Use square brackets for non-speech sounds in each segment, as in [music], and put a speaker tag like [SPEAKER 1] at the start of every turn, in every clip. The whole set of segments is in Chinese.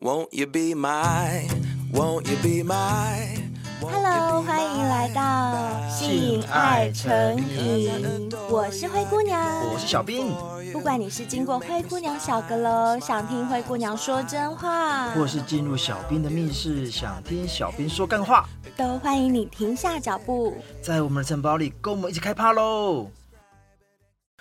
[SPEAKER 1] Won't you be my? Won't you be my?
[SPEAKER 2] Hello，欢迎来到性爱成瘾，我是灰姑娘。
[SPEAKER 3] 我是小兵，
[SPEAKER 2] 不管你是经过灰姑娘小阁楼，想听灰姑娘说真话，
[SPEAKER 3] 或是进入小兵的密室，想听小兵说干话，
[SPEAKER 2] 都欢迎你停下脚步。
[SPEAKER 3] 在我们的城堡里跟我们一起开趴喽！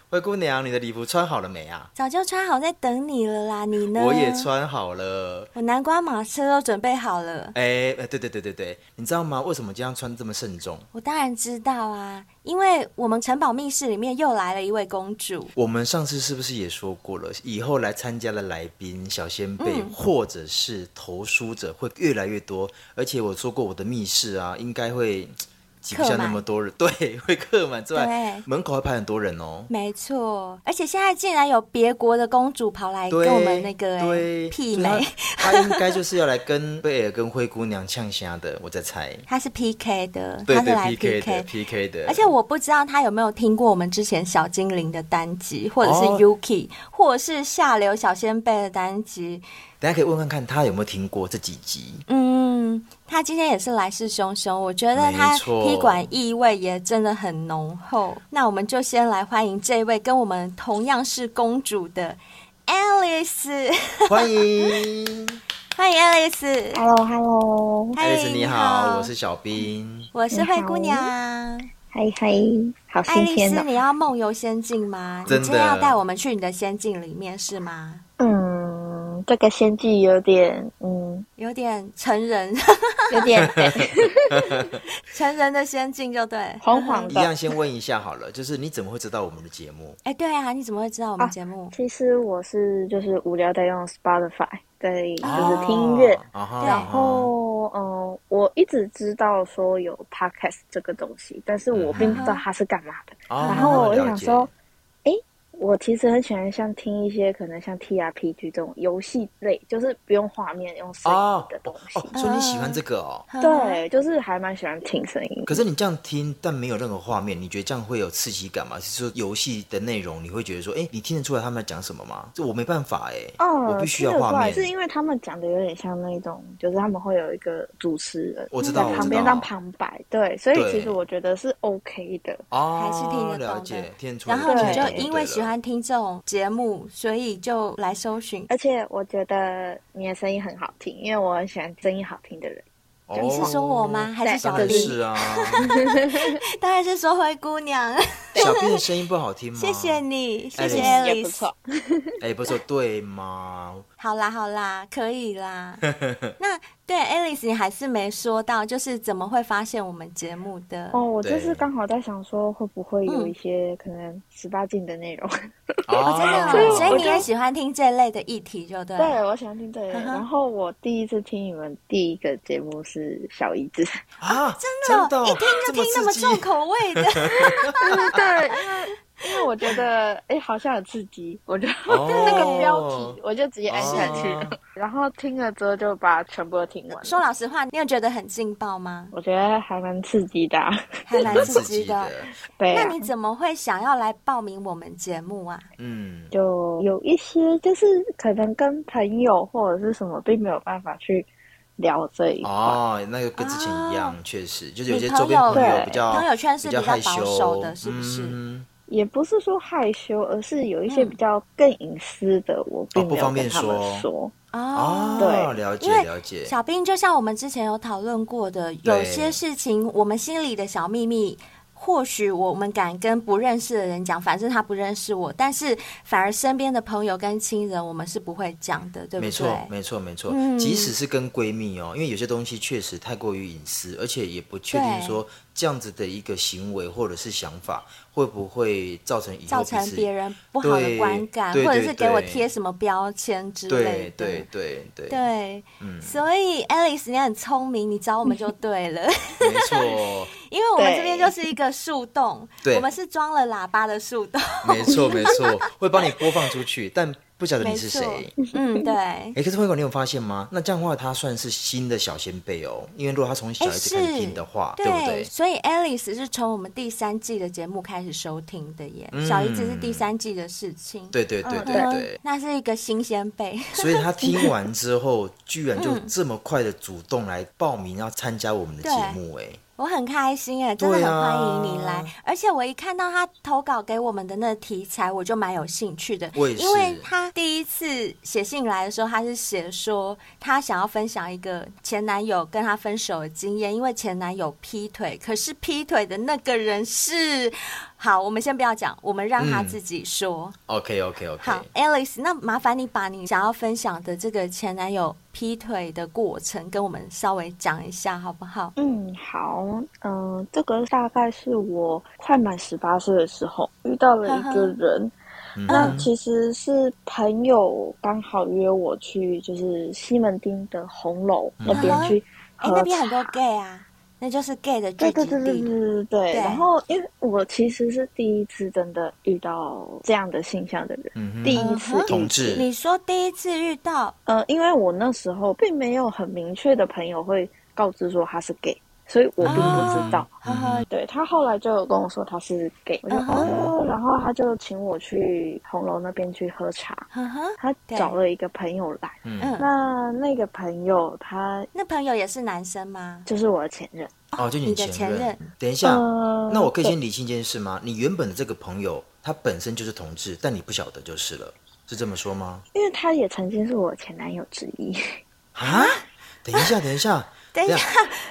[SPEAKER 3] 灰姑娘，你的礼服穿好了没啊？
[SPEAKER 2] 早就穿好在等你了啦，你呢？
[SPEAKER 3] 我也，穿好了。
[SPEAKER 2] 我南瓜马车都准备好了。
[SPEAKER 3] 哎、哎，对对对对对，你知道吗？为什么今天要穿这么慎重？
[SPEAKER 2] 我当然知道啊，因为我们城堡密室里面又来了一位公主。
[SPEAKER 3] 我们上次是不是也说过了？以后来参加的来宾、小先辈、
[SPEAKER 2] 嗯
[SPEAKER 3] 或者是投书者会越来越多，而且我说过我的密室啊，应该会挤不下那么多人，对，会客满之外
[SPEAKER 2] 对，
[SPEAKER 3] 门口会排很多人哦。
[SPEAKER 2] 没错，而且现在竟然有别国的公主跑来跟我们那个、哎
[SPEAKER 3] 对
[SPEAKER 2] 媲
[SPEAKER 3] 所以他
[SPEAKER 2] 美，
[SPEAKER 3] 他应该就是要来跟贝尔跟灰姑娘呛虾的，我在猜。
[SPEAKER 2] 她是 PK 的，
[SPEAKER 3] 对
[SPEAKER 2] 她是
[SPEAKER 3] 对
[SPEAKER 2] 来
[SPEAKER 3] ，PK 的 PK 的，
[SPEAKER 2] 而且我不知道他有没有听过我们之前小精灵的单集，或者是
[SPEAKER 3] 哦
[SPEAKER 2] Yuki，、或者是下流小仙贝的单集。
[SPEAKER 3] 等一下可以问看看他有没有听过这几集。
[SPEAKER 2] 嗯，他今天也是来势汹汹，我觉得他
[SPEAKER 3] 没错
[SPEAKER 2] 踢馆意味也真的很浓厚。那我们就先来欢迎这位跟我们同样是公主的 Alice， [laughs]
[SPEAKER 3] 欢迎
[SPEAKER 2] 欢迎 Alice。
[SPEAKER 4] Hello Hello，
[SPEAKER 2] 嗨
[SPEAKER 3] ，Alice 你好，我是嗯小兵。
[SPEAKER 2] 我是灰姑
[SPEAKER 4] 你
[SPEAKER 2] 娘
[SPEAKER 4] 好。嘿嘿，好
[SPEAKER 2] 爱
[SPEAKER 4] 新
[SPEAKER 2] 丽
[SPEAKER 4] 鲜
[SPEAKER 2] 丝，
[SPEAKER 4] 哦。
[SPEAKER 2] 你要梦游仙境吗？
[SPEAKER 3] 真
[SPEAKER 2] 你
[SPEAKER 3] 的
[SPEAKER 2] 今天要带我们去你的仙境里面是吗？
[SPEAKER 4] 嗯，这个仙境有点，
[SPEAKER 2] [laughs]
[SPEAKER 4] 嗯，
[SPEAKER 2] 有点成人。 [laughs]
[SPEAKER 4] 有
[SPEAKER 3] [laughs]
[SPEAKER 4] 点
[SPEAKER 2] 成人的仙境就对。
[SPEAKER 4] 黄黄
[SPEAKER 3] 一
[SPEAKER 4] 的。
[SPEAKER 3] 样，先问一下好了，就是你怎么会知道我们的节目？
[SPEAKER 2] 哎，对啊，你怎么会知道我们节目？
[SPEAKER 4] 其实我是就是无聊在用 Spotify，在就是听音乐，
[SPEAKER 3] 啊哈，
[SPEAKER 2] 对
[SPEAKER 3] 啊
[SPEAKER 4] 然
[SPEAKER 3] 哈
[SPEAKER 4] 后嗯，我一直知道说有 podcast 这个东西，但是我并不知道它是干嘛的。
[SPEAKER 3] 嗯哦
[SPEAKER 4] 然后我就
[SPEAKER 3] 了
[SPEAKER 4] 想
[SPEAKER 3] 解
[SPEAKER 4] 说，诶，我其实很喜欢像听一些可能像 TRPG 这种游戏类，就是不用画面用声音
[SPEAKER 3] 哦
[SPEAKER 4] 的东
[SPEAKER 3] 哦
[SPEAKER 4] 西。嗯
[SPEAKER 3] 哦，所以你喜欢这个哦？
[SPEAKER 2] 呵呵，
[SPEAKER 4] 对，就是还蛮喜欢听声音。
[SPEAKER 3] 可是你这样听，但没有任何画面，你觉得这样会有刺激感吗？是说游戏的内容，你会觉得说，哎，你听得出来他们在讲什么吗？这我没办法哎，
[SPEAKER 4] 哦，
[SPEAKER 3] 我必须要
[SPEAKER 4] 听得出
[SPEAKER 3] 画
[SPEAKER 4] 来
[SPEAKER 3] 面。
[SPEAKER 4] 是因为他们讲的有点像那种，就是他们会有一个主持人
[SPEAKER 3] 我知
[SPEAKER 4] 在
[SPEAKER 3] 道，我
[SPEAKER 4] 旁
[SPEAKER 3] 知
[SPEAKER 4] 边当
[SPEAKER 3] 道。
[SPEAKER 4] 旁白，对，所以
[SPEAKER 3] 对
[SPEAKER 4] 其实我觉得是 OK 的。
[SPEAKER 3] 哦，
[SPEAKER 2] 还是听得
[SPEAKER 3] 了
[SPEAKER 2] 懂的
[SPEAKER 3] 解，听得出来
[SPEAKER 2] 然
[SPEAKER 3] 是
[SPEAKER 2] 后
[SPEAKER 3] 听得
[SPEAKER 2] 你
[SPEAKER 3] 懂
[SPEAKER 2] 就
[SPEAKER 3] 就
[SPEAKER 4] 对
[SPEAKER 2] 因为喜
[SPEAKER 3] 对了
[SPEAKER 2] 欢听这种节目，所以就来搜寻。
[SPEAKER 4] 而且我觉得你的声音很好听，因为我很喜欢声音好听的人。
[SPEAKER 3] 哦
[SPEAKER 2] 你是说我吗？？还是
[SPEAKER 4] 对
[SPEAKER 2] 小
[SPEAKER 3] 当
[SPEAKER 4] 对
[SPEAKER 3] 然
[SPEAKER 2] 兵？
[SPEAKER 3] 是
[SPEAKER 2] [laughs]
[SPEAKER 3] 啊，
[SPEAKER 2] 当然是说灰姑娘。
[SPEAKER 3] 小兵的声音不好听吗？
[SPEAKER 2] 谢谢。你，谢谢
[SPEAKER 3] Alice
[SPEAKER 4] 也不
[SPEAKER 2] Alice
[SPEAKER 4] 错。。
[SPEAKER 3] 哎，不错，对吗？
[SPEAKER 2] 好啦，好啦，可以
[SPEAKER 3] [laughs]
[SPEAKER 2] 啦。那对 Alice，你还是没说到，就是怎么会发现我们节目的？
[SPEAKER 4] 哦，我就
[SPEAKER 3] 对
[SPEAKER 4] 是刚好在想说，会不会有
[SPEAKER 2] 嗯
[SPEAKER 4] 一些可能十八禁的内容？
[SPEAKER 3] 哦
[SPEAKER 2] 哦，真的哦，
[SPEAKER 4] 所以我
[SPEAKER 2] 所以你
[SPEAKER 4] 觉得
[SPEAKER 2] 也喜欢听这类的议题，就对了。
[SPEAKER 4] [laughs] 对，我喜欢听这个。
[SPEAKER 2] 嗯哼
[SPEAKER 4] 然后我第一次听你们第一个节目是小姨子。
[SPEAKER 3] 啊，真
[SPEAKER 2] 真
[SPEAKER 3] 的
[SPEAKER 2] 的
[SPEAKER 3] 哦，
[SPEAKER 2] 哦，一听就听那么
[SPEAKER 3] 刺激
[SPEAKER 2] 重口味的。
[SPEAKER 4] 嗯对，因为因为我觉得哎、好像很刺激，我就、
[SPEAKER 3] 哦
[SPEAKER 4] [laughs] 那个标题我就直接按下去了，
[SPEAKER 3] 哦
[SPEAKER 4] [laughs] 然后听了之后就把全部都听完了。
[SPEAKER 2] [laughs] 说老实话，你有觉得很劲爆吗？
[SPEAKER 4] 我觉得还蛮刺激的啊、
[SPEAKER 2] 还蛮
[SPEAKER 3] 蛮
[SPEAKER 2] 刺
[SPEAKER 3] 刺
[SPEAKER 2] 激
[SPEAKER 3] 激
[SPEAKER 2] 的。
[SPEAKER 3] 的。
[SPEAKER 4] 对、
[SPEAKER 2] 那
[SPEAKER 4] 啊，
[SPEAKER 2] 你怎么会想要来报名我们节目啊？
[SPEAKER 3] 嗯，
[SPEAKER 4] 就有一些就是可能跟朋友或者是什么，并没有办法去聊这一块。
[SPEAKER 3] 哦，那个跟之前一样
[SPEAKER 2] 哦，
[SPEAKER 3] 确实就是有
[SPEAKER 2] 你
[SPEAKER 3] 些
[SPEAKER 2] 朋
[SPEAKER 3] 周边
[SPEAKER 2] 友
[SPEAKER 3] 朋友
[SPEAKER 4] 对
[SPEAKER 3] 比较
[SPEAKER 2] 朋友圈是
[SPEAKER 3] 比较
[SPEAKER 2] 比较
[SPEAKER 3] 害
[SPEAKER 2] 保
[SPEAKER 3] 羞
[SPEAKER 2] 守的是不是
[SPEAKER 3] 嗯
[SPEAKER 4] 也不是说害羞，而是有一些
[SPEAKER 2] 嗯
[SPEAKER 4] 比较更隐私的，我并
[SPEAKER 3] 哦不
[SPEAKER 4] 没有
[SPEAKER 3] 方便
[SPEAKER 4] 跟他们
[SPEAKER 3] 说
[SPEAKER 4] 说。
[SPEAKER 2] 哦，
[SPEAKER 3] 哦，
[SPEAKER 4] 对
[SPEAKER 3] 了解
[SPEAKER 2] 因为
[SPEAKER 3] 了解，
[SPEAKER 2] 小兵就像我们之前有讨论过的，
[SPEAKER 3] 对
[SPEAKER 2] 有些事情我们心里的小秘密。或许我们敢跟不认识的人讲，反正他不认识我，但是反而身边的朋友跟亲人，我们是不会讲的，对不
[SPEAKER 3] 没
[SPEAKER 2] 对
[SPEAKER 3] 错？没错没错
[SPEAKER 2] 嗯，
[SPEAKER 3] 即使是跟闺蜜哦，因为有些东西确实太过于隐私，而且也不确定
[SPEAKER 2] 对
[SPEAKER 3] 说这样子的一个行为或者是想法会不会造成以后
[SPEAKER 2] 造
[SPEAKER 3] 彼
[SPEAKER 2] 成
[SPEAKER 3] 此
[SPEAKER 2] 别人不好的
[SPEAKER 3] 对
[SPEAKER 2] 观感，
[SPEAKER 3] 对
[SPEAKER 2] 或者
[SPEAKER 3] 对
[SPEAKER 2] 是给我
[SPEAKER 3] 对
[SPEAKER 2] 贴什么标签之类
[SPEAKER 3] 对
[SPEAKER 2] 的。
[SPEAKER 3] 对对对，
[SPEAKER 2] 对，
[SPEAKER 3] 嗯，
[SPEAKER 2] 所以 Alice 你很聪明，你找我们就对
[SPEAKER 3] [laughs]
[SPEAKER 2] 了， [laughs]
[SPEAKER 3] 没错
[SPEAKER 2] 因为我们
[SPEAKER 4] 对
[SPEAKER 2] 这边就是一个树洞，
[SPEAKER 3] 对
[SPEAKER 2] 我们是装了喇叭的树洞， [laughs]
[SPEAKER 3] 没错没错，会帮你播放出去，但不晓得你
[SPEAKER 2] 没
[SPEAKER 3] 是
[SPEAKER 2] 错
[SPEAKER 3] 谁。，
[SPEAKER 2] 嗯，
[SPEAKER 3] [laughs]
[SPEAKER 2] 对，
[SPEAKER 3] 哎，可是慧狗，你有发现吗？那这样的话，他算是新的小先辈哦，因为如果他从小
[SPEAKER 2] 哎
[SPEAKER 3] 一直开始
[SPEAKER 2] 是
[SPEAKER 3] 听的话，
[SPEAKER 2] 对
[SPEAKER 3] 不对？
[SPEAKER 2] 所以 Alice 是从我们第三季的节目开始收听的耶，
[SPEAKER 3] 嗯
[SPEAKER 2] 小姨子是第三季的事情。
[SPEAKER 3] 对对对
[SPEAKER 4] 嗯
[SPEAKER 3] 对
[SPEAKER 2] 嗯
[SPEAKER 3] 对，
[SPEAKER 2] 那是一个新鲜辈，
[SPEAKER 3] 所以他听完之后，居然就这么快的主动来报名要参加我们的
[SPEAKER 2] 对
[SPEAKER 3] 节目，哎，
[SPEAKER 2] 我很开心哎，真的
[SPEAKER 3] 对
[SPEAKER 2] 很
[SPEAKER 3] 啊
[SPEAKER 2] 欢迎你来。而且我一看到他投稿给我们的那个题材，我就蛮有兴趣的，
[SPEAKER 3] 我也是
[SPEAKER 2] 因为他第一次写信来的时候，他是写说他想要分享一个前男友跟他分手的经验，因为前男友劈腿，可是劈腿的那个人是……好，我们先不要讲，我们让他
[SPEAKER 3] 嗯
[SPEAKER 2] 自己说。
[SPEAKER 3] OK OK OK，
[SPEAKER 2] 好，Alice，那麻烦你把你想要分享的这个前男友劈腿的过程跟我们稍微讲一下，好不好？
[SPEAKER 4] 嗯，好，嗯、这个大概是我快满十八岁的时候遇到了一个人，
[SPEAKER 3] 嗯
[SPEAKER 4] 那
[SPEAKER 3] 哼
[SPEAKER 4] 其实是朋友刚好约我去，就是西门町的红楼
[SPEAKER 3] 嗯
[SPEAKER 4] 那边去
[SPEAKER 2] 哎、
[SPEAKER 4] 喝茶。
[SPEAKER 2] 那边很多 gay 啊，那就是 gay 的聚
[SPEAKER 4] 对
[SPEAKER 2] 集
[SPEAKER 4] 对
[SPEAKER 2] 地。
[SPEAKER 4] 对对对对对。
[SPEAKER 2] 对
[SPEAKER 4] 然后，因为我其实是第一次真的遇到这样的现象的人，
[SPEAKER 3] 嗯哼
[SPEAKER 4] 第一
[SPEAKER 2] 嗯
[SPEAKER 4] 次遇
[SPEAKER 2] 哼
[SPEAKER 4] 见
[SPEAKER 3] 同志
[SPEAKER 2] 你说第一次遇到，
[SPEAKER 4] 呃，因为我那时候并没有很明确的朋友会告知说他是 gay，所以我并不
[SPEAKER 3] 啊
[SPEAKER 4] 知道。
[SPEAKER 2] 呵呵，
[SPEAKER 4] 对他后来就有跟我说他是 gay，我就、
[SPEAKER 2] 嗯哼
[SPEAKER 4] 哦，然后他就请我去红楼那边去喝茶，
[SPEAKER 2] 呵呵，
[SPEAKER 4] 他
[SPEAKER 2] 对
[SPEAKER 4] 找了一个朋友来，
[SPEAKER 3] 嗯，
[SPEAKER 2] 嗯，
[SPEAKER 4] 那那个朋友他
[SPEAKER 2] 那朋友也是男生吗？
[SPEAKER 4] 就是我的前任，
[SPEAKER 3] 哦，就
[SPEAKER 2] 你的
[SPEAKER 3] 前
[SPEAKER 2] 前
[SPEAKER 3] 任
[SPEAKER 2] 任。嗯
[SPEAKER 3] 等一下，
[SPEAKER 4] 呃
[SPEAKER 3] 嗯那我可以
[SPEAKER 4] 对
[SPEAKER 3] 先理清一件事吗？你原本的这个朋友，他本身就是同志，但你不晓得就是了，是这么说吗？
[SPEAKER 4] 因为他也曾经是我前男友之一， [laughs]
[SPEAKER 3] 啊？等一下，等一下，
[SPEAKER 2] 等一下，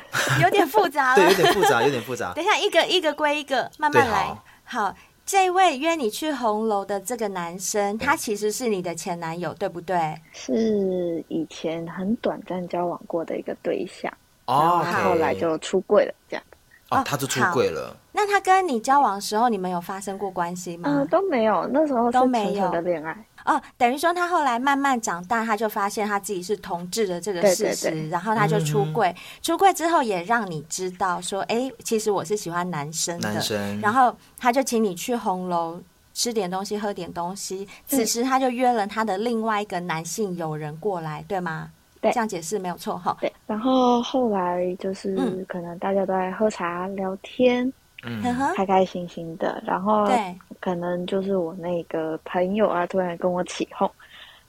[SPEAKER 2] [laughs] 有点复杂
[SPEAKER 3] 啊对，
[SPEAKER 2] 了
[SPEAKER 3] 有。点复杂，有点复杂。
[SPEAKER 2] 等一下，一个一个归一个，慢慢
[SPEAKER 3] 对
[SPEAKER 2] 来
[SPEAKER 3] 好。
[SPEAKER 2] 好，这位约你去红楼的这个男生，他其实是你的前男友，对不对？
[SPEAKER 4] 是以前很短暂交往过的一个对象，然
[SPEAKER 3] 哦
[SPEAKER 4] 后，他后来
[SPEAKER 3] OK
[SPEAKER 4] 就出柜了，这样。
[SPEAKER 3] 哦，他就出柜了。
[SPEAKER 2] 那他跟你交往的时候，你们有发生过关系吗？
[SPEAKER 4] 嗯，都没有，那时候是
[SPEAKER 2] 都没
[SPEAKER 4] 纯纯的
[SPEAKER 2] 有
[SPEAKER 4] 恋爱。
[SPEAKER 2] 哦，等于说他后来慢慢长大，他就发现他自己是同志的这个
[SPEAKER 4] 对
[SPEAKER 2] 事实，
[SPEAKER 4] 对对
[SPEAKER 2] 然后他就
[SPEAKER 3] 嗯
[SPEAKER 2] 出柜。出柜之后，也让你知道说，哎，其实我是喜欢男生的。
[SPEAKER 3] 男生
[SPEAKER 2] 然后他就请你去红楼吃点东西，喝点东西。此时他就约了他的另外一个男性友人过来，对吗？
[SPEAKER 4] 对
[SPEAKER 2] 这样解释没有错哈。
[SPEAKER 4] 对，然后后来就是
[SPEAKER 2] 嗯
[SPEAKER 4] 可能大家都在喝茶聊天，
[SPEAKER 2] 呵
[SPEAKER 3] 嗯，
[SPEAKER 2] 呵，
[SPEAKER 4] 开开心心的。然后
[SPEAKER 2] 对
[SPEAKER 4] 可能就是我那个朋友啊，突然跟我起哄，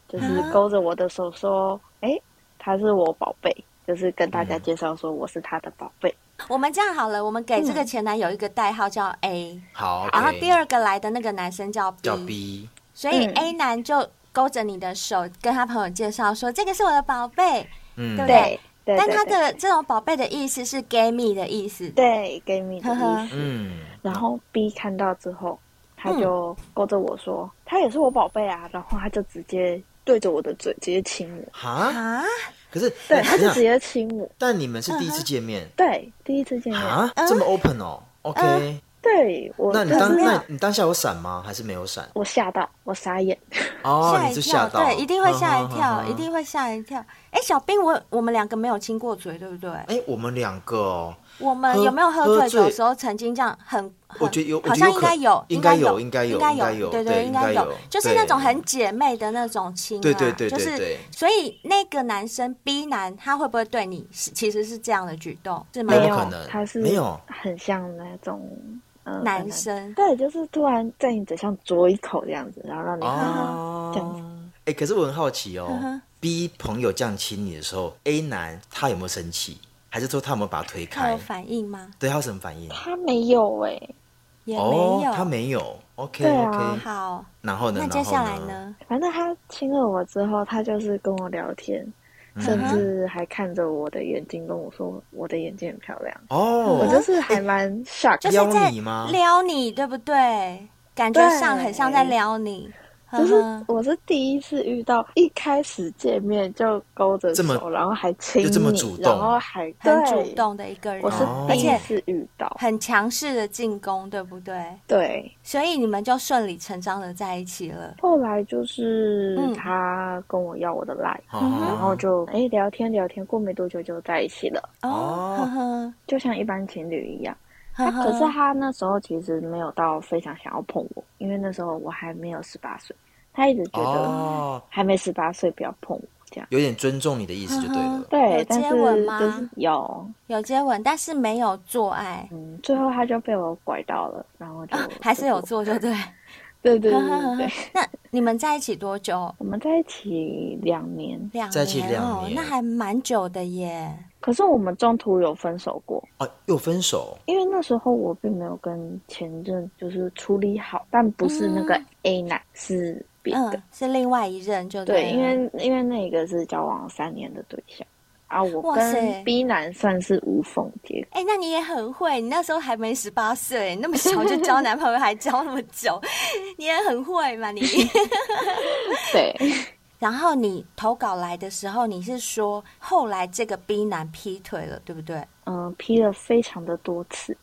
[SPEAKER 4] 就是
[SPEAKER 2] 嗯
[SPEAKER 4] 勾着我的手说：“哎、他是我宝贝。”就是跟大家介绍说我是他的宝贝。
[SPEAKER 2] 我们这样好了，我们给这个
[SPEAKER 4] 嗯
[SPEAKER 2] 前男友一个代号叫 A，、
[SPEAKER 3] 好。
[SPEAKER 2] 然后
[SPEAKER 3] OK
[SPEAKER 2] 第二个来的那个男生叫 B。
[SPEAKER 3] 叫 B，
[SPEAKER 2] 所以
[SPEAKER 4] 嗯
[SPEAKER 2] A 男就勾着你的手，跟他朋友介绍说：“这个是我的宝贝。
[SPEAKER 3] 嗯，
[SPEAKER 2] 对
[SPEAKER 4] 对，对
[SPEAKER 2] 但
[SPEAKER 4] 对
[SPEAKER 2] 他
[SPEAKER 4] 对
[SPEAKER 2] 的这种宝贝的意思是 gay 蜜的意思。
[SPEAKER 4] 对给你的
[SPEAKER 2] 呵呵
[SPEAKER 4] 意思。
[SPEAKER 3] 嗯，
[SPEAKER 4] 然后 B 看到之后，他就勾着我说：“他也是我宝贝啊。”然后他就直接对着我的嘴直接亲我，
[SPEAKER 3] 哈，
[SPEAKER 2] 啊，
[SPEAKER 3] 可是哎
[SPEAKER 4] 对，
[SPEAKER 3] 等
[SPEAKER 4] 他
[SPEAKER 3] 一
[SPEAKER 4] 就
[SPEAKER 3] 下
[SPEAKER 4] 直，接亲我。
[SPEAKER 3] 但你们是第一次见面
[SPEAKER 4] 对，第一次
[SPEAKER 2] 嗯
[SPEAKER 4] 见面。
[SPEAKER 3] 啊，这么 open 哦，OK，
[SPEAKER 4] 对我，
[SPEAKER 3] 那你
[SPEAKER 4] 可
[SPEAKER 3] 当
[SPEAKER 4] 是
[SPEAKER 3] 那你当下有闪吗？还是没有闪？
[SPEAKER 4] 我吓到，我傻眼。
[SPEAKER 3] 哦，
[SPEAKER 2] 吓
[SPEAKER 3] 你
[SPEAKER 2] 一
[SPEAKER 3] 就
[SPEAKER 2] 跳，
[SPEAKER 3] 吓到，
[SPEAKER 2] 对，一定会吓一
[SPEAKER 3] 哈
[SPEAKER 2] 跳，一。
[SPEAKER 3] 哈哈哈
[SPEAKER 2] 定会吓一跳。哎，小兵，我我们两个没有亲过嘴，对不对？
[SPEAKER 3] 哎，我们两个哦，
[SPEAKER 2] 我们
[SPEAKER 3] 喝
[SPEAKER 2] 有没有喝
[SPEAKER 3] 喝
[SPEAKER 2] 醉
[SPEAKER 3] 醉
[SPEAKER 2] 酒的时候曾经这样很？很
[SPEAKER 3] 我觉得有
[SPEAKER 2] 好像
[SPEAKER 3] 我觉得有
[SPEAKER 2] 应
[SPEAKER 3] 可
[SPEAKER 2] 该有，
[SPEAKER 3] 应该
[SPEAKER 2] 该
[SPEAKER 3] 有
[SPEAKER 2] 有，
[SPEAKER 3] 应
[SPEAKER 2] 应该
[SPEAKER 3] 该有应该有
[SPEAKER 2] 对
[SPEAKER 3] 对
[SPEAKER 2] 应该
[SPEAKER 3] 应该有
[SPEAKER 2] 就是
[SPEAKER 3] 对
[SPEAKER 2] 那种很姐妹的那种亲啊，
[SPEAKER 3] 对对对
[SPEAKER 2] 就
[SPEAKER 3] 对
[SPEAKER 2] 是
[SPEAKER 3] 对
[SPEAKER 2] 所以那个男生 B 男他会不会对你是其实是这样的举动是吗？
[SPEAKER 3] 有没
[SPEAKER 4] 没
[SPEAKER 3] 有
[SPEAKER 4] 有
[SPEAKER 3] 可能
[SPEAKER 4] 他是
[SPEAKER 3] 没有
[SPEAKER 4] 很像那种呃
[SPEAKER 2] 男。生
[SPEAKER 4] 可能对，就是突然在你嘴上啄一口这样子，然后让你、这样
[SPEAKER 3] 哦，哎，可是我很好奇哦，B 朋友这样亲你的时候，A 男他有没有生气？还是说他有没有把他推
[SPEAKER 2] 他有
[SPEAKER 3] 开？
[SPEAKER 2] 反应吗？
[SPEAKER 3] 对他有什么反应？
[SPEAKER 4] 他没有哎、
[SPEAKER 2] 也
[SPEAKER 3] 哦
[SPEAKER 2] 没有，，
[SPEAKER 3] 他没有。OK
[SPEAKER 4] 对
[SPEAKER 3] OK，
[SPEAKER 4] 啊
[SPEAKER 2] 好，
[SPEAKER 3] 然后呢？
[SPEAKER 2] 那接
[SPEAKER 3] 然后
[SPEAKER 2] 下来？呢？
[SPEAKER 4] 反正他亲了我之后，他就是跟我聊天，
[SPEAKER 3] 嗯
[SPEAKER 4] 甚至还看着我的眼睛跟我说我的眼睛很漂亮。我
[SPEAKER 3] 哦，
[SPEAKER 4] 就是还蛮 shock，、
[SPEAKER 2] 就是
[SPEAKER 3] 撩
[SPEAKER 2] 在
[SPEAKER 3] 你吗
[SPEAKER 2] 撩你，对不对？感觉上很像在撩你，
[SPEAKER 3] 嗯
[SPEAKER 4] 就
[SPEAKER 2] 呵
[SPEAKER 4] 是
[SPEAKER 2] 呵。
[SPEAKER 4] 我是第一次遇到，一开始见面就勾着
[SPEAKER 3] 这么
[SPEAKER 4] 手，然后还亲你，
[SPEAKER 3] 就这么主动
[SPEAKER 4] 然后还
[SPEAKER 2] 很
[SPEAKER 4] 对
[SPEAKER 2] 主动的一个人，
[SPEAKER 4] 我是
[SPEAKER 3] 哦
[SPEAKER 2] 而
[SPEAKER 4] 第一
[SPEAKER 2] 且
[SPEAKER 4] 次遇到，
[SPEAKER 2] 很强势的进攻，对不对？
[SPEAKER 4] 对。
[SPEAKER 2] 所以你们就顺理成章的在一起了。
[SPEAKER 4] 后来就是
[SPEAKER 2] 嗯
[SPEAKER 4] 他跟我要我的 line，、
[SPEAKER 3] 然
[SPEAKER 4] 然后就哎、聊天聊天，过没多久就在一起了，
[SPEAKER 2] 哦，呵呵
[SPEAKER 4] 就像一般情侣一样。
[SPEAKER 2] 呵
[SPEAKER 4] 可是
[SPEAKER 2] 呵，
[SPEAKER 4] 他那时候其实没有到非常想要碰我，因为那时候我还没有十八岁。他一直觉得
[SPEAKER 3] 哦，
[SPEAKER 4] 还没十八岁不要碰我这样。
[SPEAKER 3] 有点尊重你的意思就
[SPEAKER 2] 嗯
[SPEAKER 3] 对了
[SPEAKER 2] 哼。有
[SPEAKER 4] 对，但
[SPEAKER 2] 接吻
[SPEAKER 4] 是
[SPEAKER 2] 吗
[SPEAKER 4] 就是有，
[SPEAKER 2] 有接吻，但是没有做爱，啊
[SPEAKER 4] 嗯，最后他就被我拐到了，然后就、
[SPEAKER 2] 哦还是有，做，对不对？
[SPEAKER 4] 对对对
[SPEAKER 2] [laughs]
[SPEAKER 4] 对对，
[SPEAKER 2] 那你们在一起多久？
[SPEAKER 4] 我们在一起两年，
[SPEAKER 2] 两
[SPEAKER 3] 在一起
[SPEAKER 2] 年哦
[SPEAKER 3] 两，年
[SPEAKER 2] 那还蛮久的耶。
[SPEAKER 4] 可是我们中途有分手过，
[SPEAKER 3] 哦，又分手
[SPEAKER 4] 因为那时候我并没有跟前任就是处理好，但不是那个
[SPEAKER 2] 嗯
[SPEAKER 4] A 男，是别的。
[SPEAKER 2] 嗯，是另外一任就
[SPEAKER 4] 对，
[SPEAKER 2] 了
[SPEAKER 4] 因为因为那个是交往三年的对象啊，我
[SPEAKER 2] 哇塞
[SPEAKER 4] 跟 B 男算是无缝
[SPEAKER 2] [laughs]
[SPEAKER 4] 接
[SPEAKER 2] 哎、那你也很会，你那时候还没十八岁，那么小就交男朋友，还交那么久，你也很会嘛你。 [laughs]
[SPEAKER 4] 对，
[SPEAKER 2] 然后你投稿来的时候，你是说后来这个 B 男劈腿了，对不对？
[SPEAKER 4] 嗯、劈了非常的多次。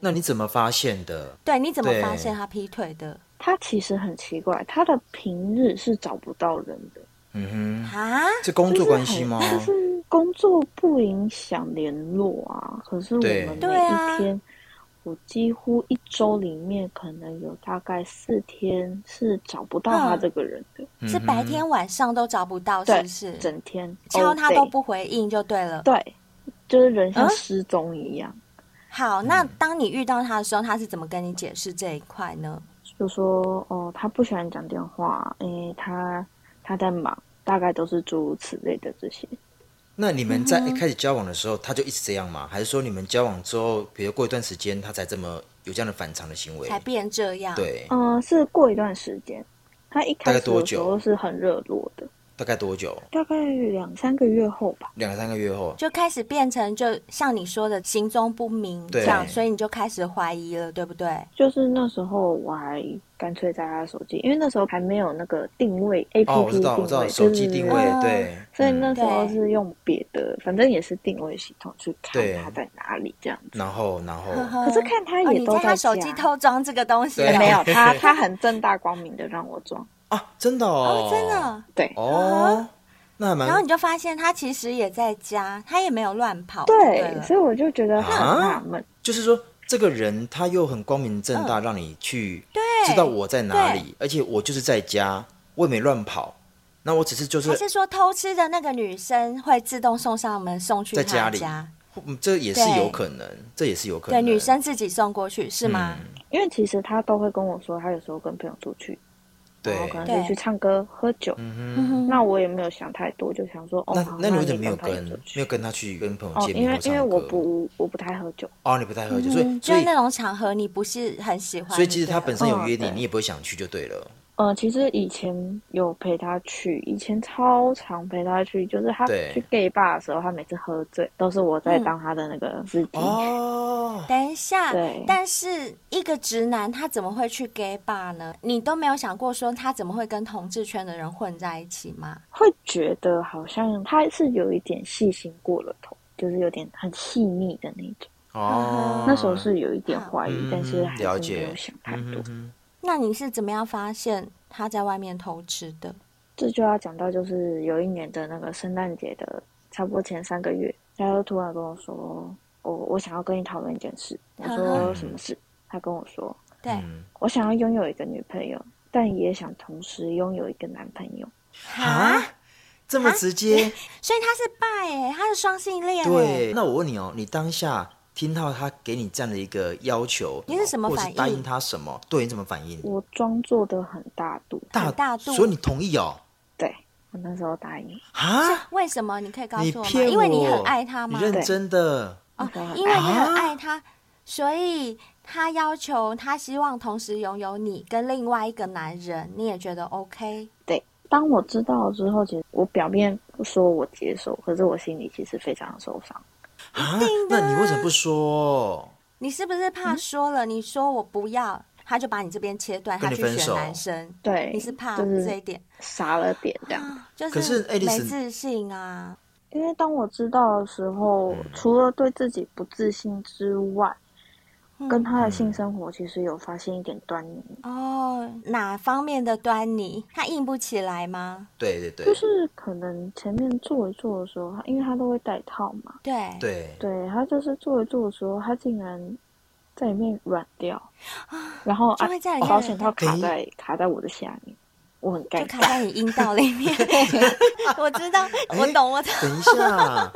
[SPEAKER 3] 那你怎么发现的？
[SPEAKER 2] 对，你怎么
[SPEAKER 3] 对
[SPEAKER 2] 发现他劈腿的？
[SPEAKER 4] 他其实很奇怪，他的平日是找不到人的，
[SPEAKER 3] 嗯
[SPEAKER 2] 啊？
[SPEAKER 3] 哼，是工作关系吗？
[SPEAKER 4] 就是嗯工作不影响联络啊。可是我
[SPEAKER 3] 对
[SPEAKER 4] 们每
[SPEAKER 2] 对啊
[SPEAKER 4] 一天，我几乎一周里面可能有大概四天是找不到他
[SPEAKER 2] 嗯
[SPEAKER 4] 这个人的，
[SPEAKER 3] 嗯哼
[SPEAKER 2] [laughs] 是白天晚上都找不到，是
[SPEAKER 4] 对
[SPEAKER 2] 不是？
[SPEAKER 4] 整天
[SPEAKER 2] 敲他
[SPEAKER 4] all day
[SPEAKER 2] 都不回应就对了。
[SPEAKER 4] 对，就是人像
[SPEAKER 2] 嗯
[SPEAKER 4] 失踪一样，
[SPEAKER 2] 好，那
[SPEAKER 4] 嗯
[SPEAKER 2] 当你遇到他的时候，他是怎么跟你解释这一块呢？
[SPEAKER 4] 就说哦，他不喜欢讲电话，因为他他在忙，大概都是诸如此类的这些。
[SPEAKER 3] 那你们
[SPEAKER 2] 嗯
[SPEAKER 3] 在一开始交往的时候，他就一直这样吗？还是说你们交往之后，比如过一段时间，他才这么有这样的反常的行为
[SPEAKER 2] 才？变这样？，
[SPEAKER 3] 对，
[SPEAKER 4] 嗯、是过一段时间，他一
[SPEAKER 3] 大
[SPEAKER 4] 开
[SPEAKER 3] 概
[SPEAKER 4] 始
[SPEAKER 3] 多
[SPEAKER 4] 的时
[SPEAKER 3] 久
[SPEAKER 4] 候是很热络的，
[SPEAKER 3] 大概多久？
[SPEAKER 4] 大概两三个月后吧。
[SPEAKER 3] 两三个月后，
[SPEAKER 2] 就开始变成就像你说的行踪不明
[SPEAKER 3] 对
[SPEAKER 2] 这样，所以你就开始怀疑了，对不对？
[SPEAKER 4] 就是那时候我还干脆在他手机，因为那时候还没有那个定位
[SPEAKER 3] 哦，
[SPEAKER 4] APP
[SPEAKER 3] 我知道，我知
[SPEAKER 4] 定
[SPEAKER 3] 道，
[SPEAKER 4] 位，
[SPEAKER 3] 手
[SPEAKER 4] 对
[SPEAKER 3] 机
[SPEAKER 4] 对
[SPEAKER 3] 定
[SPEAKER 4] 对
[SPEAKER 3] 位
[SPEAKER 4] 对，
[SPEAKER 2] 嗯
[SPEAKER 3] 对，
[SPEAKER 4] 所以
[SPEAKER 3] 嗯
[SPEAKER 4] 那时候
[SPEAKER 2] 对
[SPEAKER 4] 是用别的，反正也是定位系统去看
[SPEAKER 3] 对
[SPEAKER 4] 他在哪里这样子。
[SPEAKER 3] 然后然后
[SPEAKER 2] 呵呵
[SPEAKER 4] 可是看他
[SPEAKER 2] 哦
[SPEAKER 4] 也
[SPEAKER 2] 你
[SPEAKER 4] 都
[SPEAKER 2] 在他
[SPEAKER 4] 在
[SPEAKER 2] 手机
[SPEAKER 4] 家
[SPEAKER 2] 偷装这个东西
[SPEAKER 3] 对
[SPEAKER 2] 哦
[SPEAKER 4] 没有，
[SPEAKER 3] [laughs]
[SPEAKER 4] 他他很正大光明的让我装，
[SPEAKER 3] 啊，真的哦
[SPEAKER 2] 哦，，真的。嗯
[SPEAKER 4] 对
[SPEAKER 3] 哦，那还
[SPEAKER 2] 然后
[SPEAKER 3] 蛮
[SPEAKER 2] 你就发现他其实也在家，他也没有乱跑。对
[SPEAKER 4] 对，
[SPEAKER 2] 了，
[SPEAKER 4] 所以我就觉得很
[SPEAKER 3] 啊
[SPEAKER 4] 纳闷。
[SPEAKER 3] 就是说，这个人他又很光明正
[SPEAKER 2] 嗯
[SPEAKER 3] 大，让你去知道我在哪里，而且我就是在家，我也没乱跑，那我只是就是
[SPEAKER 2] 还是说偷吃的那个女生会自动送上门送去
[SPEAKER 3] 在
[SPEAKER 2] 他
[SPEAKER 3] 家里嗯这也是
[SPEAKER 2] 对
[SPEAKER 3] 有可能，这也是有可
[SPEAKER 2] 对，
[SPEAKER 3] 能。
[SPEAKER 2] 女生自己送过去是吗？
[SPEAKER 4] 因为其实他都会跟我说，他有时候跟朋友出去，
[SPEAKER 3] 对
[SPEAKER 4] 然后可能
[SPEAKER 2] 对
[SPEAKER 4] 就去唱歌、喝酒。
[SPEAKER 2] 嗯
[SPEAKER 4] 那我也没有想太多，就想说，哦，
[SPEAKER 3] 那
[SPEAKER 4] 好
[SPEAKER 3] 那你为什么没
[SPEAKER 4] 也
[SPEAKER 3] 有
[SPEAKER 4] 跟朋友
[SPEAKER 3] 跟
[SPEAKER 4] 出
[SPEAKER 3] 没有
[SPEAKER 4] 去？
[SPEAKER 3] 跟他去跟朋友
[SPEAKER 4] 哦，
[SPEAKER 3] 见
[SPEAKER 4] 因
[SPEAKER 3] 面
[SPEAKER 4] 为
[SPEAKER 3] 或唱
[SPEAKER 4] 因
[SPEAKER 3] 歌？
[SPEAKER 4] 为我不我不太喝酒，
[SPEAKER 3] 哦，你不太喝酒，所以
[SPEAKER 2] 嗯，就
[SPEAKER 3] 所
[SPEAKER 2] 是
[SPEAKER 3] 以
[SPEAKER 2] 那种场合你不是很喜欢，
[SPEAKER 3] 所以其实他本身有约你，
[SPEAKER 4] 嗯对
[SPEAKER 3] 你也不会想去就对了。
[SPEAKER 4] 呃，其实以前有陪他去，以前超常陪他去，就是他
[SPEAKER 3] 对
[SPEAKER 4] 去 gay bar 的时候，他每次喝醉都是我在
[SPEAKER 2] 嗯
[SPEAKER 4] 当他的那个司机。
[SPEAKER 3] 哦，
[SPEAKER 2] 等一下
[SPEAKER 4] 对，
[SPEAKER 2] 但是一个直男他怎么会去 gay bar 呢？你都没有想过说他怎么会跟同志圈的人混在一起吗？
[SPEAKER 4] 会觉得好像他是有一点细心过了头，就是有点很细腻的那种。
[SPEAKER 3] 哦，
[SPEAKER 2] 嗯
[SPEAKER 4] 那时候是有一点怀疑，
[SPEAKER 3] 嗯
[SPEAKER 4] 但是还是
[SPEAKER 3] 了
[SPEAKER 4] 没
[SPEAKER 3] 解
[SPEAKER 4] 有想太
[SPEAKER 3] 嗯
[SPEAKER 4] 多
[SPEAKER 3] 哼。哼
[SPEAKER 2] 那你是怎么样发现他在外面偷吃的？
[SPEAKER 4] 这就要讲到就是有一年的那个圣诞节的差不多前三个月，他就突然跟我说：“我我想要跟你讨论一件事。”我
[SPEAKER 2] 嗯
[SPEAKER 4] 说：“
[SPEAKER 3] 哼
[SPEAKER 4] 什么事？”他跟我说
[SPEAKER 2] 对，
[SPEAKER 3] 嗯，：“
[SPEAKER 4] 我想要拥有一个女朋友，但也想同时拥有一个男朋友。
[SPEAKER 2] 啊，
[SPEAKER 3] 啊，这么直接？
[SPEAKER 2] 所以他是 bi 哎、他是双性恋哎、
[SPEAKER 3] 对，那我问你哦，你当下听到他给你这样的一个要求，
[SPEAKER 2] 你是什么
[SPEAKER 3] 或者
[SPEAKER 2] 反应
[SPEAKER 3] 答应他什么？对你怎么反应”？
[SPEAKER 4] 我装作的很大度，
[SPEAKER 2] 很大度
[SPEAKER 3] 所以你同意哦？
[SPEAKER 4] 对我那时候答应。
[SPEAKER 3] 啊？
[SPEAKER 2] 为什么？你可以告
[SPEAKER 3] 你
[SPEAKER 2] 诉我吗？
[SPEAKER 3] 骗我？
[SPEAKER 2] 因为你很爱他吗
[SPEAKER 3] 你？认啊真的？
[SPEAKER 2] 哦
[SPEAKER 4] 对，
[SPEAKER 2] 因为你很爱他，所以他要求他希望同时拥有你跟另外一个男人，你也觉得 OK？
[SPEAKER 4] 对，当我知道了之后，其实我表面说我接受，可是我心里其实非常的受伤。
[SPEAKER 3] 啊？那你为什么不说？
[SPEAKER 2] 你是不是
[SPEAKER 3] 嗯
[SPEAKER 2] 怕说了？你说我不要，他就把你这边切断，
[SPEAKER 3] 跟
[SPEAKER 2] 他
[SPEAKER 3] 你
[SPEAKER 2] 去
[SPEAKER 3] 分
[SPEAKER 2] 选
[SPEAKER 3] 手
[SPEAKER 2] 男生。
[SPEAKER 4] 对，
[SPEAKER 2] 你是怕
[SPEAKER 4] 就是
[SPEAKER 2] 这一点，
[SPEAKER 4] 傻了点这样。
[SPEAKER 2] 就
[SPEAKER 3] 可是爱丽
[SPEAKER 2] 没
[SPEAKER 3] 丝
[SPEAKER 2] 自信啊。
[SPEAKER 4] 因为当我知道的时候，
[SPEAKER 3] 嗯
[SPEAKER 4] 除了对自己不自信之外，
[SPEAKER 2] 嗯
[SPEAKER 4] 跟他的性生活其实有发现一点端倪，
[SPEAKER 2] 哦，哪方面的端倪？他硬不起来吗？
[SPEAKER 3] 对对对
[SPEAKER 4] 就，是可能前面做一做的时候，他因为他都会戴套嘛，
[SPEAKER 2] 对，
[SPEAKER 3] 对，
[SPEAKER 4] 对他就是做一做的时候，他竟然在里面软掉，然后
[SPEAKER 2] 就
[SPEAKER 4] 啊
[SPEAKER 2] 会在里面
[SPEAKER 4] 保险套
[SPEAKER 2] 软
[SPEAKER 3] 掉
[SPEAKER 4] 卡在卡在我的下面，我很
[SPEAKER 2] 就
[SPEAKER 4] 尴
[SPEAKER 2] 卡
[SPEAKER 4] 尬。
[SPEAKER 2] 在你阴道里
[SPEAKER 3] [laughs]
[SPEAKER 2] 面。我知道，我
[SPEAKER 3] 哎
[SPEAKER 2] 懂，我懂。
[SPEAKER 3] 等
[SPEAKER 2] [laughs]
[SPEAKER 3] 一下，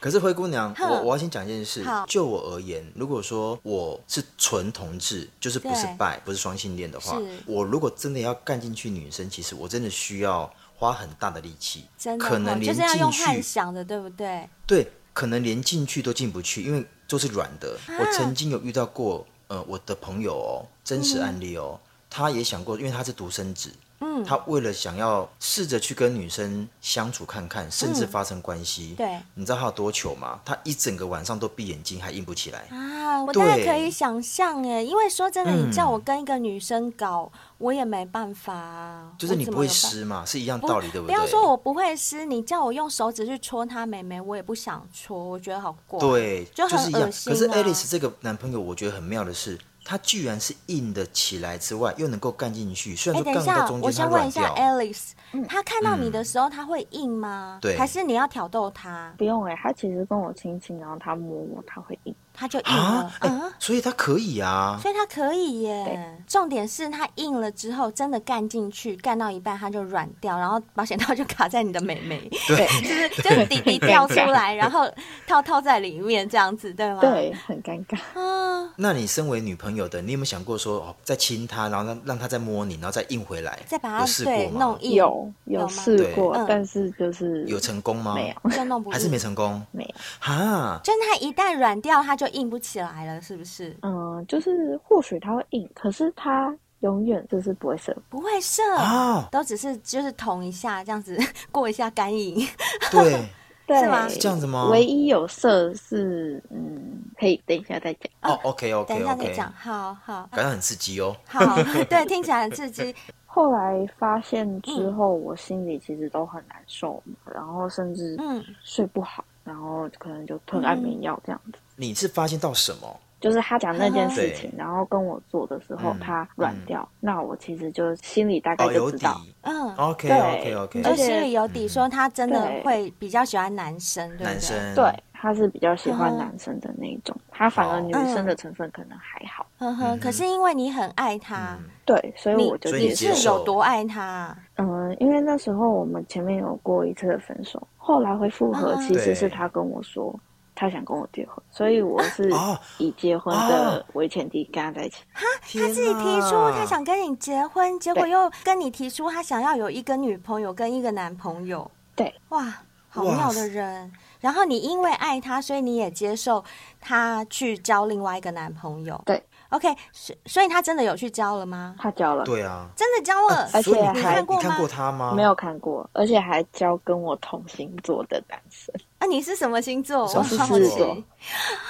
[SPEAKER 3] 可是灰姑娘，
[SPEAKER 2] 哼
[SPEAKER 3] 我我要先讲一件事
[SPEAKER 2] 好。
[SPEAKER 3] 就我而言，如果说我是纯同志，就是不是
[SPEAKER 2] 对
[SPEAKER 3] 拜，不是双性恋的话
[SPEAKER 2] 是，
[SPEAKER 3] 我如果真的要干进去女生，其实我真的需要花很大的力气，
[SPEAKER 2] 真的
[SPEAKER 3] 可
[SPEAKER 2] 哦
[SPEAKER 3] 能
[SPEAKER 2] 就
[SPEAKER 3] 连
[SPEAKER 2] 是要用
[SPEAKER 3] 进
[SPEAKER 2] 幻
[SPEAKER 3] 去，
[SPEAKER 2] 想的，对不对？
[SPEAKER 3] 对，可能连进去都进不去，因为都是软的。
[SPEAKER 2] 啊
[SPEAKER 3] 我曾经有遇到过，呃，我的朋友哦，真实案例哦，他也想过，因为他是独生子。
[SPEAKER 2] 嗯
[SPEAKER 3] 他为了想要试着去跟女生相处看看，甚至发生关系，
[SPEAKER 2] 嗯对
[SPEAKER 3] 你知道他有多糗吗？他一整个晚上都闭眼睛，还硬不起来。
[SPEAKER 2] 啊，我大概
[SPEAKER 3] 对
[SPEAKER 2] 可以想象哎，因为说真的，
[SPEAKER 3] 嗯
[SPEAKER 2] 你叫我跟一个女生搞，我也没办法啊。
[SPEAKER 3] 就是你
[SPEAKER 2] 我怎
[SPEAKER 3] 不
[SPEAKER 2] 么
[SPEAKER 3] 会
[SPEAKER 2] 有办
[SPEAKER 3] 湿嘛，是一样
[SPEAKER 2] 不
[SPEAKER 3] 道理，对对？
[SPEAKER 2] 要说我不会湿，你叫我用手指去戳她妹妹，我也不想戳，我觉得好怪。
[SPEAKER 3] 对，
[SPEAKER 2] 就
[SPEAKER 3] 就是
[SPEAKER 2] 很
[SPEAKER 3] 一
[SPEAKER 2] 恶
[SPEAKER 3] 样。
[SPEAKER 2] 心、啊。
[SPEAKER 3] 可是 Alice 这个男朋友，我觉得很妙的是，他居然是硬的起来之外，又能够干进去。虽
[SPEAKER 2] 哎、
[SPEAKER 3] 然说
[SPEAKER 2] 等一
[SPEAKER 3] 干到
[SPEAKER 2] 下，
[SPEAKER 3] 中
[SPEAKER 2] 我
[SPEAKER 3] 间
[SPEAKER 2] 先
[SPEAKER 3] 他
[SPEAKER 2] 问
[SPEAKER 3] 软
[SPEAKER 2] 一下
[SPEAKER 3] 掉，
[SPEAKER 2] Alice，、他看到你的
[SPEAKER 3] 嗯
[SPEAKER 2] 时候，他会硬吗？
[SPEAKER 3] 对
[SPEAKER 2] 还是你要挑逗他，
[SPEAKER 4] 不用哎、他其实跟我亲亲，然后他摸我，他会硬。
[SPEAKER 2] 他就硬了
[SPEAKER 3] 啊？哎、
[SPEAKER 2] 嗯，
[SPEAKER 3] 所以他可以啊。
[SPEAKER 2] 所以他可以耶
[SPEAKER 4] 对。
[SPEAKER 2] 重点是他硬了之后，真的干进去，干到一半他就软掉，然后保险套就卡在你的美眉，
[SPEAKER 3] 对，
[SPEAKER 2] [laughs] 就是就是底底掉出来，然后套套在里面这样子，对吗？。
[SPEAKER 4] 对，很尴尬。
[SPEAKER 2] 啊，
[SPEAKER 3] 那你身为女朋友的，你有没有想过说，哦，再亲他，然后让让他再摸你，然后再硬回来？
[SPEAKER 2] 再把
[SPEAKER 3] 有
[SPEAKER 2] 它
[SPEAKER 3] 试
[SPEAKER 2] 对
[SPEAKER 3] 过吗
[SPEAKER 2] 弄？硬，
[SPEAKER 4] 有
[SPEAKER 2] 有吗
[SPEAKER 4] 有试过
[SPEAKER 2] 对嗯，
[SPEAKER 4] 但是就是
[SPEAKER 3] 有成功吗？
[SPEAKER 4] 没有
[SPEAKER 2] 就弄不
[SPEAKER 3] 还是
[SPEAKER 2] 硬
[SPEAKER 3] 没成功？
[SPEAKER 4] 没有？
[SPEAKER 3] 哈，
[SPEAKER 2] 就是他一旦软掉，他就硬不起来了，是不是？
[SPEAKER 4] 嗯，就是或许他会硬，可是他永远就是不会射。
[SPEAKER 2] 不会射，
[SPEAKER 3] 哦
[SPEAKER 2] 都只是就是捅一下这样子 [laughs] 过一下干瘾。
[SPEAKER 3] 对，
[SPEAKER 4] 对，
[SPEAKER 2] 是吗是
[SPEAKER 3] 这样子吗
[SPEAKER 4] 唯一有射是嗯，可以等一下再讲。
[SPEAKER 3] 哦，OK
[SPEAKER 2] 等
[SPEAKER 3] OK
[SPEAKER 2] 一下再
[SPEAKER 3] OK，
[SPEAKER 2] 讲，好好
[SPEAKER 3] 感觉很刺激哦。
[SPEAKER 2] 好， [laughs] 对，听起来很刺激。
[SPEAKER 4] 后来发现之
[SPEAKER 2] 嗯
[SPEAKER 4] 后，我心里其实都很难受嘛，然后甚至
[SPEAKER 2] 嗯
[SPEAKER 4] 睡不好，然后可能就吞安眠药这样子。
[SPEAKER 3] 你是发现到什么？
[SPEAKER 4] 就是他讲那件事
[SPEAKER 3] 嗯
[SPEAKER 4] 情，然后跟我做的时候
[SPEAKER 3] 嗯，
[SPEAKER 4] 他软掉，那我其实就心里大概
[SPEAKER 3] 哦，有
[SPEAKER 4] 就
[SPEAKER 3] 底
[SPEAKER 4] 知道。
[SPEAKER 2] 嗯，
[SPEAKER 3] OK
[SPEAKER 4] 对
[SPEAKER 3] OK OK，
[SPEAKER 4] 嗯
[SPEAKER 2] 就
[SPEAKER 4] 而且
[SPEAKER 2] 心里有底，说他真的
[SPEAKER 4] 对
[SPEAKER 2] 会比较喜欢男生，对不对？
[SPEAKER 3] 男生
[SPEAKER 4] 对，他是比较喜欢
[SPEAKER 2] 嗯
[SPEAKER 4] 男生的那一种，他反
[SPEAKER 2] 哦
[SPEAKER 4] 而女
[SPEAKER 2] 哎
[SPEAKER 4] 生的成分可能还好。
[SPEAKER 2] 呵呵。
[SPEAKER 3] 嗯
[SPEAKER 2] 可是因为你很爱他，
[SPEAKER 4] 对，所以
[SPEAKER 2] 你
[SPEAKER 4] 我就
[SPEAKER 3] 所以
[SPEAKER 2] 你
[SPEAKER 4] 接
[SPEAKER 3] 你接
[SPEAKER 4] 受。
[SPEAKER 2] 是
[SPEAKER 3] 受
[SPEAKER 2] 有多爱他？
[SPEAKER 4] 嗯，因为那时候我们前面有过一次的分手，后来会复合，
[SPEAKER 2] 嗯
[SPEAKER 4] 其实
[SPEAKER 3] 对
[SPEAKER 4] 是他跟我说他想跟我结婚，所以我是
[SPEAKER 3] 哦
[SPEAKER 4] 以结婚
[SPEAKER 3] 哦
[SPEAKER 4] 的为前提跟他在一起。
[SPEAKER 2] 他自己提出他想跟你结婚，结果
[SPEAKER 4] 对
[SPEAKER 2] 又跟你提出他想要有一个女朋友跟一个男朋友。
[SPEAKER 4] 对，
[SPEAKER 2] 哇，好
[SPEAKER 3] 哇
[SPEAKER 2] 妙的人。然后你因为爱他，所以你也接受他去交另外一个男朋友。
[SPEAKER 4] 对
[SPEAKER 2] ，OK，所所以他真的有去交了吗？
[SPEAKER 4] 他交了，
[SPEAKER 3] 对哦啊，
[SPEAKER 2] 真的交了，
[SPEAKER 4] 而且
[SPEAKER 3] 所以你
[SPEAKER 4] 还
[SPEAKER 3] 看
[SPEAKER 2] 你看过
[SPEAKER 3] 你
[SPEAKER 2] 吗
[SPEAKER 3] 看过他吗？
[SPEAKER 4] 没有看过，而且还交跟我同星座的男生。
[SPEAKER 2] 啊，你是什么星座？
[SPEAKER 3] 什
[SPEAKER 2] 我
[SPEAKER 3] 么
[SPEAKER 2] 好
[SPEAKER 4] 狮子
[SPEAKER 2] 奇
[SPEAKER 4] 座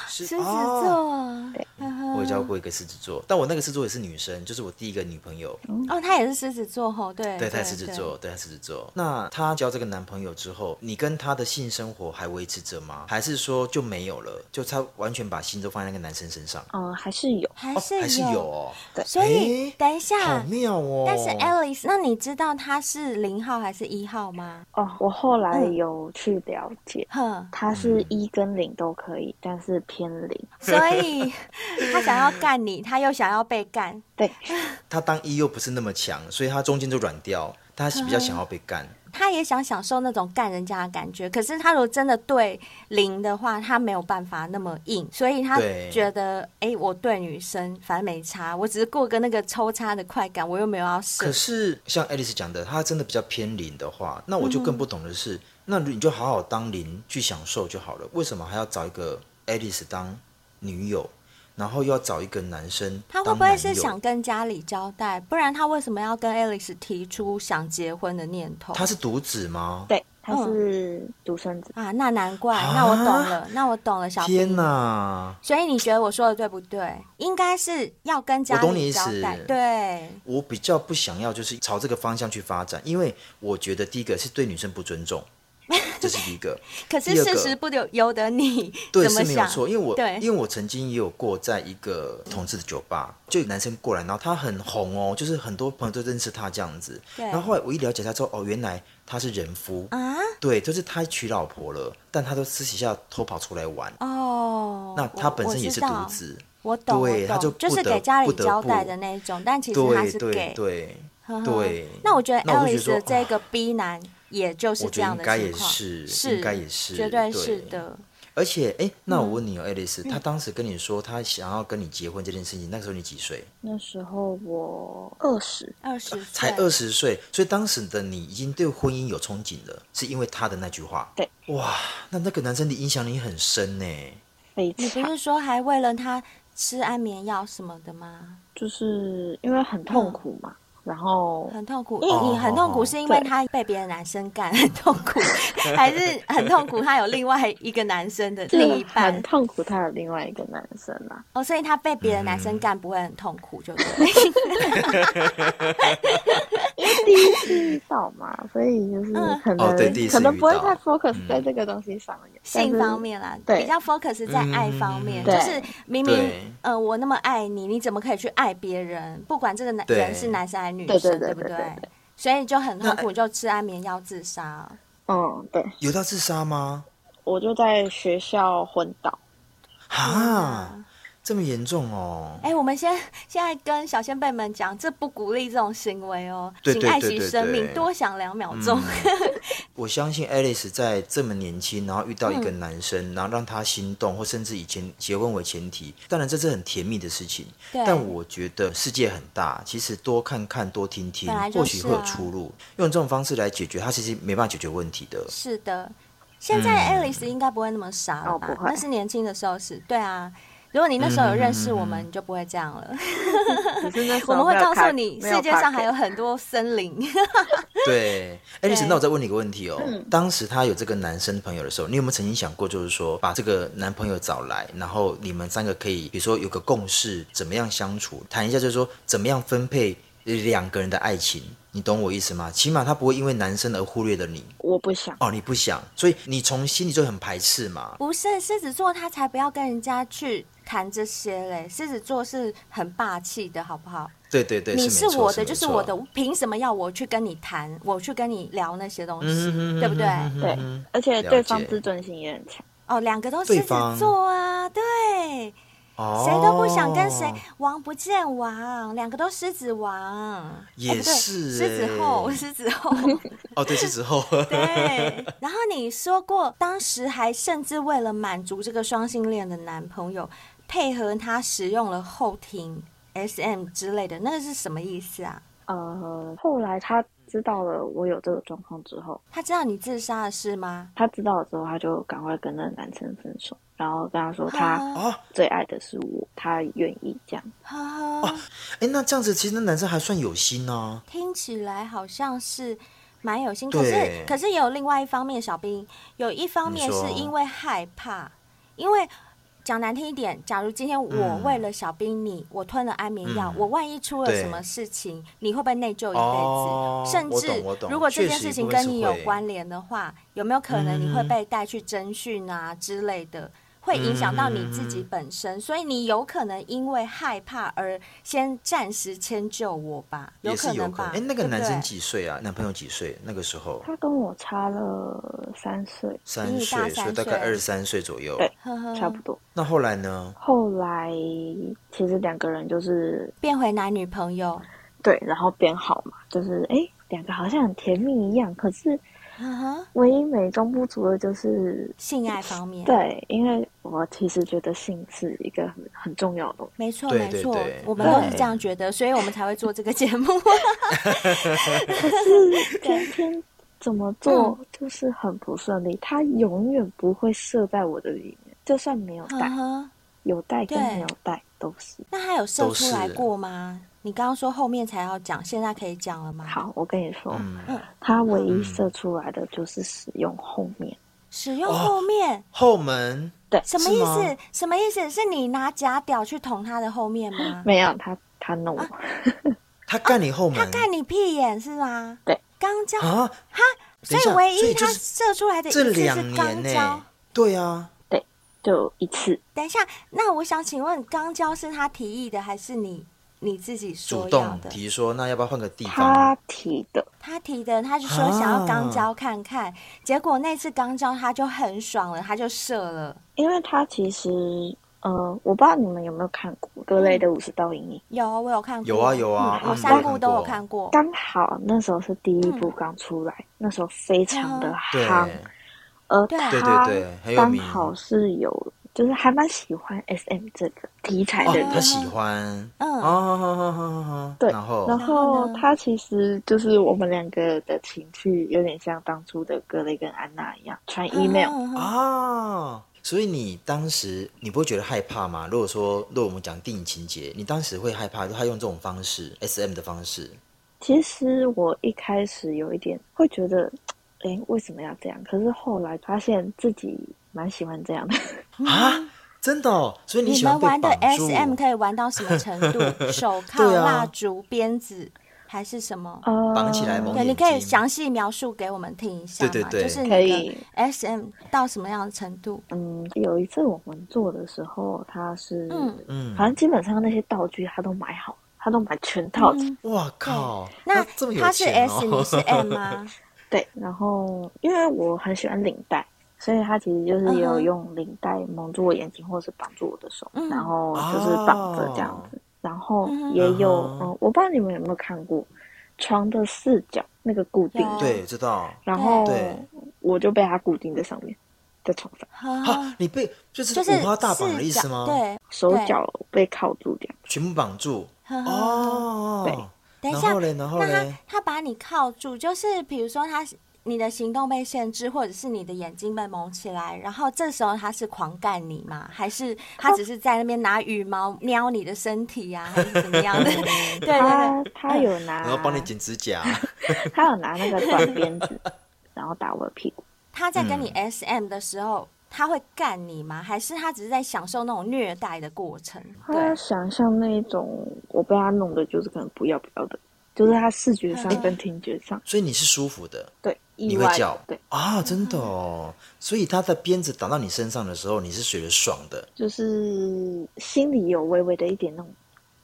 [SPEAKER 3] 狮
[SPEAKER 2] 狮子
[SPEAKER 3] 哦
[SPEAKER 2] 座，
[SPEAKER 4] 对
[SPEAKER 2] 嗯哼
[SPEAKER 3] 我也交过一个狮子座，但我那个狮子座也是女生，就是我第一个女朋友，
[SPEAKER 2] 哦，他也是狮子座吼，哎对，
[SPEAKER 3] 对，她也是狮子座，对，她是狮子座。那她交这个男朋友之后，你跟她的性生活还维持着吗？还是说就没有了？就她完全把心都放在那个男生身上？
[SPEAKER 4] 嗯，还是有，
[SPEAKER 2] 对，还
[SPEAKER 3] 哦，
[SPEAKER 2] 是
[SPEAKER 3] 还是有哦，
[SPEAKER 2] 所以
[SPEAKER 3] 诶
[SPEAKER 2] 等一下
[SPEAKER 3] 好，妙哦。
[SPEAKER 2] 但是 Alice，那你知道他是零号还是一号吗？
[SPEAKER 4] 哦，我后来
[SPEAKER 2] 嗯
[SPEAKER 4] 有去了解，
[SPEAKER 2] 哼，
[SPEAKER 4] 他
[SPEAKER 3] 嗯
[SPEAKER 4] 是一跟零都可以，但是偏零。
[SPEAKER 2] 所以 [laughs] 他想要干你，他又想要被干，
[SPEAKER 4] 对，
[SPEAKER 3] 她当一又不是那么强，所以她中间就软掉，她是比
[SPEAKER 2] 啊
[SPEAKER 3] 较想要被干。
[SPEAKER 2] 他也想享受那种干人家的感觉。可是他如果真的对零的话，他没有办法那么硬，所以他
[SPEAKER 3] 对
[SPEAKER 2] 觉得，哎、我对女生反正没差，我只是过个那个抽插的快感，我又没有要射
[SPEAKER 3] 可。是像 Alice 讲的，她真的比较偏零的话，那我就
[SPEAKER 2] 嗯
[SPEAKER 3] 更不懂的是，那你就好好当零去享受就好了，为什么还要找一个 Alice 当女友，然后又要找一个男生
[SPEAKER 2] 他
[SPEAKER 3] 当
[SPEAKER 2] 会
[SPEAKER 3] 男友？
[SPEAKER 2] 不会是想跟家里交代？不然他为什么要跟 Alice 提出想结婚的念头？
[SPEAKER 3] 他是独子吗？
[SPEAKER 4] 对，他
[SPEAKER 2] 嗯
[SPEAKER 4] 是独生子。
[SPEAKER 2] 啊，那难怪，
[SPEAKER 3] 啊
[SPEAKER 2] 那我懂了，那我懂了，小兵
[SPEAKER 3] 天哪！
[SPEAKER 2] 所以你觉得我说的对不对？应该是要跟家
[SPEAKER 3] 我懂你
[SPEAKER 2] 里
[SPEAKER 3] 意
[SPEAKER 2] 交
[SPEAKER 3] 思
[SPEAKER 2] 代，对，
[SPEAKER 3] 我比较不想要，就是朝这个方向去发展，因为我觉得第一个是对女生不
[SPEAKER 2] [laughs]
[SPEAKER 3] 尊重，这是第一个。
[SPEAKER 2] 可是
[SPEAKER 3] 第二
[SPEAKER 2] 事
[SPEAKER 3] 个
[SPEAKER 2] 实不由由得你
[SPEAKER 3] 对，
[SPEAKER 2] 怎
[SPEAKER 3] 是
[SPEAKER 2] 么
[SPEAKER 3] 没有
[SPEAKER 2] 想，
[SPEAKER 3] 错，因为我
[SPEAKER 2] 对
[SPEAKER 3] 因为我曾经也有过在一个同志的酒吧，就有男生过来，然后他很红哦，就是很多朋友都认识他这样子。
[SPEAKER 2] 对
[SPEAKER 3] 然后后来我一了解他之后，哦，原来他是人夫，
[SPEAKER 2] 啊，
[SPEAKER 3] 对，就是他娶老婆了，但他都私底下偷跑出来玩。
[SPEAKER 2] 哦，
[SPEAKER 3] 那他本身也是
[SPEAKER 2] 我
[SPEAKER 3] 独
[SPEAKER 2] 我知道
[SPEAKER 3] 子，
[SPEAKER 2] 我懂，
[SPEAKER 3] 对
[SPEAKER 2] 我
[SPEAKER 3] 他
[SPEAKER 2] 懂
[SPEAKER 3] 就
[SPEAKER 2] 就
[SPEAKER 3] 不
[SPEAKER 2] 是
[SPEAKER 3] 得
[SPEAKER 2] 给家里
[SPEAKER 3] 不得
[SPEAKER 2] 交代
[SPEAKER 3] 不
[SPEAKER 2] 的那一种，但其实他
[SPEAKER 3] 对
[SPEAKER 2] 是
[SPEAKER 3] 对
[SPEAKER 2] 给，
[SPEAKER 3] 对，
[SPEAKER 2] [laughs] 呵呵
[SPEAKER 3] 对
[SPEAKER 2] 那我觉得
[SPEAKER 3] 那我就
[SPEAKER 2] Alice
[SPEAKER 3] 觉
[SPEAKER 2] 的
[SPEAKER 3] 得说
[SPEAKER 2] 这个
[SPEAKER 3] 啊
[SPEAKER 2] B 男也就是
[SPEAKER 3] 我
[SPEAKER 2] 这
[SPEAKER 3] 觉得
[SPEAKER 2] 样
[SPEAKER 3] 应
[SPEAKER 2] 的
[SPEAKER 3] 该
[SPEAKER 2] 情
[SPEAKER 3] 也
[SPEAKER 2] 况，
[SPEAKER 3] 是，
[SPEAKER 2] 是
[SPEAKER 3] 应该也是，
[SPEAKER 2] 绝对是。的。
[SPEAKER 3] 而且，哎、那我问你
[SPEAKER 2] 嗯
[SPEAKER 3] 哦、爱丽丝，他当时跟你说他想要跟你结婚这件事情，那个时候你几岁？
[SPEAKER 4] 那时候我二十，
[SPEAKER 2] 二十岁
[SPEAKER 3] 呃才二十岁，所以当时的你已经对婚姻有憧憬了，是因为他的那句话。
[SPEAKER 4] 对，
[SPEAKER 3] 哇，那那个男生的影响你很深呢。
[SPEAKER 4] 非
[SPEAKER 2] 你不
[SPEAKER 4] 常
[SPEAKER 2] 是说还为了他吃安眠药什么的吗？
[SPEAKER 4] 就是因为很痛苦嘛，然后
[SPEAKER 2] 很痛苦，你你很痛
[SPEAKER 3] 哦
[SPEAKER 2] 苦是因为
[SPEAKER 4] 对
[SPEAKER 2] 他被别的男生干很痛苦， [laughs] 还是很痛苦他有另外一个男生的
[SPEAKER 4] 就是
[SPEAKER 2] 另一半
[SPEAKER 4] 很痛苦，他有另外一个男生啊啦，
[SPEAKER 2] 哦，所以他被别的男
[SPEAKER 3] 嗯
[SPEAKER 2] 生干不会很痛苦，就对。
[SPEAKER 3] [laughs]
[SPEAKER 4] 第一次遇到嘛，所以就是
[SPEAKER 2] 嗯
[SPEAKER 4] 可能、
[SPEAKER 3] 哦对第一次
[SPEAKER 4] 可能不会
[SPEAKER 3] 遇到
[SPEAKER 4] 太 focus
[SPEAKER 3] 嗯
[SPEAKER 4] 在这个东西上面，但
[SPEAKER 2] 性
[SPEAKER 4] 是
[SPEAKER 2] 方面
[SPEAKER 3] [laughs]
[SPEAKER 2] 啦，
[SPEAKER 4] 对
[SPEAKER 2] 比较 focus 在爱方面，
[SPEAKER 3] 嗯
[SPEAKER 2] 就是明明
[SPEAKER 3] 对
[SPEAKER 2] 呃我那么爱你，你怎么可以去爱别人？不管这个男
[SPEAKER 3] 对
[SPEAKER 2] 人是男生还是女
[SPEAKER 4] 对对
[SPEAKER 2] 生，
[SPEAKER 4] 对
[SPEAKER 2] 对不
[SPEAKER 4] 对对对
[SPEAKER 2] 所以就很痛苦，
[SPEAKER 3] 那
[SPEAKER 2] 就吃安眠药自杀。
[SPEAKER 4] 嗯，对，
[SPEAKER 3] 有到自杀吗？
[SPEAKER 4] 我就在学校昏倒，
[SPEAKER 3] 啊，这么严重哦。
[SPEAKER 2] 嗯哎、我们先 [laughs] 现在跟小先辈们讲，这不鼓励这种行为哦，
[SPEAKER 3] 对
[SPEAKER 2] 请
[SPEAKER 3] 对
[SPEAKER 2] 爱
[SPEAKER 3] 对
[SPEAKER 2] 惜
[SPEAKER 3] 对
[SPEAKER 2] 生命，
[SPEAKER 3] 对嗯
[SPEAKER 2] 多想两秒钟。
[SPEAKER 3] 我相信 Alice 在这么年轻，然后遇到一个
[SPEAKER 2] 嗯
[SPEAKER 3] 男生，然后让她心动，或甚至以前结婚为前提，当然这是很甜蜜的事情。
[SPEAKER 2] [laughs] 对
[SPEAKER 3] 但我觉得世界很大，其实多看看、多听听，
[SPEAKER 2] 本来就是啊
[SPEAKER 3] 或许会有出路。用这种方式来解决，它其实没办法解决问题的。
[SPEAKER 2] 是的，现在
[SPEAKER 3] 嗯
[SPEAKER 2] Alice 应该不会那么傻了
[SPEAKER 4] 哦
[SPEAKER 2] 吧？
[SPEAKER 4] 不会
[SPEAKER 2] 那是年轻的时候是，对啊。如果你那时候有认识我
[SPEAKER 3] 嗯
[SPEAKER 2] 们，你就不会这样了。
[SPEAKER 4] 只是那时
[SPEAKER 2] 我
[SPEAKER 4] 候
[SPEAKER 2] 们会
[SPEAKER 4] 没有
[SPEAKER 2] 告诉
[SPEAKER 4] 开
[SPEAKER 2] 你，
[SPEAKER 4] 啊没有
[SPEAKER 2] 世界上
[SPEAKER 4] podcast
[SPEAKER 2] 还有很多森林。
[SPEAKER 3] 对，Alice，
[SPEAKER 2] 对嗯
[SPEAKER 3] 那我再问你一个问题哦。当时她有这个男生朋友的时候，你有没有曾经想过，就是说把这个男朋友找来，然后你们三个可以，比如说有个共识，怎么样相处，谈一下，就是说怎么样分配两个人的爱情，你懂我意思吗？起码他不会因为男生而忽略了你。
[SPEAKER 4] 我不想，
[SPEAKER 3] 哦，你不想，所以你从心里就很排斥嘛。
[SPEAKER 2] [laughs] 不是狮子座，他才不要跟人家去谈这些嘞。狮子座是很霸气的，好不好？
[SPEAKER 3] 对对对，
[SPEAKER 2] 你
[SPEAKER 3] 是没错
[SPEAKER 2] 我
[SPEAKER 3] 没
[SPEAKER 2] 的，就是
[SPEAKER 3] 错
[SPEAKER 2] 我的，凭什么要我去跟你谈，我去跟你聊那些东西，
[SPEAKER 3] 嗯
[SPEAKER 2] 对不对？
[SPEAKER 3] 嗯
[SPEAKER 4] 对
[SPEAKER 3] 嗯，
[SPEAKER 4] 而且
[SPEAKER 3] 了
[SPEAKER 4] 对方
[SPEAKER 3] 解
[SPEAKER 4] 自尊心也很强，
[SPEAKER 2] 哦，两个都狮
[SPEAKER 3] 对
[SPEAKER 2] 子
[SPEAKER 3] 方
[SPEAKER 2] 座啊，对，
[SPEAKER 3] 哦
[SPEAKER 2] 谁都不想跟谁，王不见王，两个都狮子王，
[SPEAKER 3] 也
[SPEAKER 2] 哎不对
[SPEAKER 3] 是
[SPEAKER 2] 狮子后，
[SPEAKER 3] 哎
[SPEAKER 2] 狮子后，
[SPEAKER 3] [laughs] 哦，对，是之后。
[SPEAKER 2] [laughs] 对。然后你说过，当时还甚至为了满足这个双性恋的男朋友，配合他使用了后庭 SM 之类的，那个是什么意思啊？
[SPEAKER 4] 呃，后来他知道了我有这个状况之后，
[SPEAKER 2] 他知道你自杀的事吗？
[SPEAKER 4] 他知道了之后，他就赶快跟那个男生分手，然后跟他说他
[SPEAKER 2] 啊
[SPEAKER 3] 哦，
[SPEAKER 4] 最爱的是我，他愿意这样。
[SPEAKER 2] 哈哈，
[SPEAKER 3] 哎，那这样子，其实那男生还算有心啊呢、
[SPEAKER 2] 听起来好像是蛮有心，
[SPEAKER 3] 对
[SPEAKER 2] 可是可是也有另外一方面，小兵有一方面
[SPEAKER 3] 你说
[SPEAKER 2] 是因为害怕，因为讲难听一点，假如今天我
[SPEAKER 3] 嗯
[SPEAKER 2] 为了小兵你，我吞了安眠药，
[SPEAKER 3] 嗯
[SPEAKER 2] 我万一出了
[SPEAKER 3] 对
[SPEAKER 2] 什么事情，你会不会内疚一辈子？
[SPEAKER 3] 哦
[SPEAKER 2] 甚
[SPEAKER 3] 我
[SPEAKER 2] 至
[SPEAKER 3] 懂我懂
[SPEAKER 2] 如果这件
[SPEAKER 3] 确实
[SPEAKER 2] 事情
[SPEAKER 3] 一部分
[SPEAKER 2] 跟
[SPEAKER 3] 是
[SPEAKER 2] 你有
[SPEAKER 3] 会
[SPEAKER 2] 关联的话，有没有可能你会
[SPEAKER 3] 嗯
[SPEAKER 2] 被带去侦讯啊之类的？会影响到你自己本身，所以你有可能因为害怕而先暂时迁就我吧，
[SPEAKER 3] 也是
[SPEAKER 2] 可
[SPEAKER 3] 有
[SPEAKER 2] 能
[SPEAKER 3] 可
[SPEAKER 2] 吧
[SPEAKER 3] 能。。哎，那个
[SPEAKER 2] 对不
[SPEAKER 3] 男
[SPEAKER 2] 对
[SPEAKER 3] 生几岁啊？男朋友几岁？那个时候
[SPEAKER 4] 他跟我差了三岁，
[SPEAKER 3] 三
[SPEAKER 2] 比你大
[SPEAKER 3] 岁，所以
[SPEAKER 2] 三
[SPEAKER 3] 大概
[SPEAKER 2] 岁
[SPEAKER 3] 二十三岁左右。
[SPEAKER 4] 对
[SPEAKER 2] 呵呵
[SPEAKER 4] 差不多。
[SPEAKER 3] 那后来呢？
[SPEAKER 4] 后来其实两个人就是
[SPEAKER 2] 变回男女朋友，
[SPEAKER 4] 对，然后变好嘛，就是哎，两个好像很甜蜜一样，可是
[SPEAKER 2] 呵呵，
[SPEAKER 4] 唯一美中不足的就是。
[SPEAKER 2] 性爱方面，，
[SPEAKER 4] 对，因为我其实觉得性是一个很很重要的东西。
[SPEAKER 2] 没错
[SPEAKER 3] 对
[SPEAKER 2] 没
[SPEAKER 3] 对
[SPEAKER 2] 错
[SPEAKER 3] 对，
[SPEAKER 2] 我们都是
[SPEAKER 4] 对
[SPEAKER 2] 这样觉得，所以我们才会做这个节目。
[SPEAKER 4] [laughs] 是今天怎么做就是很不顺利，他永远不会射在我的里面，就算没有
[SPEAKER 2] 呵
[SPEAKER 4] 带，
[SPEAKER 2] 呵，
[SPEAKER 4] 有带跟
[SPEAKER 2] 啊对
[SPEAKER 4] 没有带都是。
[SPEAKER 2] 那他有射
[SPEAKER 3] 都
[SPEAKER 2] 出来
[SPEAKER 3] 是
[SPEAKER 2] 过吗？你刚刚说后面才要讲，现在可以讲了吗？，
[SPEAKER 4] 好，我跟你说，
[SPEAKER 3] 嗯，
[SPEAKER 4] 他唯一射出来的就是使用后面，
[SPEAKER 2] 使用
[SPEAKER 3] 哦
[SPEAKER 2] 后面
[SPEAKER 3] 后门
[SPEAKER 4] 对，
[SPEAKER 2] 什么
[SPEAKER 3] 是
[SPEAKER 2] 意
[SPEAKER 3] 吗
[SPEAKER 2] 思？什么意思？是你拿假屌去捅他的后面吗？
[SPEAKER 4] 没有他他弄我，
[SPEAKER 3] 他干你后门，
[SPEAKER 2] 哦他干你屁眼是吗？
[SPEAKER 4] 对，
[SPEAKER 2] 肛交，
[SPEAKER 3] 啊？
[SPEAKER 2] 哈，所
[SPEAKER 3] 等一
[SPEAKER 2] 以
[SPEAKER 3] 下
[SPEAKER 2] 唯
[SPEAKER 3] 所
[SPEAKER 2] 一
[SPEAKER 3] 以就
[SPEAKER 2] 他
[SPEAKER 3] 是
[SPEAKER 2] 射出来的一
[SPEAKER 3] 这
[SPEAKER 2] 次是
[SPEAKER 3] 两年
[SPEAKER 2] 肛
[SPEAKER 3] 呢、
[SPEAKER 2] 交。
[SPEAKER 3] 对啊，
[SPEAKER 4] 对，就一次，
[SPEAKER 2] 等一下，那我想请问，肛交是他提议的，还是你你自己说要
[SPEAKER 3] 主动
[SPEAKER 2] 的？
[SPEAKER 3] 提说，那要不要换个地
[SPEAKER 4] 他
[SPEAKER 3] 方？
[SPEAKER 4] 提的，
[SPEAKER 2] 他提的，他就说想要肛交看看，结果那次肛交他就很爽了，他就射了。
[SPEAKER 4] 因为他其实呃，我不知道你们有没有看过格雷的《五十道阴影》，
[SPEAKER 2] 有我有看过，
[SPEAKER 3] 有啊有啊
[SPEAKER 2] 嗯我
[SPEAKER 3] 嗯
[SPEAKER 2] 三
[SPEAKER 3] 我
[SPEAKER 2] 部
[SPEAKER 3] 有看
[SPEAKER 2] 都有
[SPEAKER 3] 过
[SPEAKER 2] 看过，
[SPEAKER 4] 刚好那时候是第一部刚出来，那时候非常的
[SPEAKER 3] 对哦
[SPEAKER 4] 夯，而
[SPEAKER 2] 对啊
[SPEAKER 3] 对
[SPEAKER 4] 呃他
[SPEAKER 3] 对对很有
[SPEAKER 4] 刚
[SPEAKER 3] 名
[SPEAKER 4] 好是有，就是还蛮喜欢 SM 这个题材的
[SPEAKER 3] 哦
[SPEAKER 4] 人，，
[SPEAKER 3] 他喜欢，
[SPEAKER 2] 嗯
[SPEAKER 3] 哦好好好好好
[SPEAKER 4] 对，
[SPEAKER 3] 然后
[SPEAKER 2] 后呢
[SPEAKER 4] 他其实就是我们两个的情绪有点像当初的格雷跟安娜一样，传 email，、
[SPEAKER 2] 嗯嗯嗯
[SPEAKER 3] 啊，所以你当时你不会觉得害怕吗？如果说，如果我们讲电影情节，你当时会害怕，就他用这种方式，S M 的方式，
[SPEAKER 4] 其实我一开始有一点会觉得，哎，为什么要这样？可是后来发现自己蛮喜欢这样的。 [laughs]
[SPEAKER 3] 啊，真的、哦，所以
[SPEAKER 2] 你
[SPEAKER 3] 喜欢
[SPEAKER 2] 们
[SPEAKER 3] 被
[SPEAKER 2] 玩的
[SPEAKER 3] 绑住
[SPEAKER 2] SM 可以玩到什么程度？
[SPEAKER 3] [laughs]
[SPEAKER 2] 手铐、
[SPEAKER 3] 对啊
[SPEAKER 2] 蜡烛、鞭子还是什么？
[SPEAKER 4] 呃，
[SPEAKER 3] 绑起来蒙
[SPEAKER 2] 对，
[SPEAKER 3] 眼
[SPEAKER 2] 你可以
[SPEAKER 3] 睛
[SPEAKER 2] 详细描述给我们听一下吗？
[SPEAKER 3] 对对对
[SPEAKER 2] 就是你
[SPEAKER 4] 可
[SPEAKER 2] 的
[SPEAKER 4] 以
[SPEAKER 2] SM 到什么样的程度？
[SPEAKER 4] 嗯，有一次我们做的时候，他是，
[SPEAKER 2] 嗯
[SPEAKER 3] 嗯
[SPEAKER 4] 反正基本上那些道具他都买好，他都买全套的。
[SPEAKER 2] 嗯
[SPEAKER 3] 哇靠，
[SPEAKER 2] 那
[SPEAKER 3] 这么有
[SPEAKER 2] 他是
[SPEAKER 3] 钱
[SPEAKER 2] S，
[SPEAKER 3] 哦
[SPEAKER 2] 你
[SPEAKER 3] [laughs]
[SPEAKER 2] 是 M 吗？
[SPEAKER 4] 对，然后因为我很喜欢领带，所以他其实就是
[SPEAKER 2] 嗯
[SPEAKER 4] 也有
[SPEAKER 2] 哼
[SPEAKER 4] 用领带蒙住我眼睛，或者是绑住我的手，
[SPEAKER 2] 嗯
[SPEAKER 4] 然后就是绑着这样子。然后
[SPEAKER 2] 嗯哼
[SPEAKER 4] 也有，
[SPEAKER 3] 嗯哼
[SPEAKER 4] 嗯，我不知道你们有没有看过床的四角那个固定
[SPEAKER 2] 有
[SPEAKER 4] 的，
[SPEAKER 3] 对，我知道。
[SPEAKER 4] 然后
[SPEAKER 3] 对
[SPEAKER 4] 我就被它固定在上面，在床上，
[SPEAKER 3] 哈，你被啊就是
[SPEAKER 2] 就是
[SPEAKER 3] 五花大绑的意
[SPEAKER 2] 四角
[SPEAKER 3] 思吗？，
[SPEAKER 2] 对，
[SPEAKER 4] 手
[SPEAKER 2] 对
[SPEAKER 4] 脚被铐住这样。
[SPEAKER 3] 全部绑住。
[SPEAKER 2] 呵呵
[SPEAKER 3] 哦，
[SPEAKER 4] 对
[SPEAKER 2] 等一
[SPEAKER 3] 然
[SPEAKER 2] 下，
[SPEAKER 3] 后嘞，然后
[SPEAKER 2] 那他
[SPEAKER 3] 嘞，
[SPEAKER 2] 他把你铐住，就是比如说他你的行动被限制，或者是你的眼睛被蒙起来，然后这时候他是狂干你吗？还是他只是在那边拿羽毛撩你的身体呀、还是怎么样的？ [laughs] 对对对，
[SPEAKER 4] 他他有拿，
[SPEAKER 3] 然后帮你剪指甲。
[SPEAKER 4] 他有拿那个短鞭子，然后打我的屁股。
[SPEAKER 2] 他在跟你
[SPEAKER 3] 嗯
[SPEAKER 2] S M 的时候。他会干你吗？还是他只是在享受那种虐待的过程？
[SPEAKER 4] 他
[SPEAKER 2] 对，
[SPEAKER 4] 想象那一种我被他弄的，就是可能不要不要的，就是他视觉上
[SPEAKER 2] 嗯
[SPEAKER 4] 跟听觉上，
[SPEAKER 3] 所以你是舒服的
[SPEAKER 4] 对
[SPEAKER 3] 你
[SPEAKER 4] 意
[SPEAKER 3] 会
[SPEAKER 4] 外
[SPEAKER 3] 叫
[SPEAKER 4] 对，
[SPEAKER 3] 啊，真的哦。所以他的鞭子打到你身上的时候，你是觉得爽的。
[SPEAKER 4] 就是心里有微微的一点那种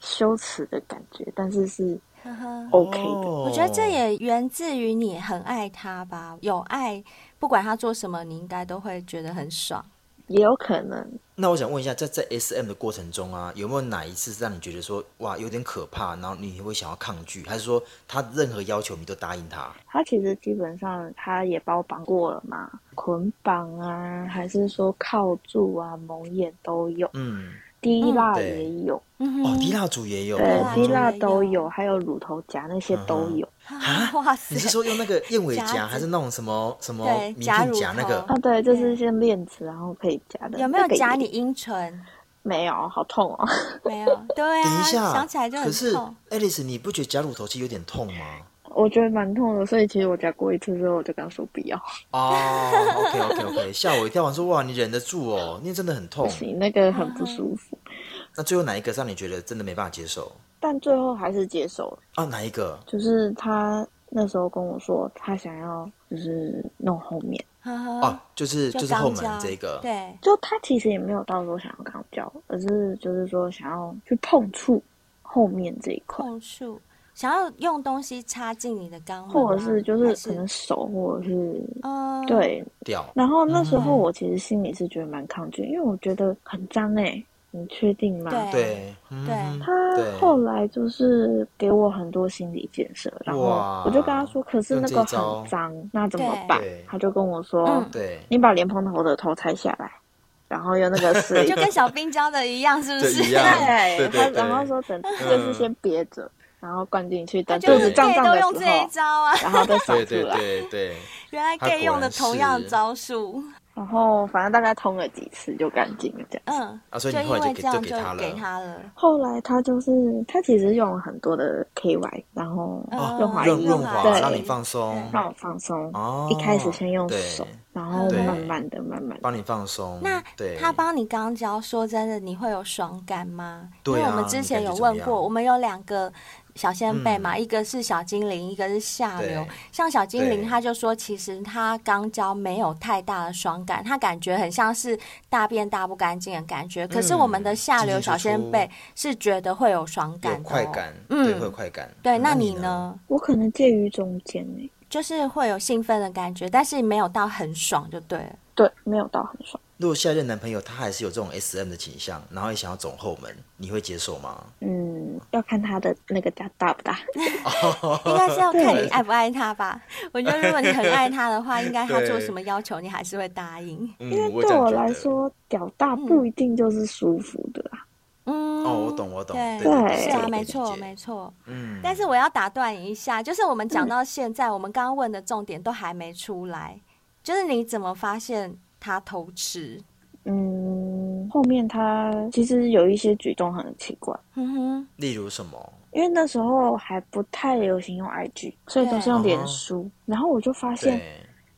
[SPEAKER 4] 羞耻的感觉，但是是
[SPEAKER 2] 呵呵。
[SPEAKER 4] OK 的。
[SPEAKER 3] 哦
[SPEAKER 2] 我觉得这也源自于你很爱他吧，有爱，不管他做什么，你应该都会觉得很爽。
[SPEAKER 3] 哦
[SPEAKER 4] 也有可能
[SPEAKER 3] 那我想问一下，在在 S M 的过程中啊，有没有哪一次是让你觉得说哇有点可怕，然后你会想要抗拒，还是说他任何要求你都答应他？
[SPEAKER 4] 他其实基本上他也把我绑过了嘛，捆绑啊，还是说铐住啊、蒙眼都有，
[SPEAKER 3] 嗯，
[SPEAKER 4] 滴蜡
[SPEAKER 3] 对
[SPEAKER 4] 也有，
[SPEAKER 2] 嗯
[SPEAKER 3] 哦
[SPEAKER 2] 哼， [laughs]
[SPEAKER 3] 滴蜡烛也有，
[SPEAKER 4] 对
[SPEAKER 2] 蜡，
[SPEAKER 4] 滴
[SPEAKER 2] 烛
[SPEAKER 4] 蜡
[SPEAKER 2] 也
[SPEAKER 4] 都
[SPEAKER 2] 有
[SPEAKER 4] 有，还有乳头夹那些都
[SPEAKER 3] 嗯哼
[SPEAKER 4] 有。
[SPEAKER 3] 啊
[SPEAKER 2] 哇塞！
[SPEAKER 3] 你是说用那个燕尾
[SPEAKER 2] 夹
[SPEAKER 3] 夹，
[SPEAKER 2] 子
[SPEAKER 3] 还是那种什么什么
[SPEAKER 2] 对
[SPEAKER 3] 名
[SPEAKER 2] 夹
[SPEAKER 3] 片
[SPEAKER 2] 乳
[SPEAKER 3] 夹那
[SPEAKER 2] 头
[SPEAKER 3] 个？
[SPEAKER 4] 啊，对，就
[SPEAKER 2] 对
[SPEAKER 4] 是一些链子，然后可以夹的。
[SPEAKER 2] 有没有
[SPEAKER 4] 这个
[SPEAKER 2] 夹
[SPEAKER 4] 也
[SPEAKER 2] 你？阴唇？
[SPEAKER 4] 没有，好痛哦。
[SPEAKER 2] 没有，对
[SPEAKER 3] 等
[SPEAKER 2] 啊，
[SPEAKER 3] 一下，
[SPEAKER 2] 想起来就很
[SPEAKER 3] 可是
[SPEAKER 2] 痛。
[SPEAKER 3] Alice，你不觉得夹乳头其实有点痛吗？
[SPEAKER 4] [laughs] 我觉得蛮痛的，所以其实我夹过一次之后，我就跟他说不要，
[SPEAKER 3] 哦，OK OK OK，吓我一跳！我说哇，你忍得住哦，那真的很
[SPEAKER 4] 不
[SPEAKER 3] 痛。
[SPEAKER 4] 行，那个很不舒服。
[SPEAKER 2] 啊
[SPEAKER 3] 那最后哪一个让你觉得真的没办法接受
[SPEAKER 4] 但最后还是接受了，
[SPEAKER 3] 啊？哪一个？
[SPEAKER 4] 就是他那时候跟我说，他想要就是弄后面，
[SPEAKER 2] 呵呵
[SPEAKER 3] 哦、就是就是
[SPEAKER 2] 刚
[SPEAKER 3] 后门
[SPEAKER 2] 交
[SPEAKER 3] 这个。
[SPEAKER 2] 对，
[SPEAKER 4] 就他其实也没有到说想要跟我交，而是就是说想要去碰触后面这一块，
[SPEAKER 2] 控诉，想要用东西插进你的肛门吗，啊
[SPEAKER 4] 或者是就
[SPEAKER 2] 还
[SPEAKER 4] 是可
[SPEAKER 2] 是
[SPEAKER 4] 能手或者是
[SPEAKER 2] 嗯，，
[SPEAKER 4] 对，
[SPEAKER 3] 掉。
[SPEAKER 4] 然后那时候我其实心里是觉得蛮抗拒，因为我觉得很脏哎、你确定吗？
[SPEAKER 2] 对
[SPEAKER 3] 对，嗯，对
[SPEAKER 4] 他后来就是给我很多心理建设，然后
[SPEAKER 3] 哇
[SPEAKER 4] 我就跟他说，可是那
[SPEAKER 3] 用
[SPEAKER 4] 个
[SPEAKER 3] 这一招
[SPEAKER 4] 很脏，那怎么办
[SPEAKER 3] 对？
[SPEAKER 4] 他就跟我说，
[SPEAKER 2] 嗯
[SPEAKER 3] 对，
[SPEAKER 4] 你把莲蓬头的头拆下来，然后用那
[SPEAKER 3] [laughs]
[SPEAKER 4] 个水
[SPEAKER 2] 就跟小冰教的一样，是不
[SPEAKER 3] 对
[SPEAKER 2] 是？
[SPEAKER 4] [laughs]
[SPEAKER 3] 一样对对
[SPEAKER 4] 哎他
[SPEAKER 3] 对
[SPEAKER 4] 然后说等就是先憋着，然后灌进去，等
[SPEAKER 2] 嗯就
[SPEAKER 4] 肚
[SPEAKER 2] 是
[SPEAKER 4] 子胀
[SPEAKER 2] gay
[SPEAKER 4] 胀
[SPEAKER 2] 都
[SPEAKER 4] 的
[SPEAKER 2] 用
[SPEAKER 4] 时
[SPEAKER 2] 这一
[SPEAKER 4] 候，
[SPEAKER 2] 招啊，
[SPEAKER 4] 然后再扫
[SPEAKER 3] 对
[SPEAKER 4] 出
[SPEAKER 3] 对
[SPEAKER 4] 来，
[SPEAKER 3] 对对，
[SPEAKER 2] 原来
[SPEAKER 3] 他
[SPEAKER 2] gay
[SPEAKER 3] 果
[SPEAKER 2] 用的
[SPEAKER 3] 然
[SPEAKER 2] 同样
[SPEAKER 3] 是
[SPEAKER 2] 招数。
[SPEAKER 4] 然后反正大概通了几次就干净了这样。
[SPEAKER 2] 嗯，
[SPEAKER 3] 啊所
[SPEAKER 2] 就
[SPEAKER 3] 以你
[SPEAKER 2] 因
[SPEAKER 3] 后来
[SPEAKER 2] 为
[SPEAKER 3] 就给
[SPEAKER 2] 这样
[SPEAKER 3] 就给他
[SPEAKER 2] 就
[SPEAKER 3] 了
[SPEAKER 2] 给他了，
[SPEAKER 4] 后来他就是他其实用了很多的 KY，然后
[SPEAKER 2] 哦
[SPEAKER 4] 润滑
[SPEAKER 3] 润
[SPEAKER 4] 液，
[SPEAKER 3] 润
[SPEAKER 2] 对
[SPEAKER 3] 滑让你放松，
[SPEAKER 4] 让我放松。
[SPEAKER 3] 哦
[SPEAKER 4] 一开始先用
[SPEAKER 3] 对
[SPEAKER 4] 手，然后
[SPEAKER 3] 对
[SPEAKER 4] 慢慢的、慢慢的，
[SPEAKER 3] 帮你放松。
[SPEAKER 2] 那
[SPEAKER 3] 嗯对，
[SPEAKER 2] 他帮你肛交，说真的，你会有爽感吗？
[SPEAKER 3] 对啊
[SPEAKER 2] 因为我们之前有问
[SPEAKER 3] 你感觉怎么
[SPEAKER 2] 过，
[SPEAKER 3] 样嗯
[SPEAKER 2] 我们有两个小先辈嘛，一个是小精灵，一个是下流
[SPEAKER 3] 对。
[SPEAKER 2] 像小精灵，
[SPEAKER 3] 对
[SPEAKER 2] 他就说，其实他肛交没有太大的爽感，他感觉很像是大便大不干净的感觉。可是我们
[SPEAKER 3] 嗯
[SPEAKER 2] 的下流小先辈是觉得会有爽
[SPEAKER 3] 有
[SPEAKER 2] 感的哦、
[SPEAKER 3] 快感，对，会有
[SPEAKER 2] 嗯，
[SPEAKER 3] 快感。
[SPEAKER 2] 对，那
[SPEAKER 3] 你
[SPEAKER 2] 你？呢？
[SPEAKER 4] 我可能介于中间呢、欸
[SPEAKER 2] 就是会有兴奋的感觉，但是没有到很爽就对了。
[SPEAKER 4] 对，没有到很爽。
[SPEAKER 3] 如果下一任男朋友他还是有这种 S M 的倾向，然后也想要走后门，你会接受吗？
[SPEAKER 4] 嗯，要看他的那个家大不大。
[SPEAKER 3] 嗯
[SPEAKER 2] 应该是要看你爱不爱他吧。我觉得如果你很爱他的
[SPEAKER 3] [laughs]
[SPEAKER 2] 话，应该他做什么要求你还是会答应。
[SPEAKER 3] 因
[SPEAKER 4] 因为对我来，说，屌大
[SPEAKER 3] 嗯
[SPEAKER 4] 不一定就是舒服的啊。
[SPEAKER 2] 嗯，
[SPEAKER 3] 哦我懂我懂
[SPEAKER 2] 对，
[SPEAKER 4] 对对
[SPEAKER 2] 是
[SPEAKER 4] 这个
[SPEAKER 2] 啊，
[SPEAKER 4] 我可以
[SPEAKER 2] 没错
[SPEAKER 3] 理解
[SPEAKER 2] 没错。
[SPEAKER 3] 嗯
[SPEAKER 2] 但是我要打断你一下，就是我们讲到现在，我们刚刚问的重点都还没出来，就是你怎么发现他偷吃？
[SPEAKER 4] 嗯，后面他其实有一些举动很奇怪，
[SPEAKER 2] 哼嗯哼，
[SPEAKER 3] 例如什么？
[SPEAKER 4] 因为那时候还不太流行用 IG，所以都是用
[SPEAKER 3] 对哦
[SPEAKER 4] 脸书。然后我就发现
[SPEAKER 3] 对，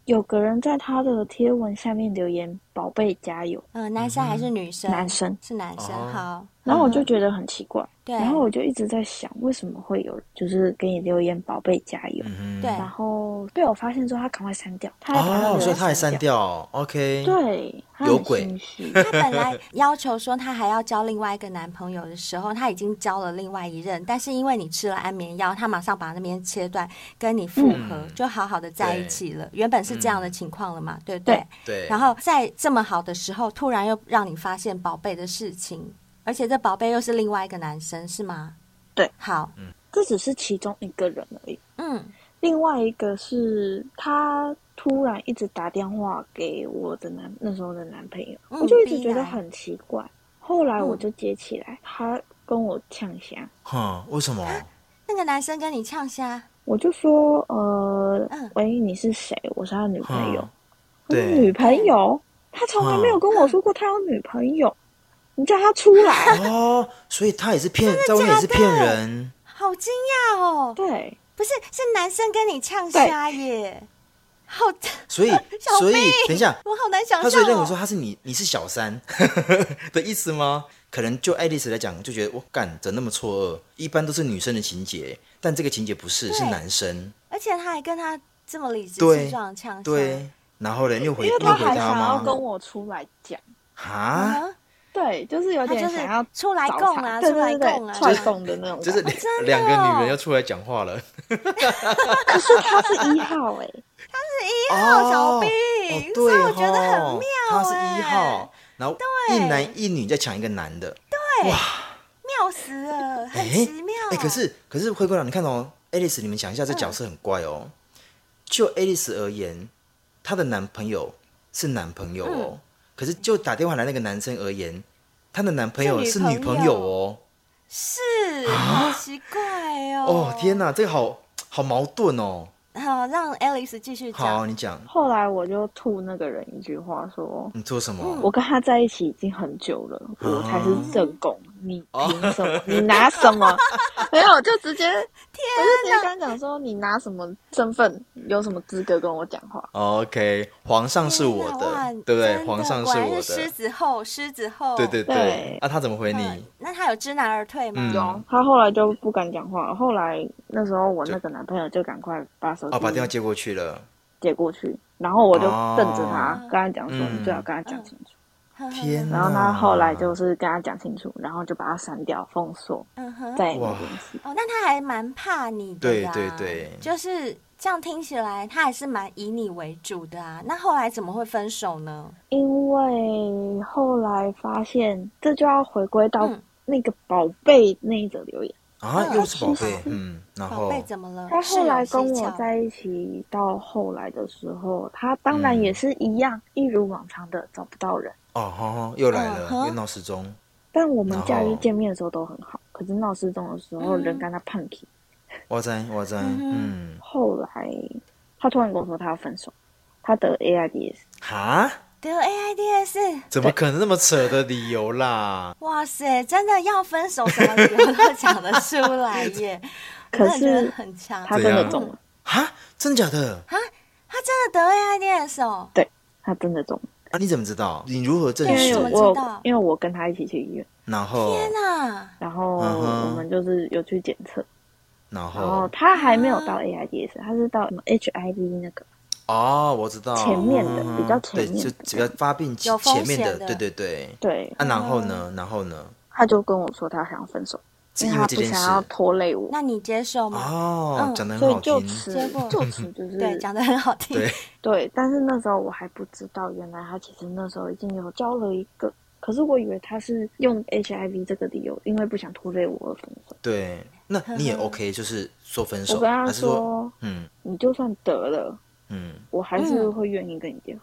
[SPEAKER 4] 有个人在他的贴文下面留言“宝贝加油
[SPEAKER 2] 嗯，男生还是女”，生？
[SPEAKER 4] 男生。
[SPEAKER 2] 是男生。
[SPEAKER 3] 哦
[SPEAKER 2] 好，
[SPEAKER 4] 然后我就觉得很奇怪，
[SPEAKER 2] 对
[SPEAKER 4] 然后我就一直在想，为什么会有人就是给你留言“宝贝加油”，
[SPEAKER 3] 嗯哼
[SPEAKER 2] 对
[SPEAKER 4] 然后被我发现之后，他赶快删掉，他还把那
[SPEAKER 3] 哦，
[SPEAKER 4] 个
[SPEAKER 3] 所以他还删
[SPEAKER 4] 删，
[SPEAKER 3] 掉，OK，，
[SPEAKER 4] 对，他
[SPEAKER 3] 有
[SPEAKER 4] 很
[SPEAKER 3] 鬼
[SPEAKER 4] 心虚
[SPEAKER 2] 他本来要求说他还要交另外一个男朋友的时候，他已经交了另外一任，但是因为你吃了安眠药，他马上把那边切断，跟你复合，
[SPEAKER 3] 嗯
[SPEAKER 2] 就好好的在一起了。原本是这样的情况了嘛，对不
[SPEAKER 4] 对
[SPEAKER 3] 对，
[SPEAKER 2] 然后在这么好的时候，突然又让你发现宝贝的事情，而且这宝贝又是另外一个男生，是吗？
[SPEAKER 4] 对
[SPEAKER 2] 好，
[SPEAKER 3] 嗯
[SPEAKER 4] 这只是其中一个人而已。
[SPEAKER 2] 嗯，
[SPEAKER 4] 另外一个是他突然一直打电话给我的男那时候的男朋友，
[SPEAKER 2] 嗯
[SPEAKER 4] 我就一直
[SPEAKER 2] 必
[SPEAKER 4] 觉得
[SPEAKER 2] 然
[SPEAKER 4] 很奇怪。后来我
[SPEAKER 2] 嗯
[SPEAKER 4] 就接起来，他跟我呛虾，
[SPEAKER 3] 哼，为什么？
[SPEAKER 2] 那个男生跟你呛虾，
[SPEAKER 4] 我就说呃
[SPEAKER 2] 嗯，
[SPEAKER 4] 喂，你是谁？我是他女朋友
[SPEAKER 3] 哼。
[SPEAKER 4] 我说
[SPEAKER 3] 对
[SPEAKER 4] 女朋友，他从来没有跟我说过他有女朋友，你叫他出 [laughs] 来。
[SPEAKER 3] 哦，所以他也是骗，在外面也是骗人，
[SPEAKER 2] 好惊讶哦！
[SPEAKER 4] 对，
[SPEAKER 2] 不是，是男生跟你呛虾耶，好，
[SPEAKER 3] 所以
[SPEAKER 2] [laughs] 小
[SPEAKER 3] 所以
[SPEAKER 2] 妹，
[SPEAKER 3] 等一下
[SPEAKER 2] 我好难想
[SPEAKER 3] 他
[SPEAKER 2] 象
[SPEAKER 3] 所以认为说
[SPEAKER 2] 哦。
[SPEAKER 3] 他是你，你是小三 [laughs] 的意思吗？可能就爱丽丝来讲，就觉得我干怎么那么错愕？一般都是女生的情节，但这个情节不是，
[SPEAKER 2] 对
[SPEAKER 3] 是男生。
[SPEAKER 2] 而且他还跟他这么理直
[SPEAKER 3] 对
[SPEAKER 2] 气壮地呛虾，
[SPEAKER 3] 对，然后呢，又回
[SPEAKER 4] 因
[SPEAKER 3] 又回
[SPEAKER 4] 为他还想要
[SPEAKER 3] 吗？
[SPEAKER 4] 跟我出来讲，
[SPEAKER 3] 啊，
[SPEAKER 2] 啊，
[SPEAKER 4] 对，就是有
[SPEAKER 2] 他就
[SPEAKER 4] 点
[SPEAKER 2] 是
[SPEAKER 4] 想要
[SPEAKER 2] 出来
[SPEAKER 4] 找
[SPEAKER 2] 供
[SPEAKER 4] 茬
[SPEAKER 2] 啊，
[SPEAKER 4] 对
[SPEAKER 2] 出来
[SPEAKER 4] 对对
[SPEAKER 2] 供啊，
[SPEAKER 4] 出来供的那哦种感
[SPEAKER 3] 就
[SPEAKER 4] 觉，
[SPEAKER 3] 是两两个女人要出来讲话了。
[SPEAKER 4] 可是他是一号哎、
[SPEAKER 2] 号小
[SPEAKER 3] 哦
[SPEAKER 2] 兵
[SPEAKER 3] 哦
[SPEAKER 2] 所
[SPEAKER 3] 对
[SPEAKER 2] 以我觉得很
[SPEAKER 3] 吼
[SPEAKER 2] 妙
[SPEAKER 3] 他是
[SPEAKER 2] 哎
[SPEAKER 3] 一号，然后
[SPEAKER 2] 对
[SPEAKER 3] 一男一女再抢一个男的，
[SPEAKER 2] 妙死了，很
[SPEAKER 3] 哎
[SPEAKER 2] 奇妙。欸
[SPEAKER 3] 哎、可是可是灰姑娘，你看哦，Alice，你们想一下，这角色很怪哦。就 Alice 而言，她的男朋友是男朋友哦，
[SPEAKER 2] 嗯
[SPEAKER 3] 可是就打电话来那个男生而言，她的男朋友
[SPEAKER 2] 是
[SPEAKER 3] 是
[SPEAKER 2] 女
[SPEAKER 3] 女
[SPEAKER 2] 朋友
[SPEAKER 3] 朋友哦。
[SPEAKER 2] 是，好奇怪哦。
[SPEAKER 3] 啊哦天，哪，这个好好矛盾哦。
[SPEAKER 2] 好，让 Alice 继续
[SPEAKER 3] 好，
[SPEAKER 2] 讲。
[SPEAKER 3] 你讲
[SPEAKER 4] 后来我就吐那个人一句话说
[SPEAKER 3] 你做什么？：“
[SPEAKER 2] 嗯
[SPEAKER 4] 我跟他在一起已经很久了，
[SPEAKER 3] 啊哦
[SPEAKER 4] 我才是正宫，你凭什么？你拿什么？ [laughs] 没有，就
[SPEAKER 3] [laughs]
[SPEAKER 4] 直接，我就直接跟他讲说，你拿什么身份，有什么资格跟我讲话？
[SPEAKER 3] 哦 OK，皇上是我
[SPEAKER 2] 天哪哇
[SPEAKER 3] 的，对不对
[SPEAKER 2] 真？的
[SPEAKER 3] 皇上
[SPEAKER 2] 果然
[SPEAKER 3] 我
[SPEAKER 2] 是狮
[SPEAKER 3] 的，
[SPEAKER 2] 子后，狮子后。
[SPEAKER 3] 对对
[SPEAKER 4] 哦对
[SPEAKER 3] 那、啊、他怎么回你？
[SPEAKER 2] 嗯那他有知难而退吗？
[SPEAKER 3] 嗯
[SPEAKER 4] 有，他后来就不敢讲话。后来那时候我那个男朋友就赶快把手机
[SPEAKER 3] 哦，把电话接过去了。
[SPEAKER 4] 接过去，然后我就瞪着他
[SPEAKER 2] 哦，
[SPEAKER 4] 跟他讲说，
[SPEAKER 3] 嗯
[SPEAKER 4] 你最好跟他讲清楚。
[SPEAKER 2] 呵呵
[SPEAKER 3] 天哪！
[SPEAKER 4] 嗯然后他后来就是跟他讲清楚，然后就把他删掉、封锁，
[SPEAKER 2] 嗯哼，
[SPEAKER 4] 再也没
[SPEAKER 3] 哇
[SPEAKER 4] 联系。
[SPEAKER 2] 哦，那他还蛮怕你的呀。
[SPEAKER 3] 对对对
[SPEAKER 2] 就是这样听起来，他还是蛮以你为主的啊。那后来怎么会分手呢？
[SPEAKER 4] 因为后来发现，这就要回归到
[SPEAKER 2] 嗯
[SPEAKER 4] 那个宝贝那一则留言。
[SPEAKER 3] 啊，
[SPEAKER 2] 嗯
[SPEAKER 3] 又是宝
[SPEAKER 4] 其
[SPEAKER 3] 贝
[SPEAKER 4] 实，
[SPEAKER 3] 嗯，然
[SPEAKER 2] 宝
[SPEAKER 3] 后
[SPEAKER 2] 贝怎么了？
[SPEAKER 4] 他后来跟
[SPEAKER 2] 是有啊蹊跷
[SPEAKER 4] 我在一起，到后来的时候，他当然
[SPEAKER 3] 嗯
[SPEAKER 4] 也是一样，一如往常的找不到人。
[SPEAKER 3] 哦，好好又来
[SPEAKER 2] 嗯
[SPEAKER 3] 了，
[SPEAKER 2] 哼
[SPEAKER 3] 又闹时钟，
[SPEAKER 4] 但我们假
[SPEAKER 3] 然
[SPEAKER 4] 日
[SPEAKER 3] 后
[SPEAKER 4] 见面的时候都很好，可是闹失踪的时候，
[SPEAKER 2] 嗯
[SPEAKER 4] 人跟他叛逆。
[SPEAKER 3] 哇塞哇塞，
[SPEAKER 2] 嗯哼
[SPEAKER 3] 嗯，
[SPEAKER 4] 后来他突然跟我说他要分手，他得 AIDS，
[SPEAKER 3] 哈，
[SPEAKER 2] 得 AIDS，
[SPEAKER 3] 怎么可能那么扯的理由啦？
[SPEAKER 2] 哇塞，真的要分手什么理由
[SPEAKER 4] [laughs]
[SPEAKER 2] 都讲得出来耶！我
[SPEAKER 4] 可
[SPEAKER 2] 真的觉得
[SPEAKER 4] 是
[SPEAKER 2] 很强，
[SPEAKER 4] 他真的
[SPEAKER 3] 怎
[SPEAKER 4] 中了，
[SPEAKER 3] 哈，真假的？
[SPEAKER 2] 他真的得 AIDS 哦，
[SPEAKER 4] 他真的中了，
[SPEAKER 3] 啊，你怎么知道？你如何证
[SPEAKER 4] 因
[SPEAKER 3] 实
[SPEAKER 4] 为？
[SPEAKER 2] 怎么
[SPEAKER 4] 我
[SPEAKER 2] 知道
[SPEAKER 4] 有因为我跟他一起去医院，
[SPEAKER 3] 然后
[SPEAKER 2] 天哪！
[SPEAKER 4] 然后
[SPEAKER 3] 嗯哼
[SPEAKER 4] 我们就是有去检测，
[SPEAKER 3] 然
[SPEAKER 4] 然后
[SPEAKER 3] 后
[SPEAKER 4] 哦他还没有到 AIDS，他是到什么 HIV 那个，
[SPEAKER 3] 哦，我知道
[SPEAKER 4] 前面的
[SPEAKER 3] 嗯
[SPEAKER 4] 比较前面的
[SPEAKER 3] 对，就比较发病
[SPEAKER 2] 有
[SPEAKER 3] 前
[SPEAKER 2] 风
[SPEAKER 3] 前面
[SPEAKER 2] 险
[SPEAKER 3] 的，
[SPEAKER 2] 的
[SPEAKER 3] 对对对。
[SPEAKER 4] 对，
[SPEAKER 3] 啊，然后呢？然后呢？
[SPEAKER 4] 他就跟我说他想分手，
[SPEAKER 3] 是
[SPEAKER 4] 因为
[SPEAKER 3] 因
[SPEAKER 4] 他
[SPEAKER 3] 为这
[SPEAKER 4] 不
[SPEAKER 3] 件事
[SPEAKER 4] 想要拖累我，
[SPEAKER 2] 那你接受吗？
[SPEAKER 3] 哦
[SPEAKER 2] 嗯，
[SPEAKER 3] 讲的很
[SPEAKER 4] 所以
[SPEAKER 3] 好
[SPEAKER 4] 就
[SPEAKER 3] 听，
[SPEAKER 4] 此
[SPEAKER 2] 结果
[SPEAKER 4] 就
[SPEAKER 3] [laughs]
[SPEAKER 4] 此就是
[SPEAKER 2] 对，讲的很好听。
[SPEAKER 3] 对，
[SPEAKER 4] 对，但是那时候我还不知道，原来他其实那时候已经有交了一个，可是我以为他是用 HIV 这个理由，因为不想拖累我而分手。
[SPEAKER 3] 对，那你也
[SPEAKER 2] 呵呵
[SPEAKER 3] OK，就是说分手，
[SPEAKER 4] 我跟他
[SPEAKER 3] 还是说，
[SPEAKER 4] 说，
[SPEAKER 3] 嗯
[SPEAKER 4] 你就算得了，
[SPEAKER 3] 嗯，
[SPEAKER 4] 我还是
[SPEAKER 2] 嗯
[SPEAKER 4] 会愿意跟你结婚。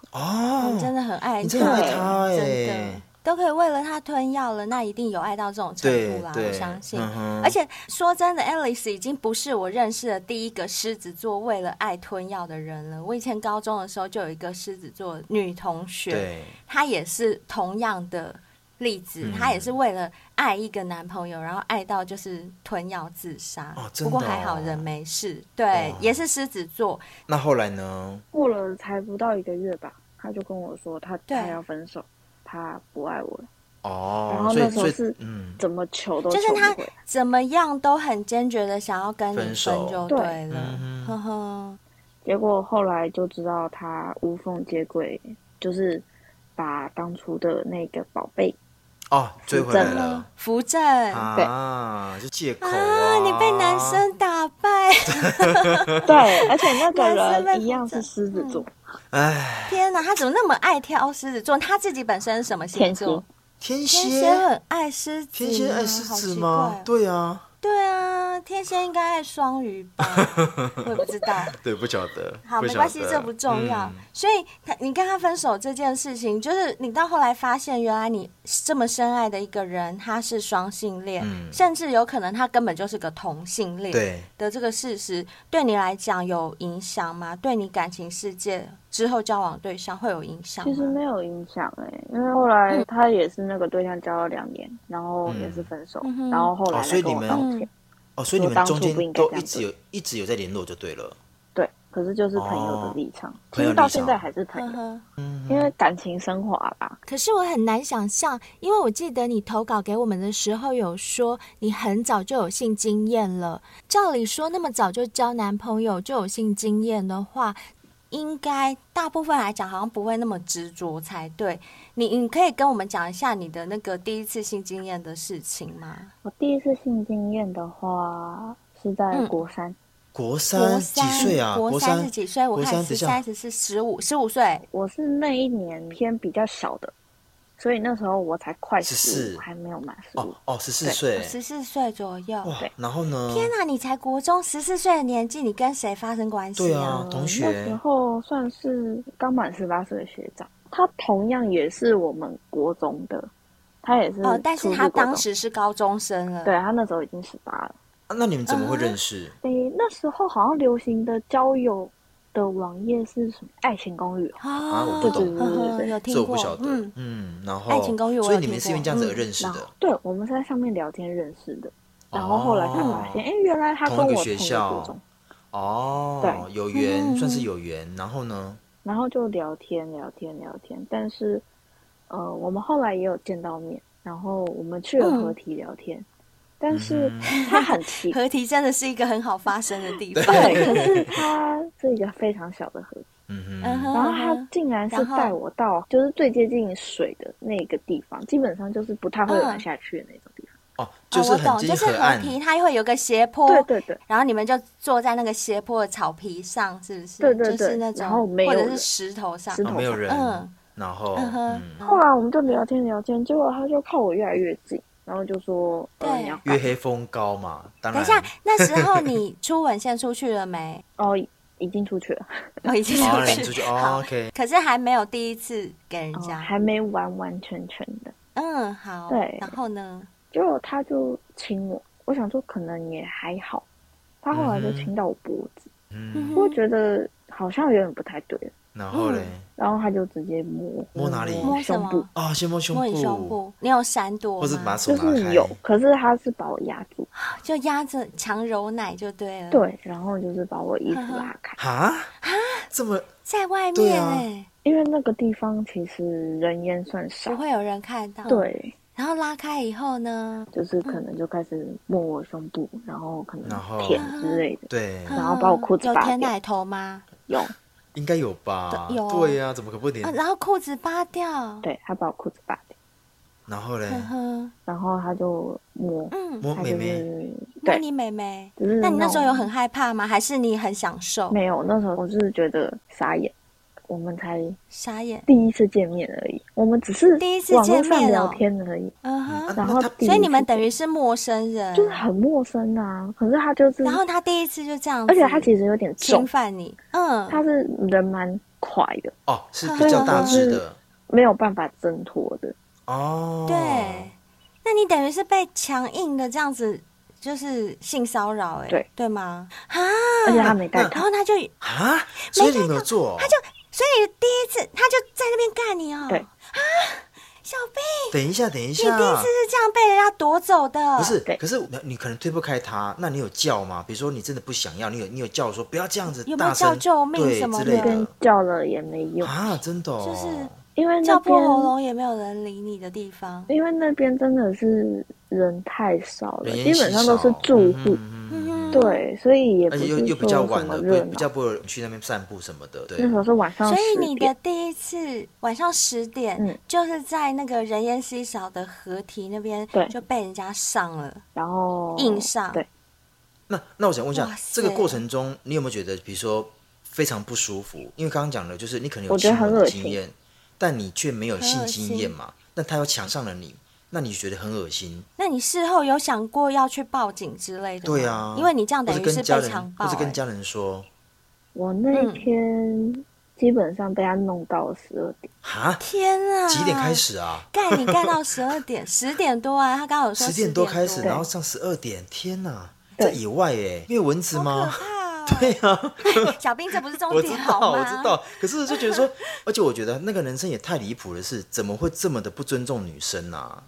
[SPEAKER 2] 你真
[SPEAKER 3] 哦，
[SPEAKER 2] 的很爱
[SPEAKER 3] 你
[SPEAKER 2] 他，欸
[SPEAKER 3] 真的爱
[SPEAKER 4] 对
[SPEAKER 3] 他
[SPEAKER 2] 真的
[SPEAKER 3] 哎，
[SPEAKER 2] 都可以为了他吞药了，那一定有爱到这种程
[SPEAKER 3] 对
[SPEAKER 2] 度啦，
[SPEAKER 3] 对，
[SPEAKER 2] 我相信。
[SPEAKER 3] 嗯哼
[SPEAKER 2] 而且说真的，Alice 已经不是我认识的第一个狮子座为了爱吞药的人了。我以前高中的时候就有一个狮子座女同学，
[SPEAKER 3] 对，
[SPEAKER 2] 她也是同样的例子，
[SPEAKER 3] 嗯
[SPEAKER 2] 她也是为了爱一个男朋友，然后爱到就是吞药自杀。
[SPEAKER 3] 哦真的
[SPEAKER 2] 不
[SPEAKER 3] 哦
[SPEAKER 2] 过还好人没事。对，
[SPEAKER 3] 哦
[SPEAKER 2] 也是狮子座，
[SPEAKER 3] 那后来呢？
[SPEAKER 4] 过了才不到一个月吧，他就跟我说他
[SPEAKER 2] 对
[SPEAKER 4] 他要分手，他不爱我了，然
[SPEAKER 3] 哦，
[SPEAKER 4] 后
[SPEAKER 3] 所以
[SPEAKER 4] 那时候
[SPEAKER 3] 所
[SPEAKER 4] 是
[SPEAKER 3] 以嗯，
[SPEAKER 4] 怎么求都
[SPEAKER 2] 就
[SPEAKER 4] 求
[SPEAKER 2] 是他
[SPEAKER 4] 不回。
[SPEAKER 2] 怎么样都很坚决的想要跟你分
[SPEAKER 3] 分手
[SPEAKER 2] 就
[SPEAKER 4] 对
[SPEAKER 2] 对了
[SPEAKER 3] 嗯。
[SPEAKER 2] 呵呵，
[SPEAKER 4] 结果后来就知道他无缝接轨，就是把当初的那个宝
[SPEAKER 3] [laughs]
[SPEAKER 4] 贝，
[SPEAKER 3] 哦，追回来
[SPEAKER 4] 真的
[SPEAKER 3] 了
[SPEAKER 2] 扶正。
[SPEAKER 3] 啊，就借口
[SPEAKER 2] 啊！你被男生打败，
[SPEAKER 4] 对，而且那个
[SPEAKER 2] 男生被
[SPEAKER 4] 人一样是狮子座，
[SPEAKER 2] 嗯
[SPEAKER 3] 哎，
[SPEAKER 2] 天哪，他怎么那么爱挑狮子座？他自己本身是什么星
[SPEAKER 4] 天
[SPEAKER 2] 座
[SPEAKER 4] 蝎？
[SPEAKER 3] 天
[SPEAKER 2] 天
[SPEAKER 3] 蝎
[SPEAKER 2] 蝎，很爱狮子吗，
[SPEAKER 3] 天蝎爱狮
[SPEAKER 2] 好
[SPEAKER 3] 子
[SPEAKER 2] 奇
[SPEAKER 3] 吗？
[SPEAKER 2] 怪哦
[SPEAKER 3] 对啊，
[SPEAKER 2] 对啊，天蝎应该爱双鱼
[SPEAKER 3] [laughs]
[SPEAKER 2] 吧？我也不知道。
[SPEAKER 3] 对，不晓得，
[SPEAKER 2] 好，没
[SPEAKER 3] 晓
[SPEAKER 2] 关系，
[SPEAKER 3] 得
[SPEAKER 2] 这不重要。
[SPEAKER 3] 嗯
[SPEAKER 2] 所以他，你跟他分手这件事情，就是你到后来发现，原来你这么深爱的一个人，他是双性恋，
[SPEAKER 3] 嗯
[SPEAKER 2] 甚至有可能他根本就是个同性恋。
[SPEAKER 3] 对，
[SPEAKER 2] 的这个事实，对你来讲有影响吗？对你感情世界之后交往对象会有影响
[SPEAKER 4] 其实
[SPEAKER 2] 吗？
[SPEAKER 4] 没有影响哎、因为后
[SPEAKER 2] 嗯
[SPEAKER 4] 来他也是那个对象交了两年，然后也是分手，
[SPEAKER 2] 嗯哼嗯
[SPEAKER 4] 然后后来
[SPEAKER 3] 哦所以
[SPEAKER 4] 来跟我
[SPEAKER 3] 你们
[SPEAKER 4] 道歉，
[SPEAKER 3] 哦，所以你
[SPEAKER 4] 说
[SPEAKER 3] 们
[SPEAKER 4] 当
[SPEAKER 3] 中
[SPEAKER 4] 初
[SPEAKER 3] 间
[SPEAKER 4] 不应该
[SPEAKER 3] 都
[SPEAKER 4] 这
[SPEAKER 3] 一
[SPEAKER 4] 样
[SPEAKER 3] 直有一直有在联络就对了。
[SPEAKER 4] 对，可是就是朋友的立场，
[SPEAKER 3] 朋
[SPEAKER 4] 其
[SPEAKER 3] 友
[SPEAKER 4] 实
[SPEAKER 3] 立
[SPEAKER 4] 到现
[SPEAKER 3] 场
[SPEAKER 4] 在还是朋
[SPEAKER 2] 呵
[SPEAKER 4] 友，
[SPEAKER 2] 呵。
[SPEAKER 4] 因为感情升华吧，
[SPEAKER 2] 可是我很难想象，因为我记得你投稿给我们的时候有说你很早就有性经验了。照理说，那么早就交男朋友就有性经验的话，应该大部分来讲好像不会那么执着才对。你你可以跟我们讲一下你的那个第一次性经验的事情吗？
[SPEAKER 4] 我第一次性经验的话是在
[SPEAKER 2] 嗯
[SPEAKER 4] 国三，
[SPEAKER 3] 国
[SPEAKER 2] 国
[SPEAKER 3] 三几
[SPEAKER 2] 三
[SPEAKER 3] 岁啊？
[SPEAKER 2] 国
[SPEAKER 3] 国
[SPEAKER 2] 三是几岁？我
[SPEAKER 3] 国
[SPEAKER 2] 看
[SPEAKER 3] 三
[SPEAKER 2] 十
[SPEAKER 3] 等一
[SPEAKER 2] 三、
[SPEAKER 3] 下，
[SPEAKER 2] 十四、十五、十五岁。
[SPEAKER 4] 我是那一年偏比较小的，所以那时候我才快十
[SPEAKER 3] 14
[SPEAKER 4] 五，还没有满十五
[SPEAKER 3] 哦。哦，十四
[SPEAKER 4] 对
[SPEAKER 3] 岁，
[SPEAKER 2] 十四岁左右。
[SPEAKER 3] 哇
[SPEAKER 4] 对，
[SPEAKER 3] 然后呢？
[SPEAKER 2] 天哪、你才国中十四岁的年纪，你跟谁发生关系
[SPEAKER 3] 对啊，同
[SPEAKER 4] 嗯那
[SPEAKER 3] 学
[SPEAKER 4] 时候算是刚满十八岁的学长，他同样也是我们国中的，他也是
[SPEAKER 2] 哦，但是
[SPEAKER 4] 初嗯入
[SPEAKER 2] 他
[SPEAKER 4] 国
[SPEAKER 2] 当
[SPEAKER 4] 中
[SPEAKER 2] 时是高中生了。
[SPEAKER 4] 对他那时候已经十八了。
[SPEAKER 3] 啊那你们怎么会
[SPEAKER 2] 嗯
[SPEAKER 3] 认识？
[SPEAKER 4] 诶，那时候好像流行的交友的网页是什么？爱情公寓哦，
[SPEAKER 3] 啊
[SPEAKER 2] 哦
[SPEAKER 3] 我，不懂
[SPEAKER 4] 对对对对对对
[SPEAKER 2] 有
[SPEAKER 3] 这
[SPEAKER 2] 听
[SPEAKER 3] 我不
[SPEAKER 2] 过
[SPEAKER 3] 晓，得
[SPEAKER 2] 嗯。，
[SPEAKER 3] 嗯，然后
[SPEAKER 2] 爱情公寓我
[SPEAKER 3] 所以
[SPEAKER 2] 有
[SPEAKER 3] 你们
[SPEAKER 2] 听
[SPEAKER 3] 是因为
[SPEAKER 2] 过
[SPEAKER 3] 这样子
[SPEAKER 2] 嗯
[SPEAKER 3] 而认识
[SPEAKER 4] 然后
[SPEAKER 3] 的，
[SPEAKER 4] 对，我们是在上面聊天认识的。然后后来才发现，
[SPEAKER 3] 哦
[SPEAKER 4] 哎、原来他
[SPEAKER 3] 同
[SPEAKER 4] 跟
[SPEAKER 3] 一
[SPEAKER 4] 我
[SPEAKER 3] 个
[SPEAKER 4] 同
[SPEAKER 3] 学
[SPEAKER 4] 一个国
[SPEAKER 3] 校
[SPEAKER 4] 中，
[SPEAKER 3] 哦，
[SPEAKER 4] 对
[SPEAKER 3] 有缘，
[SPEAKER 2] 嗯
[SPEAKER 3] 算是有缘。然后呢？
[SPEAKER 4] 然后就聊天聊天聊天。但是，呃，我们后来也有见到面，然后我们去
[SPEAKER 2] 嗯
[SPEAKER 4] 了合体聊天，但是
[SPEAKER 3] 嗯
[SPEAKER 4] 他很奇怪，
[SPEAKER 2] 合体真的是一个很好发生的地方。哦
[SPEAKER 4] 对，可是他是一个非常小的合体，
[SPEAKER 3] 嗯
[SPEAKER 2] 嗯哼，
[SPEAKER 3] 哼，
[SPEAKER 4] 然后他竟然是
[SPEAKER 2] 然后
[SPEAKER 4] 带我到就是最接近水的那个地方，基本上就是不太会有
[SPEAKER 2] 嗯
[SPEAKER 4] 人下去的那种地方。
[SPEAKER 3] 哦，
[SPEAKER 2] 哦
[SPEAKER 3] 是
[SPEAKER 2] 我
[SPEAKER 3] 很
[SPEAKER 2] 懂，
[SPEAKER 3] 近
[SPEAKER 2] 就是
[SPEAKER 3] 河
[SPEAKER 2] 合
[SPEAKER 3] 岸，
[SPEAKER 2] 体，它会有个斜坡，
[SPEAKER 4] 对对对。
[SPEAKER 2] 然后你们就坐在那个斜坡的草皮上，是不是？
[SPEAKER 4] 对对
[SPEAKER 2] 就是
[SPEAKER 4] 对
[SPEAKER 2] 那种，
[SPEAKER 4] 然后没有
[SPEAKER 2] 或者是
[SPEAKER 4] 人
[SPEAKER 2] 石头上
[SPEAKER 4] 石
[SPEAKER 3] 哦
[SPEAKER 4] 头
[SPEAKER 3] 没有
[SPEAKER 4] 上
[SPEAKER 3] 人
[SPEAKER 2] 嗯，
[SPEAKER 3] 然后
[SPEAKER 2] 嗯哼
[SPEAKER 3] 嗯，
[SPEAKER 4] 后来我们就聊天聊天，结果他就靠我越来越近，然后就说：“呃，
[SPEAKER 2] 对
[SPEAKER 4] 你要
[SPEAKER 3] 月
[SPEAKER 4] 干嘛
[SPEAKER 3] 黑风高嘛，当
[SPEAKER 2] 等
[SPEAKER 3] 然
[SPEAKER 2] 一下， [laughs] 那时候你初吻献出去了没？
[SPEAKER 4] 哦，已经出去了，
[SPEAKER 2] 我已经
[SPEAKER 3] [laughs] 哦，
[SPEAKER 2] 出
[SPEAKER 3] 你
[SPEAKER 2] 去，
[SPEAKER 3] 出去
[SPEAKER 2] 好
[SPEAKER 3] 哦，OK，
[SPEAKER 2] 可是还没有第一次给人
[SPEAKER 4] 哦
[SPEAKER 2] 家。
[SPEAKER 4] 还没完完全全的。
[SPEAKER 2] 嗯，好。
[SPEAKER 4] 对
[SPEAKER 2] 然后呢？”
[SPEAKER 4] 结果他就亲我，我想说可能也还好，他后来就
[SPEAKER 3] 嗯哼
[SPEAKER 4] 亲到我脖子，
[SPEAKER 3] 嗯，
[SPEAKER 4] 我觉得好像有点不太对了，
[SPEAKER 3] 然后嘞，
[SPEAKER 2] 嗯
[SPEAKER 4] 然后他就直接摸
[SPEAKER 3] 摸哪里
[SPEAKER 2] 摸什
[SPEAKER 4] 胸
[SPEAKER 2] 么
[SPEAKER 4] 部，
[SPEAKER 3] 哦，先摸胸
[SPEAKER 2] 摸你胸
[SPEAKER 3] 部，
[SPEAKER 2] 部，你有闪躲
[SPEAKER 3] 或是把
[SPEAKER 2] 吗？
[SPEAKER 4] 就
[SPEAKER 3] 手拿
[SPEAKER 4] 是
[SPEAKER 3] 开，
[SPEAKER 4] 有，可是他是把我压住，
[SPEAKER 2] 就压着强揉奶就对了。，
[SPEAKER 4] 对，然后就是把我
[SPEAKER 2] 嗯
[SPEAKER 4] 衣服拉开，
[SPEAKER 3] 哈这么
[SPEAKER 2] 在外
[SPEAKER 3] 对
[SPEAKER 2] 面
[SPEAKER 3] 啊
[SPEAKER 2] 哎、
[SPEAKER 4] 因为那个地方其实人烟算少
[SPEAKER 2] 不，会有人看到。。
[SPEAKER 4] 对，
[SPEAKER 2] 然后拉开以后呢？
[SPEAKER 4] 就是可能就开始摸我胸部，然后可能
[SPEAKER 3] 然后
[SPEAKER 4] 舔之类的，
[SPEAKER 3] 对，
[SPEAKER 4] 嗯然后把我裤子
[SPEAKER 2] 嗯有
[SPEAKER 4] 扒
[SPEAKER 2] 舔
[SPEAKER 4] 掉
[SPEAKER 2] 奶头吗？
[SPEAKER 4] 有
[SPEAKER 2] 嗯
[SPEAKER 3] 应该有吧
[SPEAKER 2] 对有？啊
[SPEAKER 3] 对呀，怎么可不点
[SPEAKER 2] 啊，？然后裤子扒掉。
[SPEAKER 4] 对，他把我裤子扒掉，
[SPEAKER 3] 然后嘞，
[SPEAKER 2] 呵，
[SPEAKER 4] 然后他就摸，
[SPEAKER 2] 嗯，
[SPEAKER 3] 摸
[SPEAKER 4] 他
[SPEAKER 3] 妹
[SPEAKER 4] 就
[SPEAKER 3] 妹，
[SPEAKER 4] 是
[SPEAKER 2] 那
[SPEAKER 4] 对，
[SPEAKER 2] 你妹妹，
[SPEAKER 4] 就是
[SPEAKER 2] 那你那时候有
[SPEAKER 4] 种
[SPEAKER 2] 很害怕吗？还是你很享受？
[SPEAKER 4] 没有？那时候我就是觉得傻眼，我们才
[SPEAKER 2] 傻眼，
[SPEAKER 4] 第一次见面而已，我们只是
[SPEAKER 2] 第一次
[SPEAKER 4] 网络
[SPEAKER 2] 见
[SPEAKER 4] 上
[SPEAKER 2] 面
[SPEAKER 4] 聊
[SPEAKER 2] 哦
[SPEAKER 4] 天而已，
[SPEAKER 2] 嗯
[SPEAKER 3] 啊
[SPEAKER 2] 哼，
[SPEAKER 4] 然
[SPEAKER 3] 那
[SPEAKER 4] 后
[SPEAKER 3] 他
[SPEAKER 4] 第
[SPEAKER 2] 所以
[SPEAKER 4] 一
[SPEAKER 2] 你们
[SPEAKER 4] 次
[SPEAKER 2] 等于是陌生人，
[SPEAKER 4] 就是很陌生啊。可是他就是，
[SPEAKER 2] 然后他第一次就这样子，
[SPEAKER 4] 而且他其实有点
[SPEAKER 2] 侵
[SPEAKER 4] 重，
[SPEAKER 2] 犯你，嗯，
[SPEAKER 4] 他是人蛮快的，
[SPEAKER 3] 哦，是比较大只的
[SPEAKER 4] 没有办法挣脱的。
[SPEAKER 2] 啊
[SPEAKER 3] 哦，
[SPEAKER 2] 对，那你等于是被强硬的这样子，就是性骚扰、哎，
[SPEAKER 4] 对
[SPEAKER 2] 对吗？啊，
[SPEAKER 4] 而且他没戴
[SPEAKER 2] 然
[SPEAKER 4] 套，
[SPEAKER 2] 后他就，所
[SPEAKER 3] 啊，所以你没有做哦，
[SPEAKER 2] 他就以第一次他就在那边干你哦、
[SPEAKER 4] 对啊
[SPEAKER 2] 啊，小贝，
[SPEAKER 3] 等一下，等一
[SPEAKER 2] 你
[SPEAKER 3] 下
[SPEAKER 2] 第，一次是这样被人家夺走的，
[SPEAKER 3] 不是，
[SPEAKER 4] 对
[SPEAKER 3] 可是你你可能推不开他，那你有叫吗？比如说你真的不想要，你有你有叫说不要这样子
[SPEAKER 2] 有没有
[SPEAKER 3] 大声，
[SPEAKER 2] 叫救命
[SPEAKER 3] 对
[SPEAKER 2] 什么
[SPEAKER 3] 之
[SPEAKER 2] 的
[SPEAKER 3] 类
[SPEAKER 4] 跟
[SPEAKER 3] 的
[SPEAKER 4] 叫了也没用，
[SPEAKER 3] 啊，真的、哦，
[SPEAKER 2] 就是
[SPEAKER 4] 因为那
[SPEAKER 2] 叫破
[SPEAKER 4] 边
[SPEAKER 2] 喉咙也没有人理你的地方，
[SPEAKER 4] 因为那边真的是人太少了，
[SPEAKER 3] 人
[SPEAKER 4] 基
[SPEAKER 3] 烟
[SPEAKER 4] 本
[SPEAKER 3] 稀
[SPEAKER 4] 上都是
[SPEAKER 3] 少
[SPEAKER 4] 住户，
[SPEAKER 3] 嗯嗯嗯
[SPEAKER 2] 嗯，，
[SPEAKER 4] 对，所以也不
[SPEAKER 3] 而
[SPEAKER 4] 是
[SPEAKER 3] 且又
[SPEAKER 4] 说
[SPEAKER 3] 又比较
[SPEAKER 4] 什
[SPEAKER 3] 晚
[SPEAKER 4] 么
[SPEAKER 3] 了，
[SPEAKER 4] 热
[SPEAKER 3] 不比较
[SPEAKER 4] 闹。嗯
[SPEAKER 3] 不会有人去那边散步什么的，对
[SPEAKER 4] 那时，候是晚上
[SPEAKER 2] 所以
[SPEAKER 4] 十
[SPEAKER 2] 你
[SPEAKER 4] 点
[SPEAKER 2] 的，第一次晚上十点，
[SPEAKER 4] 嗯
[SPEAKER 2] 就是在那个人烟稀少的河堤那边，
[SPEAKER 4] 对
[SPEAKER 2] 就被人家上了，
[SPEAKER 4] 然后
[SPEAKER 2] 硬上
[SPEAKER 4] 对，
[SPEAKER 3] 那那我想问一下
[SPEAKER 2] 哇，塞
[SPEAKER 3] 这个过程中你有没有觉得，比如说非常不舒服？因为刚刚讲了，就是你可能有
[SPEAKER 4] 我觉得
[SPEAKER 3] 亲
[SPEAKER 4] 很
[SPEAKER 3] 吻的
[SPEAKER 4] 恶
[SPEAKER 3] 经
[SPEAKER 4] 心
[SPEAKER 3] 验，但你却没有性经
[SPEAKER 2] 很恶
[SPEAKER 3] 验
[SPEAKER 2] 心
[SPEAKER 3] 嘛，那他又抢上了你，那你觉得很恶心？
[SPEAKER 2] 那你事后有想过要去报警之类的吗？
[SPEAKER 3] 对啊，
[SPEAKER 2] 因为你这样等
[SPEAKER 3] 或
[SPEAKER 2] 于
[SPEAKER 3] 者
[SPEAKER 2] 是
[SPEAKER 3] 跟家
[SPEAKER 2] 被强
[SPEAKER 3] 人，
[SPEAKER 2] 暴、
[SPEAKER 3] 或者跟
[SPEAKER 2] 哎
[SPEAKER 3] 家人说，
[SPEAKER 4] 我那
[SPEAKER 2] 嗯
[SPEAKER 4] 天基本上被他弄到十二点，
[SPEAKER 3] 哈，
[SPEAKER 2] 天啊！
[SPEAKER 3] 几点开？始啊？
[SPEAKER 2] 干你干到十二点，十点多啊！他刚好有说
[SPEAKER 3] 十
[SPEAKER 2] 点
[SPEAKER 3] 点多开始，
[SPEAKER 4] 对
[SPEAKER 3] 然后上十二点，天哪，
[SPEAKER 4] 对
[SPEAKER 3] 在野外耶，因为蚊子
[SPEAKER 2] 好
[SPEAKER 3] 吗
[SPEAKER 2] 可？怕哦！
[SPEAKER 3] [laughs] 对啊，
[SPEAKER 2] [laughs] 小兵，这不是重
[SPEAKER 3] 我知
[SPEAKER 2] 点好
[SPEAKER 3] 道，
[SPEAKER 2] 吗？
[SPEAKER 3] 我知。道。可是就觉得说，而且我觉得那个男生也太离谱了，是怎么会这么的不尊重女生啊？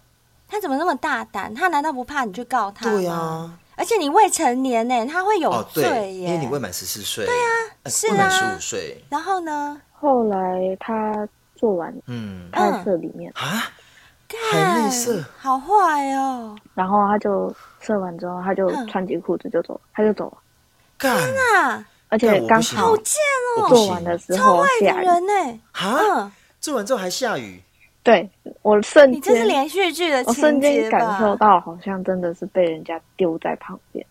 [SPEAKER 2] 他怎么那么大胆？他难道不怕你去告他吗？
[SPEAKER 3] 对啊，
[SPEAKER 2] 而且你未成年呢、他会有
[SPEAKER 3] 哦，对，
[SPEAKER 2] 罪耶。
[SPEAKER 3] 因为你未满十四岁，对啊
[SPEAKER 2] 是
[SPEAKER 3] 未满
[SPEAKER 2] 啊
[SPEAKER 3] 十五岁，
[SPEAKER 2] 然后呢？
[SPEAKER 4] 后来他做完
[SPEAKER 3] 嗯
[SPEAKER 4] 他在社里面，
[SPEAKER 3] 啊，还内
[SPEAKER 2] 干
[SPEAKER 3] 射，
[SPEAKER 2] 哎好坏哦！
[SPEAKER 4] 然后他就射完之后，他就
[SPEAKER 2] 嗯
[SPEAKER 4] 穿起裤子就走了，他就走了，
[SPEAKER 3] 干，
[SPEAKER 2] 啊，
[SPEAKER 3] 但
[SPEAKER 4] 而且
[SPEAKER 3] 我不
[SPEAKER 4] 刚
[SPEAKER 3] 行
[SPEAKER 4] 好
[SPEAKER 3] 我
[SPEAKER 2] 贱哦
[SPEAKER 3] 我不
[SPEAKER 4] 做
[SPEAKER 3] 行
[SPEAKER 4] 完的时
[SPEAKER 2] 超
[SPEAKER 4] 候
[SPEAKER 2] 坏
[SPEAKER 4] 下
[SPEAKER 2] 的
[SPEAKER 4] 雨，
[SPEAKER 2] 人呢、
[SPEAKER 3] 啊，
[SPEAKER 2] 嗯，
[SPEAKER 3] 做完之后还下雨，
[SPEAKER 4] 对我瞬
[SPEAKER 2] 你这是
[SPEAKER 4] 间
[SPEAKER 2] 连续剧的情节
[SPEAKER 4] 我
[SPEAKER 2] 吧？
[SPEAKER 4] 瞬间感受到好像真的是被人家丢在旁边，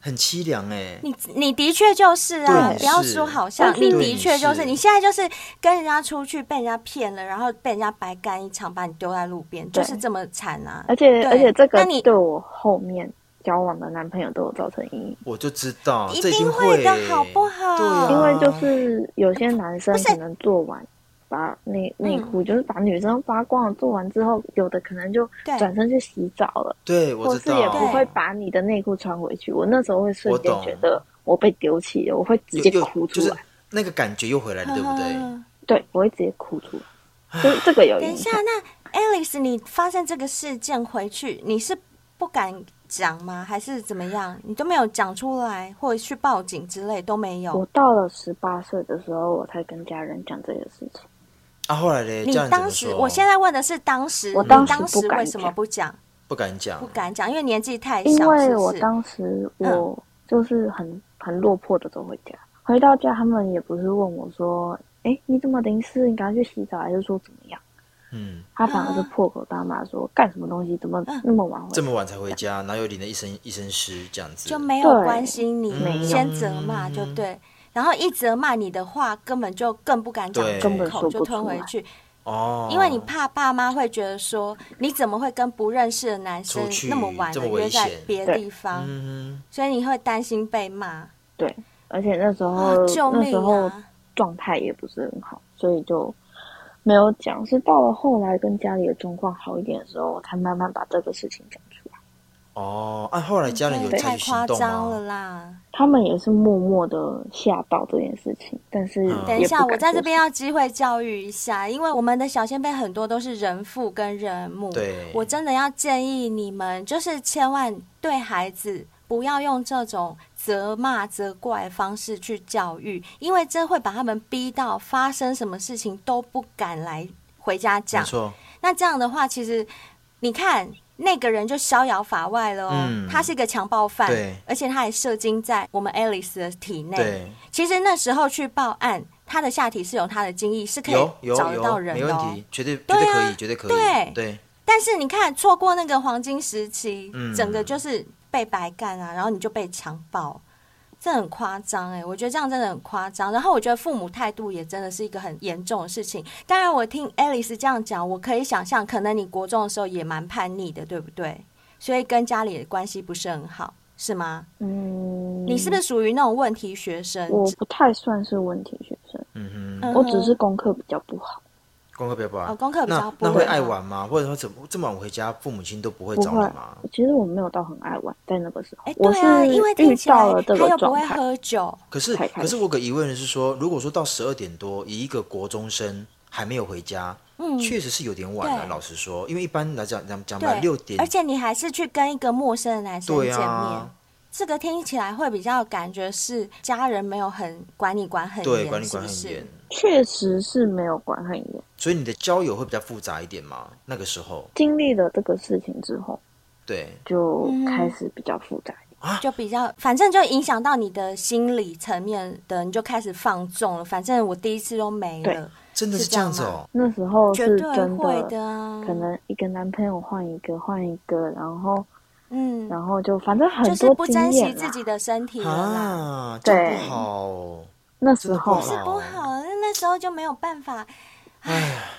[SPEAKER 3] 很凄凉哎。
[SPEAKER 2] 你你的确就是啊，
[SPEAKER 3] 对
[SPEAKER 2] 不要
[SPEAKER 3] 是
[SPEAKER 2] 说好像，
[SPEAKER 4] 但是
[SPEAKER 2] 你的确就
[SPEAKER 3] 对
[SPEAKER 2] 是，
[SPEAKER 3] 是
[SPEAKER 2] 你现在就是跟人家出去被人家骗了，然后被人家白干一场，把你丢在路边，就
[SPEAKER 4] 对
[SPEAKER 2] 是这么惨啊！
[SPEAKER 4] 而且
[SPEAKER 2] 对
[SPEAKER 4] 而且这
[SPEAKER 2] 那
[SPEAKER 4] 个
[SPEAKER 2] 你
[SPEAKER 4] 对我后面交往的男朋友都有造成阴影，
[SPEAKER 3] 我就知道，
[SPEAKER 2] 一
[SPEAKER 3] 这
[SPEAKER 2] 定
[SPEAKER 3] 会
[SPEAKER 2] 会的好不好
[SPEAKER 3] 对啊，
[SPEAKER 4] 因为就是有些男生
[SPEAKER 2] 哦不是嗯
[SPEAKER 4] 可能做完把内内裤，就是把女生扒光了，做完之后，有的可能就
[SPEAKER 2] 对
[SPEAKER 4] 转身去洗澡了，
[SPEAKER 3] 对
[SPEAKER 4] 或
[SPEAKER 3] 我知
[SPEAKER 4] 是
[SPEAKER 3] 道，
[SPEAKER 4] 也不会
[SPEAKER 2] 对
[SPEAKER 4] 把你的内裤穿回去。我那时候会瞬间
[SPEAKER 3] 我懂
[SPEAKER 4] 觉得我被丢弃了，我会直
[SPEAKER 3] 又
[SPEAKER 4] 接
[SPEAKER 3] 又
[SPEAKER 4] 哭出
[SPEAKER 3] 就
[SPEAKER 4] 来，
[SPEAKER 3] 是那个感觉又回来了，对不对？
[SPEAKER 2] 嗯
[SPEAKER 4] 对我会直接哭出来，就是这个有
[SPEAKER 2] 等一
[SPEAKER 4] 影
[SPEAKER 2] 下
[SPEAKER 4] 响。，
[SPEAKER 2] 那 Alice，你发生这个事件回去，你是不敢讲吗？还是怎么样？你都没有讲出来，或者去报警之类都没
[SPEAKER 4] 我
[SPEAKER 2] 有。
[SPEAKER 4] 到了十八岁的时候，我才跟家人讲这个事情。
[SPEAKER 3] 啊，后来嘞，
[SPEAKER 2] 你
[SPEAKER 3] 家人怎么
[SPEAKER 2] 当时，
[SPEAKER 3] 说？
[SPEAKER 2] 我现在问的是当时，
[SPEAKER 4] 我
[SPEAKER 2] 你
[SPEAKER 4] 当时
[SPEAKER 2] 当时
[SPEAKER 4] 不敢
[SPEAKER 2] 为什么
[SPEAKER 4] 讲
[SPEAKER 2] 不讲？
[SPEAKER 3] 不敢讲，
[SPEAKER 2] 不敢讲，因为年纪太小，
[SPEAKER 4] 因为
[SPEAKER 2] 是
[SPEAKER 4] 我
[SPEAKER 2] 不是
[SPEAKER 4] 当时
[SPEAKER 2] 嗯
[SPEAKER 4] 我就是很很落魄的走回家，回到家他们也不是问我说，哎，你怎么淋湿？你赶快去洗澡，还是说怎么样？
[SPEAKER 3] 嗯，
[SPEAKER 4] 他反而是
[SPEAKER 2] 啊
[SPEAKER 4] 破口大骂说，干什么东西？怎么
[SPEAKER 2] 嗯
[SPEAKER 4] 那么晚回
[SPEAKER 3] 这
[SPEAKER 4] 来？
[SPEAKER 3] 么晚才回家，然后又淋了一身一身湿，这样子嗯
[SPEAKER 2] 就没有
[SPEAKER 4] 对
[SPEAKER 2] 关心你，
[SPEAKER 3] 没有
[SPEAKER 2] 先责骂就对。然后一责骂你的话，根本就更不敢讲
[SPEAKER 3] 对
[SPEAKER 2] 出
[SPEAKER 3] 根本
[SPEAKER 2] 口，
[SPEAKER 4] 说
[SPEAKER 2] 就
[SPEAKER 4] 不
[SPEAKER 2] 吞
[SPEAKER 4] 出
[SPEAKER 2] 回
[SPEAKER 4] 来
[SPEAKER 2] 去，
[SPEAKER 3] 哦，
[SPEAKER 2] 因为你怕爸妈会觉得说，你怎么会跟不认识的男生
[SPEAKER 3] 出去
[SPEAKER 2] 那么晚
[SPEAKER 3] 这
[SPEAKER 2] 了
[SPEAKER 3] 么危
[SPEAKER 2] 约在
[SPEAKER 3] 险
[SPEAKER 2] 别
[SPEAKER 4] 对
[SPEAKER 2] 地方，
[SPEAKER 3] 嗯
[SPEAKER 2] 所以你会担心被骂。
[SPEAKER 4] 对，而且那时候、
[SPEAKER 2] 啊救
[SPEAKER 4] 哦那
[SPEAKER 2] 命
[SPEAKER 4] 时候
[SPEAKER 2] 啊
[SPEAKER 4] 状态也不是很好，所以就没有讲。是到了后来跟家里的状况好一点的时候，我才慢慢把这个事情讲出来。
[SPEAKER 3] 哦，啊，后来家人有
[SPEAKER 2] 嗯对
[SPEAKER 3] 采
[SPEAKER 2] 太
[SPEAKER 3] 取
[SPEAKER 2] 夸
[SPEAKER 3] 行动啊
[SPEAKER 2] 张了
[SPEAKER 3] 吗？
[SPEAKER 2] 啦！
[SPEAKER 4] 他们也是默默的吓到这件事情，但是
[SPEAKER 3] 嗯
[SPEAKER 2] 等一
[SPEAKER 4] 也不
[SPEAKER 2] 下，我
[SPEAKER 4] 敢
[SPEAKER 2] 在这
[SPEAKER 4] 说
[SPEAKER 2] 边要机会教育一下，因为我们的小先辈很多都是人父跟人母，
[SPEAKER 3] 对
[SPEAKER 2] 我真的要建议你们，就是千万对孩子不要用这种责骂、责怪的方式去教育，因为这会把他们逼到发生什么事情都不敢来回家
[SPEAKER 3] 没
[SPEAKER 2] 讲。
[SPEAKER 3] 错，
[SPEAKER 2] 那这样的话，其实你看那个人就逍遥法外了哦，
[SPEAKER 3] 嗯
[SPEAKER 2] 他是一个强暴犯
[SPEAKER 3] 对，
[SPEAKER 2] 而且他还射精在我们 Alice 的体内
[SPEAKER 3] 对。
[SPEAKER 2] 其实那时候去报案，他的下体是有他的精液，是可以
[SPEAKER 3] 有有
[SPEAKER 2] 找得到
[SPEAKER 3] 有，
[SPEAKER 2] 人
[SPEAKER 3] 没
[SPEAKER 2] 的、
[SPEAKER 3] 问
[SPEAKER 2] 哦
[SPEAKER 3] 题。，绝对绝
[SPEAKER 2] 对
[SPEAKER 3] 对
[SPEAKER 2] 啊
[SPEAKER 3] 可以，绝对可以，
[SPEAKER 2] 对
[SPEAKER 3] 对，
[SPEAKER 2] 但是你看，错过那个黄金时期，
[SPEAKER 3] 嗯
[SPEAKER 2] 整个就是被白干啊，然后你就被强暴，这很夸张哎、我觉得这样真的很夸张。然后我觉得父母态度也真的是一个很严重的事情。当然，我听 Alice 这样讲，我可以想象，可能你国中的时候也蛮叛逆的，对不对？所以跟家里的关系不是很好，是吗？
[SPEAKER 4] 嗯，
[SPEAKER 2] 你是不是属于那种问题学生？
[SPEAKER 4] 我不太算是问题学生，
[SPEAKER 3] 嗯哼，
[SPEAKER 2] 嗯哼
[SPEAKER 4] 我只是功课比较不好。
[SPEAKER 3] 功课比较不好，
[SPEAKER 2] 哦功课比较不
[SPEAKER 3] 那那会
[SPEAKER 2] 好
[SPEAKER 3] 爱玩吗？或者说怎么这么晚回家，父母亲都不会
[SPEAKER 4] 不
[SPEAKER 3] 找你
[SPEAKER 4] 会
[SPEAKER 3] 吗？，
[SPEAKER 4] 其实我没有到很爱玩，在那个时候，
[SPEAKER 2] 哎、
[SPEAKER 4] 我
[SPEAKER 2] 对啊，因为
[SPEAKER 4] 是遇
[SPEAKER 2] 听起来
[SPEAKER 4] 到了这
[SPEAKER 2] 他
[SPEAKER 4] 个
[SPEAKER 2] 又不
[SPEAKER 4] 状
[SPEAKER 2] 会
[SPEAKER 4] 态。
[SPEAKER 2] 喝酒，
[SPEAKER 3] 可是
[SPEAKER 4] 太开
[SPEAKER 3] 可是我有个疑问是说，如果说到十二点多，以一个国中生还没有回家，
[SPEAKER 2] 嗯，
[SPEAKER 3] 确实是有点晚了。
[SPEAKER 2] 对
[SPEAKER 3] 老实说，因为一般来讲，讲讲白
[SPEAKER 2] 对，
[SPEAKER 3] 六点
[SPEAKER 2] 而，且你还是去跟一个陌生的男生
[SPEAKER 3] 对
[SPEAKER 2] 见面，
[SPEAKER 3] 啊，
[SPEAKER 2] 这个听起来会比较感觉是家人没有很管你管很严，
[SPEAKER 3] 对，管理管
[SPEAKER 2] 是不
[SPEAKER 3] 很
[SPEAKER 2] 是
[SPEAKER 3] 严，
[SPEAKER 4] 确实是没有管很严。
[SPEAKER 3] 所以你的交友会比较复杂一点嘛？那个时候，
[SPEAKER 4] 经历了这个事情之后，
[SPEAKER 3] 对，
[SPEAKER 4] 就
[SPEAKER 2] 嗯
[SPEAKER 4] 开始比较复杂一点。
[SPEAKER 2] 就比较，反正就影响到你的心理层面的，你就开始放纵了。反正我第一次都没了
[SPEAKER 4] 对，
[SPEAKER 3] 真的
[SPEAKER 2] 是
[SPEAKER 3] 是
[SPEAKER 2] 这
[SPEAKER 3] 这
[SPEAKER 2] 样
[SPEAKER 3] 样子哦。
[SPEAKER 4] 那时候
[SPEAKER 2] 绝
[SPEAKER 4] 是
[SPEAKER 2] 对
[SPEAKER 4] 真
[SPEAKER 2] 会的啊。
[SPEAKER 4] 可能一个男朋友换一个， [laughs] 换一个，然后
[SPEAKER 2] 嗯，
[SPEAKER 4] 然后就反正很
[SPEAKER 2] 就是
[SPEAKER 4] 多
[SPEAKER 2] 不
[SPEAKER 4] 经
[SPEAKER 2] 珍惜
[SPEAKER 4] 验
[SPEAKER 2] 自
[SPEAKER 4] 啦。
[SPEAKER 2] 己的身体了啦，
[SPEAKER 3] 啊，这样
[SPEAKER 4] 对
[SPEAKER 3] 不好哦，
[SPEAKER 4] 那
[SPEAKER 3] 真
[SPEAKER 4] 时
[SPEAKER 3] 的不
[SPEAKER 4] 候
[SPEAKER 3] 好，
[SPEAKER 2] 是不好，
[SPEAKER 3] 哦
[SPEAKER 2] 那那时候就没有办法。唉，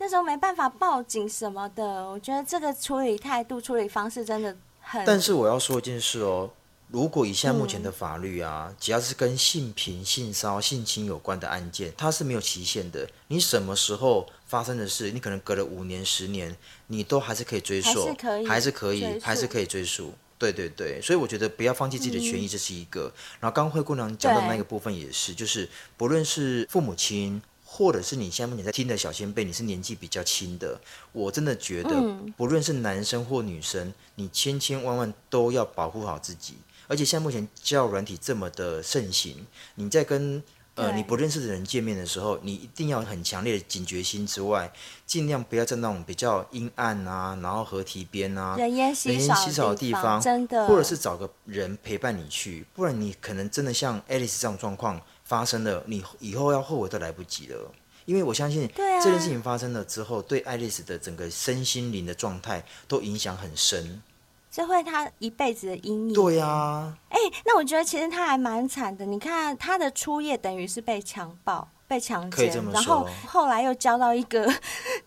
[SPEAKER 2] 那时候没办法报警什么的，我觉得这个处理态度、处理方式真的很。嗯
[SPEAKER 3] 但是我要说一件事哦，如果以现在目前的法律啊，只要是跟性平、性骚扰、性侵有关的案件，它是没有期限的。你什么时候发生的事，你可能隔了五年、十年，你都还是可以追溯，
[SPEAKER 2] 还是可以追
[SPEAKER 3] 还是可以，
[SPEAKER 2] 溯
[SPEAKER 3] 还是可以追溯。对对对，所以我觉得不要放弃自己的权益，这是一个。然后刚刚灰姑娘讲到
[SPEAKER 2] 嗯对
[SPEAKER 3] 那个部分也是，就是不论是父母亲，或者是你现在目前在听的小先辈，你是年纪比较轻的，我真的觉得
[SPEAKER 2] 嗯，
[SPEAKER 3] 不论是男生或女生，你千千万万都要保护好自己。而且现在目前交友软体这么的盛行，你在跟呃
[SPEAKER 2] 对
[SPEAKER 3] 你不认识的人见面的时候，你一定要有很强烈的警觉心之外，尽量不要在那种比较阴暗啊，然后河堤边啊，
[SPEAKER 2] 人烟
[SPEAKER 3] 人
[SPEAKER 2] 稀
[SPEAKER 3] 烟
[SPEAKER 2] 少
[SPEAKER 3] 稀少的地
[SPEAKER 2] 方，真的，
[SPEAKER 3] 或者是找个人陪伴你去，不然你可能真的像 Alice 这种状况发生了，你以后要后悔都来不及了。因为我相信
[SPEAKER 2] 对啊
[SPEAKER 3] 这件事情发生了之后，对爱丽丝的整个身心灵的状态都影响很深。
[SPEAKER 2] 这会他一辈子的阴影。
[SPEAKER 3] 对啊，
[SPEAKER 2] 哎、那我觉得其实他还蛮惨的。你看他的初夜等于是被强暴、被强
[SPEAKER 3] 可以这
[SPEAKER 2] 奸，
[SPEAKER 3] 么
[SPEAKER 2] 然后
[SPEAKER 3] 说
[SPEAKER 2] 后来又交到一个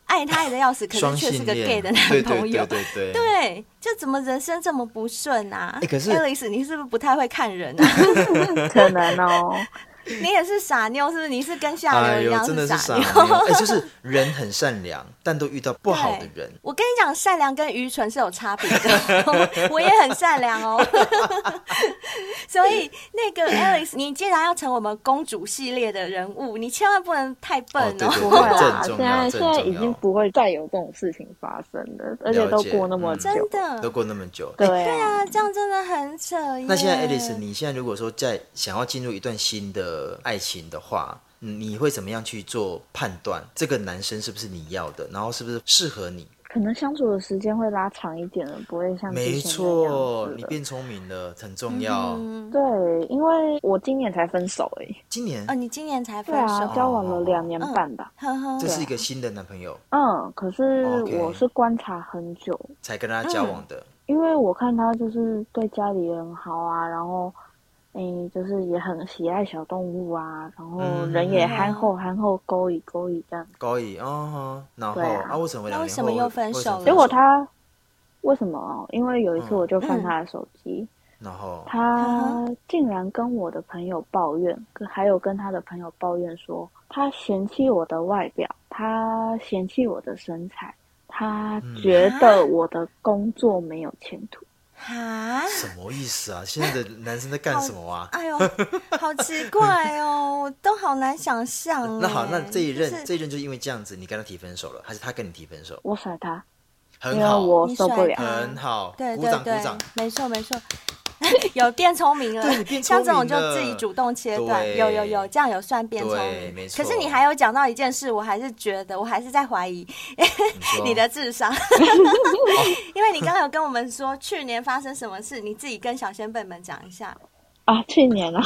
[SPEAKER 2] 爱他的要死，可
[SPEAKER 3] 双
[SPEAKER 2] 是却是
[SPEAKER 3] 性
[SPEAKER 2] 个
[SPEAKER 3] 恋
[SPEAKER 2] gay 的男朋友。
[SPEAKER 3] 对对对对对。
[SPEAKER 2] 对，啊就怎么人生这么不顺啊？
[SPEAKER 3] 哎可是
[SPEAKER 2] Alice，你是不是不太会看人啊？ [laughs]
[SPEAKER 4] 可能
[SPEAKER 3] [laughs]
[SPEAKER 4] 哦，
[SPEAKER 2] 你也是傻妞，是不是？你是跟下
[SPEAKER 3] 哎
[SPEAKER 2] 流一
[SPEAKER 3] 呦
[SPEAKER 2] 样，
[SPEAKER 3] 真的是
[SPEAKER 2] 傻
[SPEAKER 3] 傻妞！哎，就是人很善良，但都遇到不好的
[SPEAKER 2] [laughs] 对
[SPEAKER 3] 人。
[SPEAKER 2] 我跟你讲，善良跟愚蠢是有差别的。 [laughs] 我也很善良哦， [laughs] 所以那个 Alice，你既然要成我们公主系列的人物，你千万不能太笨
[SPEAKER 3] 哦对
[SPEAKER 2] 哦。
[SPEAKER 3] 对
[SPEAKER 4] 不会啦，
[SPEAKER 3] 这很
[SPEAKER 4] 现
[SPEAKER 3] 重要
[SPEAKER 4] 在
[SPEAKER 3] 这很
[SPEAKER 4] 现
[SPEAKER 3] 重要
[SPEAKER 4] 在已经不会再有这种事情发生了，而且都过那么
[SPEAKER 3] 了解嗯
[SPEAKER 4] 久，
[SPEAKER 2] [laughs] 真
[SPEAKER 3] 都
[SPEAKER 2] 的，
[SPEAKER 3] 过那么久，哎
[SPEAKER 4] 对
[SPEAKER 2] 对
[SPEAKER 4] 啊，
[SPEAKER 2] 啊，这样真的很扯耶。
[SPEAKER 3] 那现在 Alice，你现在如果说在想要进入一段新的爱情的话，嗯你会怎么样去做判断？这个男生是不是你要的？然后是不是适合你？
[SPEAKER 4] 可能相处的时间会拉长一点了，不会
[SPEAKER 2] 嗯
[SPEAKER 4] 像之前
[SPEAKER 3] 没
[SPEAKER 4] 那样
[SPEAKER 3] 错，
[SPEAKER 4] 子
[SPEAKER 3] 你
[SPEAKER 4] 了
[SPEAKER 3] 变聪明了，很重要。
[SPEAKER 2] 嗯
[SPEAKER 4] 对，因为我今年才分手哎、
[SPEAKER 3] 今年、嗯
[SPEAKER 2] 哦，你今年才分
[SPEAKER 4] 对啊，
[SPEAKER 2] 手，哦
[SPEAKER 4] 交往了两年半吧。
[SPEAKER 2] 呵呵
[SPEAKER 3] 这，是一个新的男朋友，
[SPEAKER 4] 嗯，可是
[SPEAKER 3] OK
[SPEAKER 4] 我是观察很久，
[SPEAKER 3] 才跟他交往的。
[SPEAKER 4] 因为我看他就是对家里人好啊，然后，诶、就是也很喜爱小动物啊，然后
[SPEAKER 3] 嗯
[SPEAKER 4] 人也憨厚憨厚，勾引勾引这样。
[SPEAKER 3] 高一哦，然后
[SPEAKER 4] 对啊
[SPEAKER 3] 啊，为什么两
[SPEAKER 2] 那为
[SPEAKER 3] 年
[SPEAKER 2] 什么
[SPEAKER 3] 后
[SPEAKER 2] 又分
[SPEAKER 3] 为什
[SPEAKER 2] 手
[SPEAKER 3] 么
[SPEAKER 2] 了
[SPEAKER 4] 结果
[SPEAKER 3] 手
[SPEAKER 4] 他为什么哦？因为有一次
[SPEAKER 3] 嗯
[SPEAKER 4] 我就翻
[SPEAKER 2] 嗯
[SPEAKER 4] 他的手机，
[SPEAKER 3] 然后
[SPEAKER 4] 他竟然跟我的朋友抱怨，跟还有跟他的朋友抱怨说，他嫌弃我的外表，他嫌弃我的身材，他觉得我的工作没有前途。
[SPEAKER 2] 哈，
[SPEAKER 3] 什么意思啊？现在的男生在干什么
[SPEAKER 2] [laughs]
[SPEAKER 3] 啊？
[SPEAKER 2] 哎呦，好奇怪哦，我都好难想象。
[SPEAKER 3] [laughs]
[SPEAKER 2] 哎
[SPEAKER 3] 那好，那这一任、
[SPEAKER 2] 就是
[SPEAKER 3] 这一任就是因为这样子，你跟他提分手了，还是他跟你提分手？
[SPEAKER 4] 我甩他，因
[SPEAKER 3] 很
[SPEAKER 4] 为
[SPEAKER 3] 好，
[SPEAKER 4] 我
[SPEAKER 2] 你
[SPEAKER 4] 受不
[SPEAKER 2] 甩
[SPEAKER 4] 了。
[SPEAKER 2] 他
[SPEAKER 3] 很好，
[SPEAKER 2] 嗯对
[SPEAKER 3] 鼓
[SPEAKER 2] 对
[SPEAKER 3] 掌鼓
[SPEAKER 2] 对
[SPEAKER 3] 掌。，
[SPEAKER 2] 没错没错， [laughs] 有变聪明了。
[SPEAKER 3] 对你变
[SPEAKER 2] 像这种
[SPEAKER 3] 聪明
[SPEAKER 2] 就自己
[SPEAKER 3] 了
[SPEAKER 2] 主动切断，
[SPEAKER 3] 对
[SPEAKER 2] 有有有，这样有算变聪
[SPEAKER 3] 对
[SPEAKER 2] 明。
[SPEAKER 3] 没
[SPEAKER 2] 可是
[SPEAKER 3] 错
[SPEAKER 2] 你还有讲到一件事，我还是觉得我还是在怀疑
[SPEAKER 3] 你
[SPEAKER 2] [laughs]
[SPEAKER 3] 说
[SPEAKER 2] 你的智
[SPEAKER 3] [laughs]
[SPEAKER 2] 商，哦因为你刚刚有跟我们说去年发生什么事，你自己跟小先辈们讲一下。
[SPEAKER 3] 哦
[SPEAKER 4] 啊，去
[SPEAKER 2] [laughs]
[SPEAKER 4] 年啊，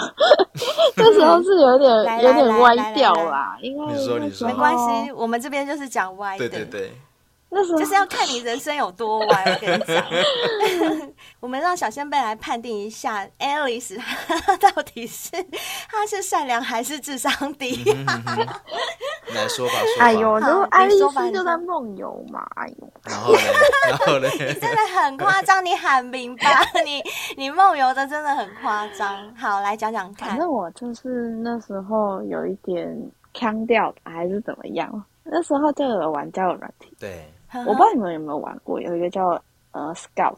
[SPEAKER 4] [laughs] 那时候是有点
[SPEAKER 2] 来
[SPEAKER 4] 有
[SPEAKER 2] 来来
[SPEAKER 4] 点歪
[SPEAKER 2] 来来
[SPEAKER 4] 掉
[SPEAKER 2] 来
[SPEAKER 4] 啦，因为
[SPEAKER 3] 你说
[SPEAKER 4] 那
[SPEAKER 3] 你
[SPEAKER 4] 时
[SPEAKER 3] 说
[SPEAKER 4] 候
[SPEAKER 2] 没关系，我们这边就是讲歪的。
[SPEAKER 3] 对对对，啊
[SPEAKER 4] 那时候
[SPEAKER 2] 就是要看你人生有多歪。我跟你
[SPEAKER 3] [laughs]
[SPEAKER 2] 讲，我们让小仙贝来判定一下，Alice [laughs] 她到底是她是善良还是智商低？
[SPEAKER 3] 嗯来说吧，说吧。
[SPEAKER 4] 哎呦，然后
[SPEAKER 2] 好
[SPEAKER 4] 爱丽
[SPEAKER 2] 你说吧
[SPEAKER 4] 丝
[SPEAKER 2] 你
[SPEAKER 4] 就
[SPEAKER 2] 说
[SPEAKER 4] 在梦游嘛，哎呦，
[SPEAKER 3] 然后嘞，
[SPEAKER 2] [laughs]
[SPEAKER 3] 然后嘞，
[SPEAKER 2] [laughs] 真的很夸张，你喊明
[SPEAKER 3] [laughs]
[SPEAKER 2] 白，你你梦游的真的很夸张。好，来讲讲
[SPEAKER 4] 反
[SPEAKER 2] 看。
[SPEAKER 4] 正我就是那时候有一点腔调吧还是怎么样，那时候就有玩交友软体，
[SPEAKER 3] 对，
[SPEAKER 2] 啊
[SPEAKER 4] 我不知道你们有没有玩过，有一个叫呃 Scout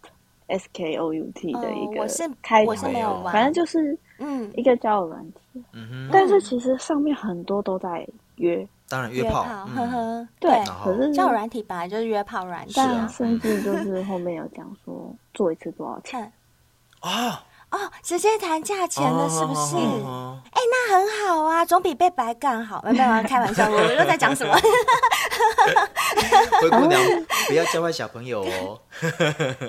[SPEAKER 4] S K O U T 的一
[SPEAKER 2] 嗯
[SPEAKER 4] 个，
[SPEAKER 2] 我是
[SPEAKER 4] 开
[SPEAKER 2] 我
[SPEAKER 4] 头哦
[SPEAKER 2] 是没有玩，
[SPEAKER 4] 反正就是
[SPEAKER 2] 嗯
[SPEAKER 4] 一个交友软体，
[SPEAKER 3] 嗯哼，
[SPEAKER 4] 但是其实上面很多都在约，
[SPEAKER 3] 当然约炮，
[SPEAKER 2] 呵
[SPEAKER 3] 嗯，
[SPEAKER 2] 呵，
[SPEAKER 4] 对
[SPEAKER 3] 然，后
[SPEAKER 4] 可是
[SPEAKER 2] 交友软体本来就是约炮软体
[SPEAKER 3] 是啊
[SPEAKER 4] 但甚至就是后面有讲说做一次多少
[SPEAKER 2] [laughs]
[SPEAKER 4] 钱，
[SPEAKER 2] 看
[SPEAKER 3] 啊，
[SPEAKER 2] 嗯哦，直接谈价钱的是不是？
[SPEAKER 3] 哦
[SPEAKER 2] 哎、那很好啊，总比被白干好。没有没有，开
[SPEAKER 3] [laughs]
[SPEAKER 2] 玩笑，我又在讲什么？
[SPEAKER 3] 哦灰姑
[SPEAKER 2] [laughs]
[SPEAKER 3] 娘，不要教坏小朋友哦。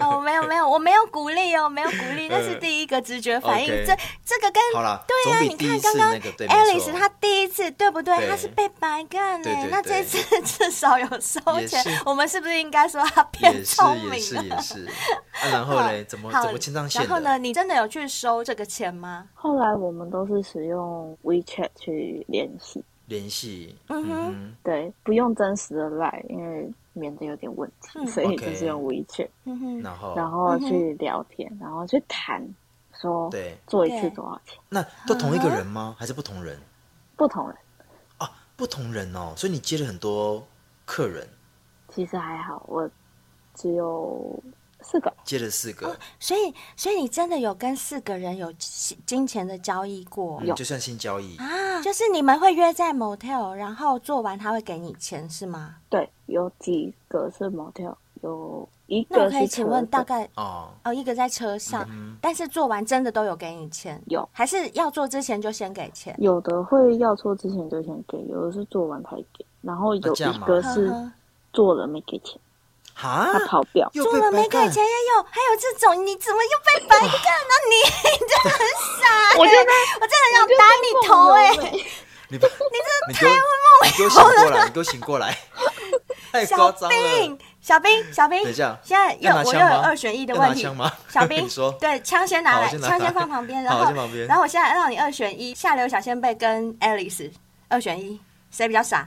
[SPEAKER 2] 哦，没有没有，我没有鼓励哦，没有鼓励，那是第一个直觉反应。
[SPEAKER 3] OK
[SPEAKER 2] 这这个跟
[SPEAKER 3] 好啦
[SPEAKER 2] 对啊，
[SPEAKER 3] 总比
[SPEAKER 2] 你
[SPEAKER 3] 第一
[SPEAKER 2] 看刚
[SPEAKER 3] 次
[SPEAKER 2] 刚
[SPEAKER 3] 那个对没
[SPEAKER 2] Alice
[SPEAKER 3] 错
[SPEAKER 2] 她第一次对不对？
[SPEAKER 3] 对
[SPEAKER 2] 她是被白干呢
[SPEAKER 3] 对对，
[SPEAKER 2] 那这
[SPEAKER 3] 对
[SPEAKER 2] 次 [laughs] 至少有收
[SPEAKER 3] 也
[SPEAKER 2] 钱
[SPEAKER 3] 是，
[SPEAKER 2] 我们是不是应该说她变
[SPEAKER 3] 也是
[SPEAKER 2] 聪
[SPEAKER 3] 也
[SPEAKER 2] 明
[SPEAKER 3] 是
[SPEAKER 2] 了？
[SPEAKER 3] 也
[SPEAKER 2] [laughs]
[SPEAKER 3] 是，啊，然后嘞，怎么
[SPEAKER 2] 好
[SPEAKER 3] 怎么牵上线
[SPEAKER 2] 然后
[SPEAKER 3] 的？
[SPEAKER 2] 呢，你真的有去收这个钱吗？
[SPEAKER 4] 后来我们都是使用 WeChat 去联系，
[SPEAKER 3] 联系，
[SPEAKER 2] 嗯哼
[SPEAKER 3] 嗯
[SPEAKER 4] 对，不用真实的来，因为免得有点问题，
[SPEAKER 2] 嗯
[SPEAKER 4] 所以
[SPEAKER 3] OK 哦
[SPEAKER 4] 就是用 WeChat，、
[SPEAKER 2] 嗯哼，
[SPEAKER 3] 哼，然后
[SPEAKER 4] 然后去聊天，然后去谈，说
[SPEAKER 3] 对
[SPEAKER 4] 做一次多少钱，
[SPEAKER 3] 那都同一个人吗？还是不同人？
[SPEAKER 4] 不同人
[SPEAKER 3] 啊，不同人哦，所以你接了很多客人，
[SPEAKER 4] 其实还好，我只有四个，
[SPEAKER 3] 接了四个，
[SPEAKER 2] 所以所以你真的有跟四个人有金钱的交易过？
[SPEAKER 3] 嗯
[SPEAKER 4] 有
[SPEAKER 3] 就算性交易，
[SPEAKER 2] 啊，就是你们会约在 motel，然后做完他会给你钱是吗？
[SPEAKER 4] 对，有几个是 motel，有一
[SPEAKER 2] 那
[SPEAKER 4] 个
[SPEAKER 2] 我
[SPEAKER 4] 是
[SPEAKER 2] 可以请
[SPEAKER 4] 车
[SPEAKER 2] 问
[SPEAKER 4] 的
[SPEAKER 2] 大概
[SPEAKER 3] 哦，嗯
[SPEAKER 2] 哦，一个在车上，但是做完真的都有给你钱，
[SPEAKER 4] 有
[SPEAKER 2] 还是要做之前就先给钱？
[SPEAKER 4] 有的会要做之前就先给，有的是做完才给，然后有
[SPEAKER 3] 啊这样
[SPEAKER 4] 一
[SPEAKER 3] 吗
[SPEAKER 4] 个
[SPEAKER 2] 呵
[SPEAKER 4] 是
[SPEAKER 2] 呵
[SPEAKER 4] 做了没给钱，
[SPEAKER 3] 哈
[SPEAKER 2] 啊
[SPEAKER 4] 他，跑掉。
[SPEAKER 3] 又
[SPEAKER 2] 做
[SPEAKER 3] 被
[SPEAKER 2] 了没
[SPEAKER 3] 白
[SPEAKER 2] 给
[SPEAKER 3] 干
[SPEAKER 2] 钱，也有，还有这种你怎么又被白干了？你你真的很傻欸、
[SPEAKER 4] 我就在
[SPEAKER 2] 我真的想打你头哎、
[SPEAKER 4] 梦游美
[SPEAKER 3] 你不，你给我，你给我醒过来，你给我醒过来， [laughs] 太
[SPEAKER 2] 小
[SPEAKER 3] 夸张了
[SPEAKER 2] 兵。，小兵，小兵，
[SPEAKER 3] 等一下
[SPEAKER 2] 现在又
[SPEAKER 3] 要拿
[SPEAKER 2] 我又
[SPEAKER 3] 枪
[SPEAKER 2] 有
[SPEAKER 3] 吗
[SPEAKER 2] 二选一的
[SPEAKER 3] 要拿
[SPEAKER 2] 问题
[SPEAKER 3] 枪吗。
[SPEAKER 2] 小兵
[SPEAKER 3] [laughs] 你说，
[SPEAKER 2] 对，枪先拿
[SPEAKER 3] 好
[SPEAKER 2] 来，
[SPEAKER 3] 先拿
[SPEAKER 2] 枪先
[SPEAKER 3] 来
[SPEAKER 2] 放旁边，然
[SPEAKER 3] 好
[SPEAKER 2] 后
[SPEAKER 3] 先旁边
[SPEAKER 2] 然后我现在让你二选一，下流小仙贝跟 Alice 二选一，谁比较傻？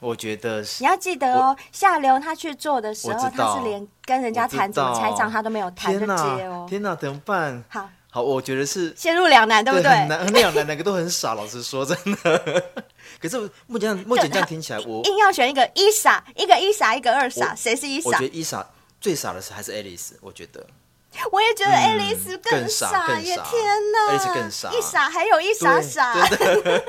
[SPEAKER 3] 我觉得是
[SPEAKER 2] 你要记得哦，下流他去做的时
[SPEAKER 3] 我
[SPEAKER 2] 候，
[SPEAKER 3] 知道
[SPEAKER 2] 他是连跟人家谈怎么拆账他都没有谈就
[SPEAKER 3] 天
[SPEAKER 2] 接哦。
[SPEAKER 3] 天哪，怎么办？
[SPEAKER 2] 好，
[SPEAKER 3] 好，我觉得是，
[SPEAKER 2] 陷入两难，对不
[SPEAKER 3] 很
[SPEAKER 2] 对？
[SPEAKER 3] 难，很两难，哪个都很傻。老实说，真的。 [laughs] 可是目前目前这样听起来，我
[SPEAKER 2] 硬要选一个一傻，一个一傻，一个二傻，
[SPEAKER 3] 我
[SPEAKER 2] 谁是 [laughs] 一
[SPEAKER 3] 我
[SPEAKER 2] 傻
[SPEAKER 3] 觉得？伊莎最傻的是还是 Alice，我觉得
[SPEAKER 2] [laughs] 我也觉得
[SPEAKER 3] 嗯
[SPEAKER 2] Alice
[SPEAKER 3] 更傻
[SPEAKER 2] 傻
[SPEAKER 3] 更
[SPEAKER 2] 耶！
[SPEAKER 3] 傻
[SPEAKER 2] 天哪
[SPEAKER 3] Alice 更傻
[SPEAKER 2] 一傻还有一傻
[SPEAKER 3] 对
[SPEAKER 2] 傻。哎
[SPEAKER 3] 真的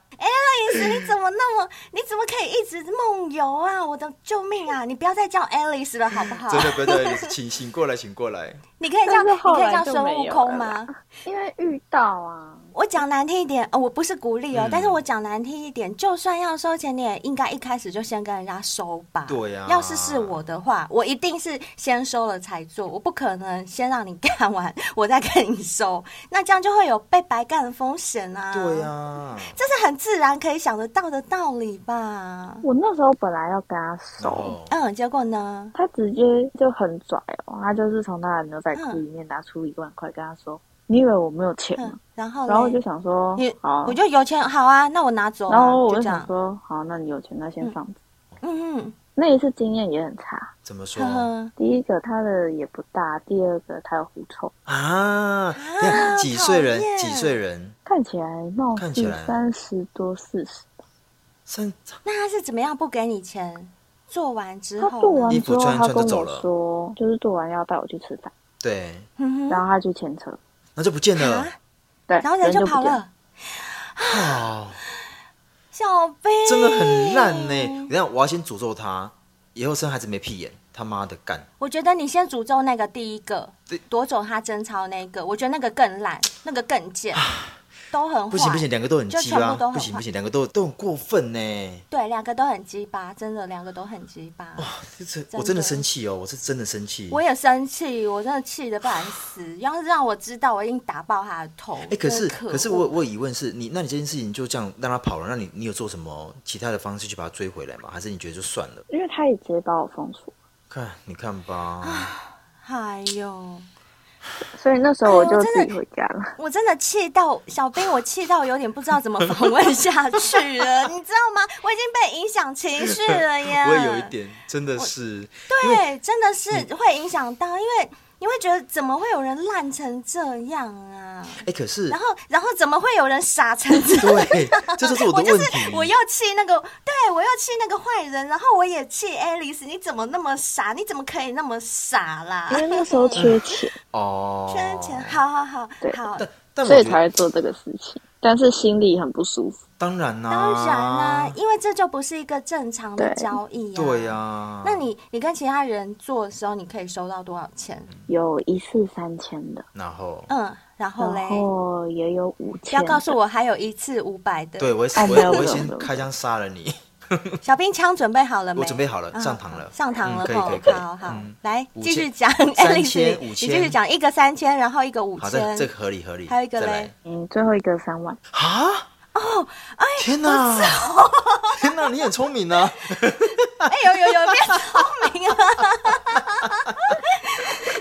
[SPEAKER 2] [laughs] Alice，你怎么那么，你怎么可以一直梦游啊？我的救命啊！你不要再叫 Alice 了，好不好？
[SPEAKER 3] 真的不对，Alice，请醒过来，醒过
[SPEAKER 2] [laughs]
[SPEAKER 3] 来。
[SPEAKER 2] 你可以叫，
[SPEAKER 4] 但是
[SPEAKER 2] 你
[SPEAKER 4] 后
[SPEAKER 2] 可以叫
[SPEAKER 4] 来就
[SPEAKER 2] 孙
[SPEAKER 4] 没
[SPEAKER 2] 悟
[SPEAKER 4] 有
[SPEAKER 2] 空
[SPEAKER 4] 了
[SPEAKER 2] 吗
[SPEAKER 4] 啦？因为遇到啊，
[SPEAKER 2] 我讲难听一点，哦，我不是鼓励哦，
[SPEAKER 3] 嗯
[SPEAKER 2] 但是我讲难听一点，就算要收钱，你也应该一开始就先跟人家收吧。
[SPEAKER 3] 对呀
[SPEAKER 2] 要是是我的话，我一定是先收了才做，我不可能先让你干完，我再跟你收， [laughs] 那这样就会有被白干的风险啊。
[SPEAKER 3] 对呀、
[SPEAKER 2] 这是很自然可以想得到的道理吧？
[SPEAKER 4] 我那时候本来要跟他
[SPEAKER 3] 然
[SPEAKER 4] 熟，
[SPEAKER 3] 后
[SPEAKER 2] 嗯，结果呢？
[SPEAKER 4] 他直接就很拽哦，他就是从他的牛仔裤里面拿出一万块，跟他说：“你以为我没有钱
[SPEAKER 2] 嗯
[SPEAKER 4] 吗，
[SPEAKER 2] 然？”后
[SPEAKER 4] 然后我
[SPEAKER 2] 嘞
[SPEAKER 4] 就想说
[SPEAKER 2] 你，
[SPEAKER 4] 好
[SPEAKER 2] 我，就有钱好啊，那我拿走、啊，
[SPEAKER 4] 然后我
[SPEAKER 2] 就
[SPEAKER 4] 就
[SPEAKER 2] 这样
[SPEAKER 4] 想，说，好，那你有钱，那先放着。
[SPEAKER 2] 嗯嗯，
[SPEAKER 4] 那一次经验也很差，
[SPEAKER 3] 怎么说
[SPEAKER 2] 呵呵，
[SPEAKER 4] 第一个他的也不大，第二个他有狐臭，
[SPEAKER 3] 啊？等一下几岁人
[SPEAKER 2] 讨？厌
[SPEAKER 3] 几岁人？
[SPEAKER 4] 看起来貌
[SPEAKER 3] 看起
[SPEAKER 4] 似
[SPEAKER 3] 来
[SPEAKER 4] 三十多四十。
[SPEAKER 3] 三
[SPEAKER 2] 那他是怎么样不给你钱？做完之
[SPEAKER 4] 他
[SPEAKER 2] 后呢，
[SPEAKER 4] 做完
[SPEAKER 3] 衣
[SPEAKER 4] 之
[SPEAKER 3] 服
[SPEAKER 4] 后，
[SPEAKER 3] 穿一
[SPEAKER 4] 他
[SPEAKER 3] 穿就
[SPEAKER 4] 跟
[SPEAKER 3] 走
[SPEAKER 4] 我
[SPEAKER 3] 了
[SPEAKER 4] 说，就是做完要带我去吃饭，
[SPEAKER 3] 对，
[SPEAKER 2] 嗯哼
[SPEAKER 4] 然后他去牵车，
[SPEAKER 3] 那就不见了
[SPEAKER 2] 啊。
[SPEAKER 4] 对，
[SPEAKER 2] 然后人就
[SPEAKER 4] 不
[SPEAKER 2] 跑
[SPEAKER 4] 见
[SPEAKER 2] 了，啊
[SPEAKER 3] 哦，
[SPEAKER 2] 小贝
[SPEAKER 3] 真的很烂呢。等一下我要先诅咒他，以后生孩子没屁眼，他妈的干！
[SPEAKER 2] 我觉得你先诅咒那个第一个
[SPEAKER 3] 对
[SPEAKER 2] 夺走他贞操那个，我觉得那个更烂，那个更贱，都很坏，
[SPEAKER 3] 啊不行不行，两个都很
[SPEAKER 2] 哦就
[SPEAKER 3] 鸡
[SPEAKER 2] 全
[SPEAKER 3] 巴
[SPEAKER 2] 部都，
[SPEAKER 3] 不
[SPEAKER 2] 很
[SPEAKER 3] 行
[SPEAKER 2] 坏
[SPEAKER 3] 不。行，两个都都很过分呢。啊
[SPEAKER 2] 对，两个都很鸡巴，真的两个都很鸡巴。
[SPEAKER 3] 这这
[SPEAKER 2] 的
[SPEAKER 3] 我真的生气哦，我是真的生气。
[SPEAKER 2] 我也生气，我真的气得不敢死。要是让我知道，我一定打爆他的头。
[SPEAKER 3] 哎，可是
[SPEAKER 2] 真的恶
[SPEAKER 3] 可是我我有疑问是你，那你这件事情就这样让他跑了，那你你有做什么其他的方式去把他追回来吗？还是你觉得就算了？
[SPEAKER 4] 因为他也直接把我封锁，
[SPEAKER 3] 看你看吧，
[SPEAKER 2] 哎呦，
[SPEAKER 4] 所以那时候我
[SPEAKER 2] 哎
[SPEAKER 4] 就
[SPEAKER 2] 呦
[SPEAKER 4] 自
[SPEAKER 2] 真的
[SPEAKER 4] 己回家
[SPEAKER 2] [laughs]
[SPEAKER 4] 了。
[SPEAKER 2] 我真的气到小兵，我气到有点不知道怎么访问下去了，你知道
[SPEAKER 3] [laughs]
[SPEAKER 2] 吗？我已经被影响情绪了耶。
[SPEAKER 3] 我也有一点，真的是，
[SPEAKER 2] 对，真的是会影响到，因为你会觉得怎么会有人烂成这样啊？
[SPEAKER 3] 哎，可是
[SPEAKER 2] 然后，然后怎么会有人傻成这样？
[SPEAKER 3] [laughs] 对，这就是我的
[SPEAKER 2] 就
[SPEAKER 3] 问
[SPEAKER 2] 是
[SPEAKER 3] 题。
[SPEAKER 2] 我又气那个，对我又气那个坏人，然后我也气 Alice，你怎么那么傻？你怎么可以那么傻啦
[SPEAKER 4] 因？为那时候缺
[SPEAKER 3] [laughs]
[SPEAKER 4] 钱，
[SPEAKER 3] 哦，
[SPEAKER 2] 圈钱，好好好
[SPEAKER 4] 对
[SPEAKER 2] 好，
[SPEAKER 3] 但但
[SPEAKER 4] 所
[SPEAKER 3] 我
[SPEAKER 4] 以
[SPEAKER 3] 觉
[SPEAKER 4] 才
[SPEAKER 3] 得
[SPEAKER 4] 会做这个事情，但是心里很不舒服。
[SPEAKER 3] 当然啦、
[SPEAKER 2] 当然啦、因为这就不是一个正常的
[SPEAKER 4] 啊对
[SPEAKER 2] 交易呀、
[SPEAKER 3] 对呀、
[SPEAKER 2] 那你你跟其他人做的时候，你可以收到多少钱？
[SPEAKER 4] 有一次三千的，
[SPEAKER 3] 然后
[SPEAKER 2] 嗯，然后嘞
[SPEAKER 4] 然，后也有五
[SPEAKER 2] 不要
[SPEAKER 4] 千。
[SPEAKER 2] 告诉我还有一次五百的。
[SPEAKER 3] 对我会
[SPEAKER 4] 哦
[SPEAKER 3] 我
[SPEAKER 4] 没
[SPEAKER 3] 会
[SPEAKER 4] 有
[SPEAKER 3] 我
[SPEAKER 4] 没
[SPEAKER 3] 会
[SPEAKER 4] 有
[SPEAKER 3] 先
[SPEAKER 4] 没有
[SPEAKER 3] 开枪杀了你。
[SPEAKER 2] 小兵枪准备好了没？
[SPEAKER 3] 我准备好了
[SPEAKER 2] 啊
[SPEAKER 3] 上膛了
[SPEAKER 2] 上膛
[SPEAKER 3] 嗯
[SPEAKER 2] 了
[SPEAKER 3] 可以可以
[SPEAKER 2] 哦，
[SPEAKER 3] 可以
[SPEAKER 2] 好好
[SPEAKER 3] 嗯，
[SPEAKER 2] 来
[SPEAKER 3] 五
[SPEAKER 2] 继续
[SPEAKER 3] 千
[SPEAKER 2] 讲
[SPEAKER 3] 三
[SPEAKER 2] ，Alice，
[SPEAKER 3] 千
[SPEAKER 2] 你
[SPEAKER 3] 五
[SPEAKER 2] 你继
[SPEAKER 3] 千
[SPEAKER 2] 续讲，一个三千，然后一个五
[SPEAKER 3] 好，
[SPEAKER 2] 千
[SPEAKER 3] 这，这个合理合理。
[SPEAKER 2] 还有一个
[SPEAKER 3] 再
[SPEAKER 2] 嘞
[SPEAKER 3] 来
[SPEAKER 4] 嗯，最后一个三万，
[SPEAKER 3] 啊？哦，哎，天哪！天哪，你很聪
[SPEAKER 2] [laughs]
[SPEAKER 3] 明啊！
[SPEAKER 2] 哎有有有变聪明了， [laughs]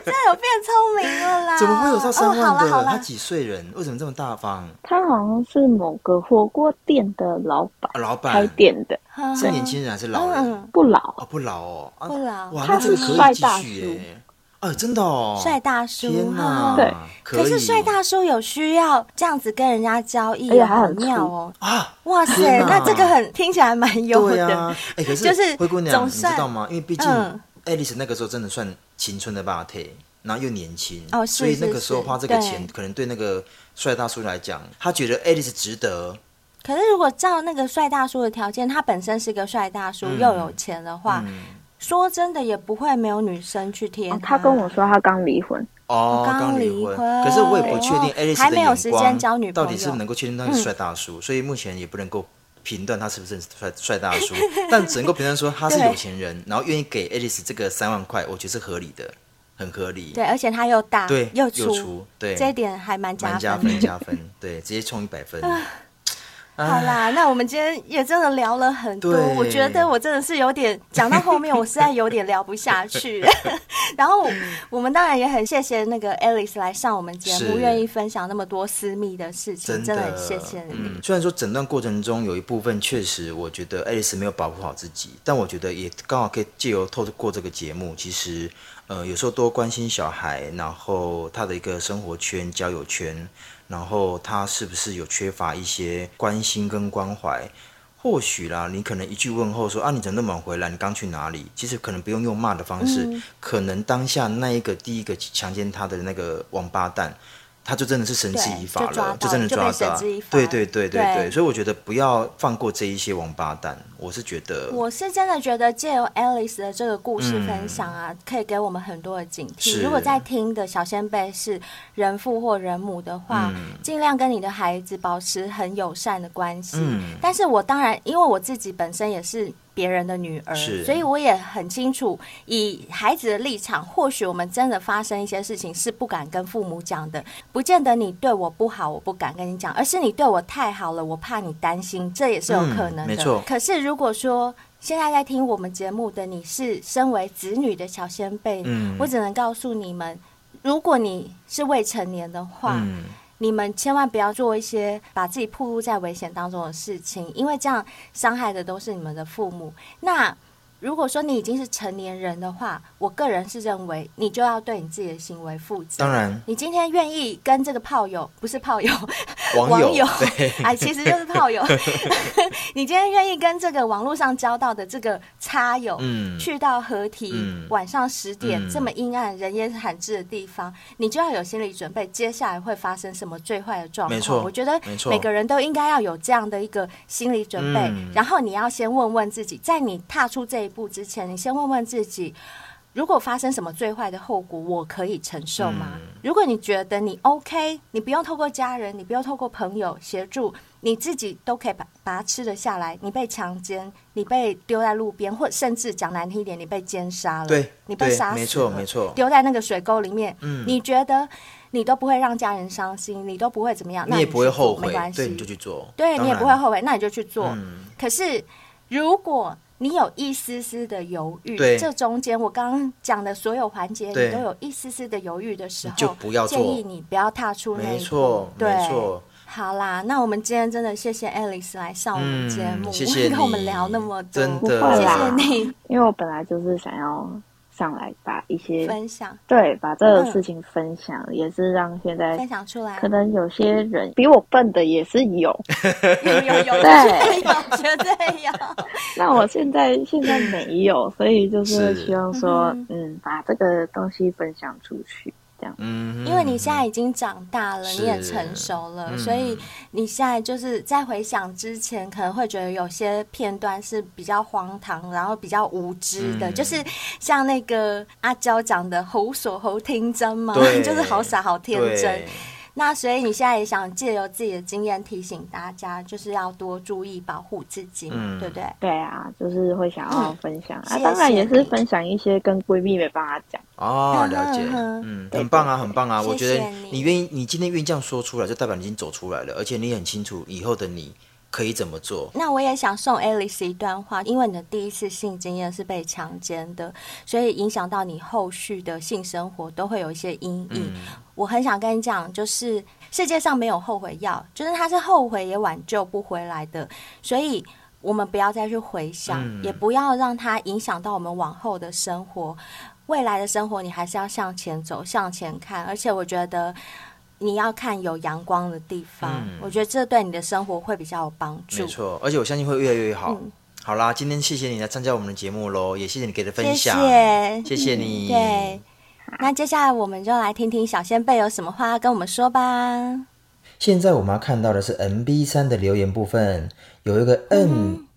[SPEAKER 2] 真的有变聪明了啦！
[SPEAKER 3] 怎么会有到三万
[SPEAKER 2] 哦、好了
[SPEAKER 3] 的？
[SPEAKER 2] 好
[SPEAKER 3] 他
[SPEAKER 2] 了，
[SPEAKER 3] 几岁人？为什么这么大方？
[SPEAKER 4] 他好像是某个火锅店的老板
[SPEAKER 3] 啊，老板
[SPEAKER 4] 开店的，
[SPEAKER 2] 呵
[SPEAKER 3] 是年轻人还是老人？
[SPEAKER 2] 嗯，
[SPEAKER 4] 不老，
[SPEAKER 3] 哦，不老哦，啊
[SPEAKER 2] 不老
[SPEAKER 3] 哇，
[SPEAKER 4] 他
[SPEAKER 3] 那这个
[SPEAKER 4] 是
[SPEAKER 3] 可
[SPEAKER 4] 帅
[SPEAKER 3] 以继
[SPEAKER 4] 大
[SPEAKER 3] 续
[SPEAKER 4] 叔
[SPEAKER 3] 耶！哎，真的哦，
[SPEAKER 2] 嗯帅大叔
[SPEAKER 3] 天哪，
[SPEAKER 2] 哈
[SPEAKER 4] 对
[SPEAKER 3] 可以，
[SPEAKER 2] 可是帅大叔有需要这样子跟人家交易，
[SPEAKER 4] 而哎且还
[SPEAKER 2] 好
[SPEAKER 4] 很粗
[SPEAKER 2] 妙哦！
[SPEAKER 3] 啊，
[SPEAKER 2] 哇塞，
[SPEAKER 3] 天哪
[SPEAKER 2] 那这个很听起来蛮优
[SPEAKER 3] 对
[SPEAKER 2] 的。
[SPEAKER 4] 嗯
[SPEAKER 3] 呀、啊，哎、可是
[SPEAKER 2] 就是
[SPEAKER 3] 灰姑娘，
[SPEAKER 2] 总
[SPEAKER 3] 你知
[SPEAKER 2] 算
[SPEAKER 3] 道吗？因为毕竟
[SPEAKER 2] 嗯
[SPEAKER 3] 爱丽丝那个时候真的算青春的霸体，然后又年轻，
[SPEAKER 2] 哦是
[SPEAKER 3] 所以那
[SPEAKER 2] 是
[SPEAKER 3] 个时候
[SPEAKER 2] 是
[SPEAKER 3] 花这个
[SPEAKER 2] 对
[SPEAKER 3] 钱，可能对那个帅大叔来讲，他觉得爱丽丝值得。
[SPEAKER 2] 可是如果照那个帅大叔的条件，他本身是个帅大叔，
[SPEAKER 3] 嗯
[SPEAKER 2] 又有钱的话，
[SPEAKER 3] 嗯，
[SPEAKER 2] 说真的也不会没有女生去贴
[SPEAKER 4] 哦他跟我说他刚离婚，
[SPEAKER 3] 哦，
[SPEAKER 2] 刚
[SPEAKER 3] 刚
[SPEAKER 2] 离
[SPEAKER 3] 婚，
[SPEAKER 2] 婚
[SPEAKER 3] 可是我也不确定
[SPEAKER 2] 哦
[SPEAKER 3] 爱丽
[SPEAKER 2] 还
[SPEAKER 3] 丝的
[SPEAKER 2] 没有
[SPEAKER 3] 眼
[SPEAKER 2] 时间交女朋
[SPEAKER 3] 光
[SPEAKER 2] 友嗯
[SPEAKER 3] 到底是不是能够确定他是帅大叔，所以目前也不能够。评断他是不是帅帅大叔，但只能够评断说他
[SPEAKER 2] [laughs]
[SPEAKER 3] 是
[SPEAKER 2] 对
[SPEAKER 3] 有钱人，然后愿意给爱丽丝这个三万块，我觉得是合理的，很合理。
[SPEAKER 2] 对，而且他又大
[SPEAKER 3] 对，
[SPEAKER 2] 又
[SPEAKER 3] 又粗，对，
[SPEAKER 2] 这一点还蛮
[SPEAKER 3] 蛮
[SPEAKER 2] 加
[SPEAKER 3] 加
[SPEAKER 2] 分
[SPEAKER 3] 分
[SPEAKER 2] 的。
[SPEAKER 3] 加分，对，直接冲一
[SPEAKER 2] [laughs]
[SPEAKER 3] 百分。
[SPEAKER 2] 好啦，那我们今天也真的聊了很多，
[SPEAKER 3] 对
[SPEAKER 2] 我觉得我真的是有点讲到后面，我实在有点聊不下
[SPEAKER 3] [laughs]
[SPEAKER 2] 去。然后我们当然也很谢谢那个 Alice 来上我们节目，
[SPEAKER 3] 是
[SPEAKER 2] 愿意分享那么多私密的事情，真
[SPEAKER 3] 的
[SPEAKER 2] 很谢谢你。
[SPEAKER 3] 嗯，虽然说整段过程中有一部分确实，我觉得爱丽丝没有保护好自己，但我觉得也刚好可以借由透过这个节目，其实呃有时候多关心小孩，然后他的一个生活圈、交友圈，然后他是不是有缺乏一些关心跟关怀。或许啦，你可能一句问候说啊，你怎么那么晚回来？你刚去哪里？其实可能不用用骂的方式，
[SPEAKER 2] 嗯
[SPEAKER 3] 可能当下那一个第一个强奸他的那个王八蛋，他就真的是绳之
[SPEAKER 2] 对
[SPEAKER 3] 以法
[SPEAKER 2] 就抓
[SPEAKER 3] 了，就
[SPEAKER 2] 到
[SPEAKER 3] 真的
[SPEAKER 2] 就
[SPEAKER 3] 抓
[SPEAKER 2] 被绳
[SPEAKER 3] 到
[SPEAKER 2] 之以。法
[SPEAKER 3] 对对对对
[SPEAKER 2] 对
[SPEAKER 3] 对，所以我觉得不要放过这一些王八蛋，我是觉得
[SPEAKER 2] 我是真的觉得借由 Alice 的这个故事分享啊，可以给我们很多的警惕。
[SPEAKER 3] 嗯是
[SPEAKER 2] 如果在听的小先辈是人父或人母的话，
[SPEAKER 3] 嗯
[SPEAKER 2] 尽量跟你的孩子保持很友善的关系。
[SPEAKER 3] 嗯
[SPEAKER 2] 但是我当然，因为我自己本身也是。别人的女儿，
[SPEAKER 3] 是
[SPEAKER 2] 所以我也很清楚，以孩子的立场，或许我们真的发生一些事情是不敢跟父母讲的，不见得你对我不好，我不敢跟你讲，而是你对我太好了，我怕你担心，这也是有可能的。
[SPEAKER 3] 嗯没错
[SPEAKER 2] 可是如果说现在在听我们节目的你是身为子女的小先辈，
[SPEAKER 3] 嗯
[SPEAKER 2] 我只能告诉你们，如果你是未成年的话，
[SPEAKER 3] 嗯
[SPEAKER 2] 你们千万不要做一些把自己暴露在危险当中的事情，因为这样伤害的都是你们的父母。那如果说你已经是成年人的话，我个人是认为你就要对你自己的行为负责。
[SPEAKER 3] 当然
[SPEAKER 2] 你今天愿意跟这个炮友，不是炮友，
[SPEAKER 3] 网友对
[SPEAKER 2] [laughs] 哎，其实就是炮
[SPEAKER 3] [laughs]
[SPEAKER 2] 友。你今天愿意跟这个网络上交到的这个插友，
[SPEAKER 3] 嗯
[SPEAKER 2] 去到合体、
[SPEAKER 3] 嗯
[SPEAKER 2] 晚上十点、
[SPEAKER 3] 嗯
[SPEAKER 2] 这么阴暗、人烟罕至的地方，你就要有心理准备，接下来会发生什么最坏的状况。
[SPEAKER 3] 没错
[SPEAKER 2] 我觉得
[SPEAKER 3] 没错
[SPEAKER 2] 每个人都应该要有这样的一个心理准备，
[SPEAKER 3] 嗯
[SPEAKER 2] 然后你要先问问自己，在你踏出这一步之前，你先问问自己。如果发生什么最坏的后果，我可以承受吗？
[SPEAKER 3] 嗯
[SPEAKER 2] 如果你觉得你 OK，你不用透过家人，你不用透过朋友协助，你自己都可以把把它吃得下来。你被强奸，你被丢在路边，或甚至讲难听一点，你被奸杀了，
[SPEAKER 3] 对
[SPEAKER 2] 你被
[SPEAKER 3] 对
[SPEAKER 2] 杀死了，
[SPEAKER 3] 没错没错嗯
[SPEAKER 2] 丢在那个水沟里面，你觉得你都不会让家人伤心，你都不会怎么样，那
[SPEAKER 3] 你也不会
[SPEAKER 2] 去做
[SPEAKER 3] 后
[SPEAKER 2] 没
[SPEAKER 3] 悔
[SPEAKER 2] 关，系，
[SPEAKER 3] 对，你就去做，
[SPEAKER 2] 对
[SPEAKER 3] 当
[SPEAKER 2] 你也
[SPEAKER 3] 然
[SPEAKER 2] 不会后悔，那你就去做。
[SPEAKER 3] 嗯
[SPEAKER 2] 可是如果你有一丝丝的犹豫，
[SPEAKER 3] 对
[SPEAKER 2] 这中间我刚刚讲的所有环节，
[SPEAKER 3] 对
[SPEAKER 2] 你都有一丝丝的犹豫的时候，
[SPEAKER 3] 你就不要做
[SPEAKER 2] 建议你不要踏出那
[SPEAKER 3] 没
[SPEAKER 2] 一步
[SPEAKER 3] 错。
[SPEAKER 2] 对，
[SPEAKER 3] 没错。
[SPEAKER 2] 好啦，那我们今天真的谢谢 Alice 来上我们节目，
[SPEAKER 3] 嗯谢谢
[SPEAKER 2] 跟我们
[SPEAKER 3] 你
[SPEAKER 2] 聊那么多，
[SPEAKER 3] 真
[SPEAKER 4] 不
[SPEAKER 3] 的
[SPEAKER 4] 会
[SPEAKER 2] 谢
[SPEAKER 4] 啦
[SPEAKER 2] 谢你
[SPEAKER 4] 因为我本来就是想要上来把一些
[SPEAKER 2] 分享
[SPEAKER 4] 对把这
[SPEAKER 2] 嗯
[SPEAKER 4] 个事情分享，也是让现在
[SPEAKER 2] 分享出来
[SPEAKER 4] 可，能有些人比我笨的也是有。
[SPEAKER 2] 有有有，绝对
[SPEAKER 4] 对
[SPEAKER 2] 有，绝对有。
[SPEAKER 4] 那我现在现在没有，所以就是
[SPEAKER 3] 是
[SPEAKER 4] 希望说
[SPEAKER 2] 嗯，
[SPEAKER 4] 嗯，把这个东西分享出去，这样。
[SPEAKER 3] 嗯，
[SPEAKER 2] 因为你现在已经长大了，
[SPEAKER 3] 是
[SPEAKER 2] 你也成熟了，
[SPEAKER 3] 嗯
[SPEAKER 2] 所以你现在就是在回想之前，可能会觉得有些片段是比较荒唐，然后比较无知的，
[SPEAKER 3] 嗯
[SPEAKER 2] 就是像那个阿娇讲的“猴所猴听真”嘛，[laughs]
[SPEAKER 3] 对
[SPEAKER 2] 就是好傻好天真
[SPEAKER 3] 对。
[SPEAKER 2] 那所以你现在也想借由自己的经验提醒大家，就是要多注意保护自己嘛，
[SPEAKER 3] 嗯
[SPEAKER 2] 对不对？
[SPEAKER 4] 对啊，就是会想要
[SPEAKER 2] 嗯
[SPEAKER 4] 分享、
[SPEAKER 2] 谢谢
[SPEAKER 4] 啊，当然也
[SPEAKER 2] 你
[SPEAKER 4] 是分享一些跟闺蜜没办法讲。
[SPEAKER 3] 哦，了解，
[SPEAKER 2] 嗯
[SPEAKER 3] 嗯，
[SPEAKER 4] 对
[SPEAKER 3] 很棒啊，很棒啊！
[SPEAKER 2] 谢谢
[SPEAKER 3] 我觉得
[SPEAKER 2] 你
[SPEAKER 3] 你愿意，你今天愿意这样说出来，就代表你已经走出来了，而且你也很清楚以后的你可以怎么做。
[SPEAKER 2] 那我也想送 Alice 一段话，因为你的第一次性经验是被强奸的，所以影响到你后续的性生活都会有一些阴影。
[SPEAKER 3] 嗯
[SPEAKER 2] 我很想跟你讲，就是世界上没有后悔药，就是它是后悔也挽救不回来的，所以。我们不要再去回想，
[SPEAKER 3] 嗯
[SPEAKER 2] 也不要让它影响到我们往后的生活。未来的生活，你还是要向前走，向前看。而且，我觉得你要看有阳光的地方，
[SPEAKER 3] 嗯
[SPEAKER 2] 我觉得这对你的生活会比较有帮助。
[SPEAKER 3] 没错，而且我相信会越来越好。
[SPEAKER 2] 嗯
[SPEAKER 3] 好啦，今天谢谢你来参加我们的节目喽，也谢谢你给的分享，
[SPEAKER 2] 谢谢
[SPEAKER 3] 谢你。
[SPEAKER 2] 对，那接下来我们就来听听小仙贝有什么话要跟我们说吧。
[SPEAKER 3] 现在我们要看到的是 MB 三的留言部分，有一个
[SPEAKER 2] 嗯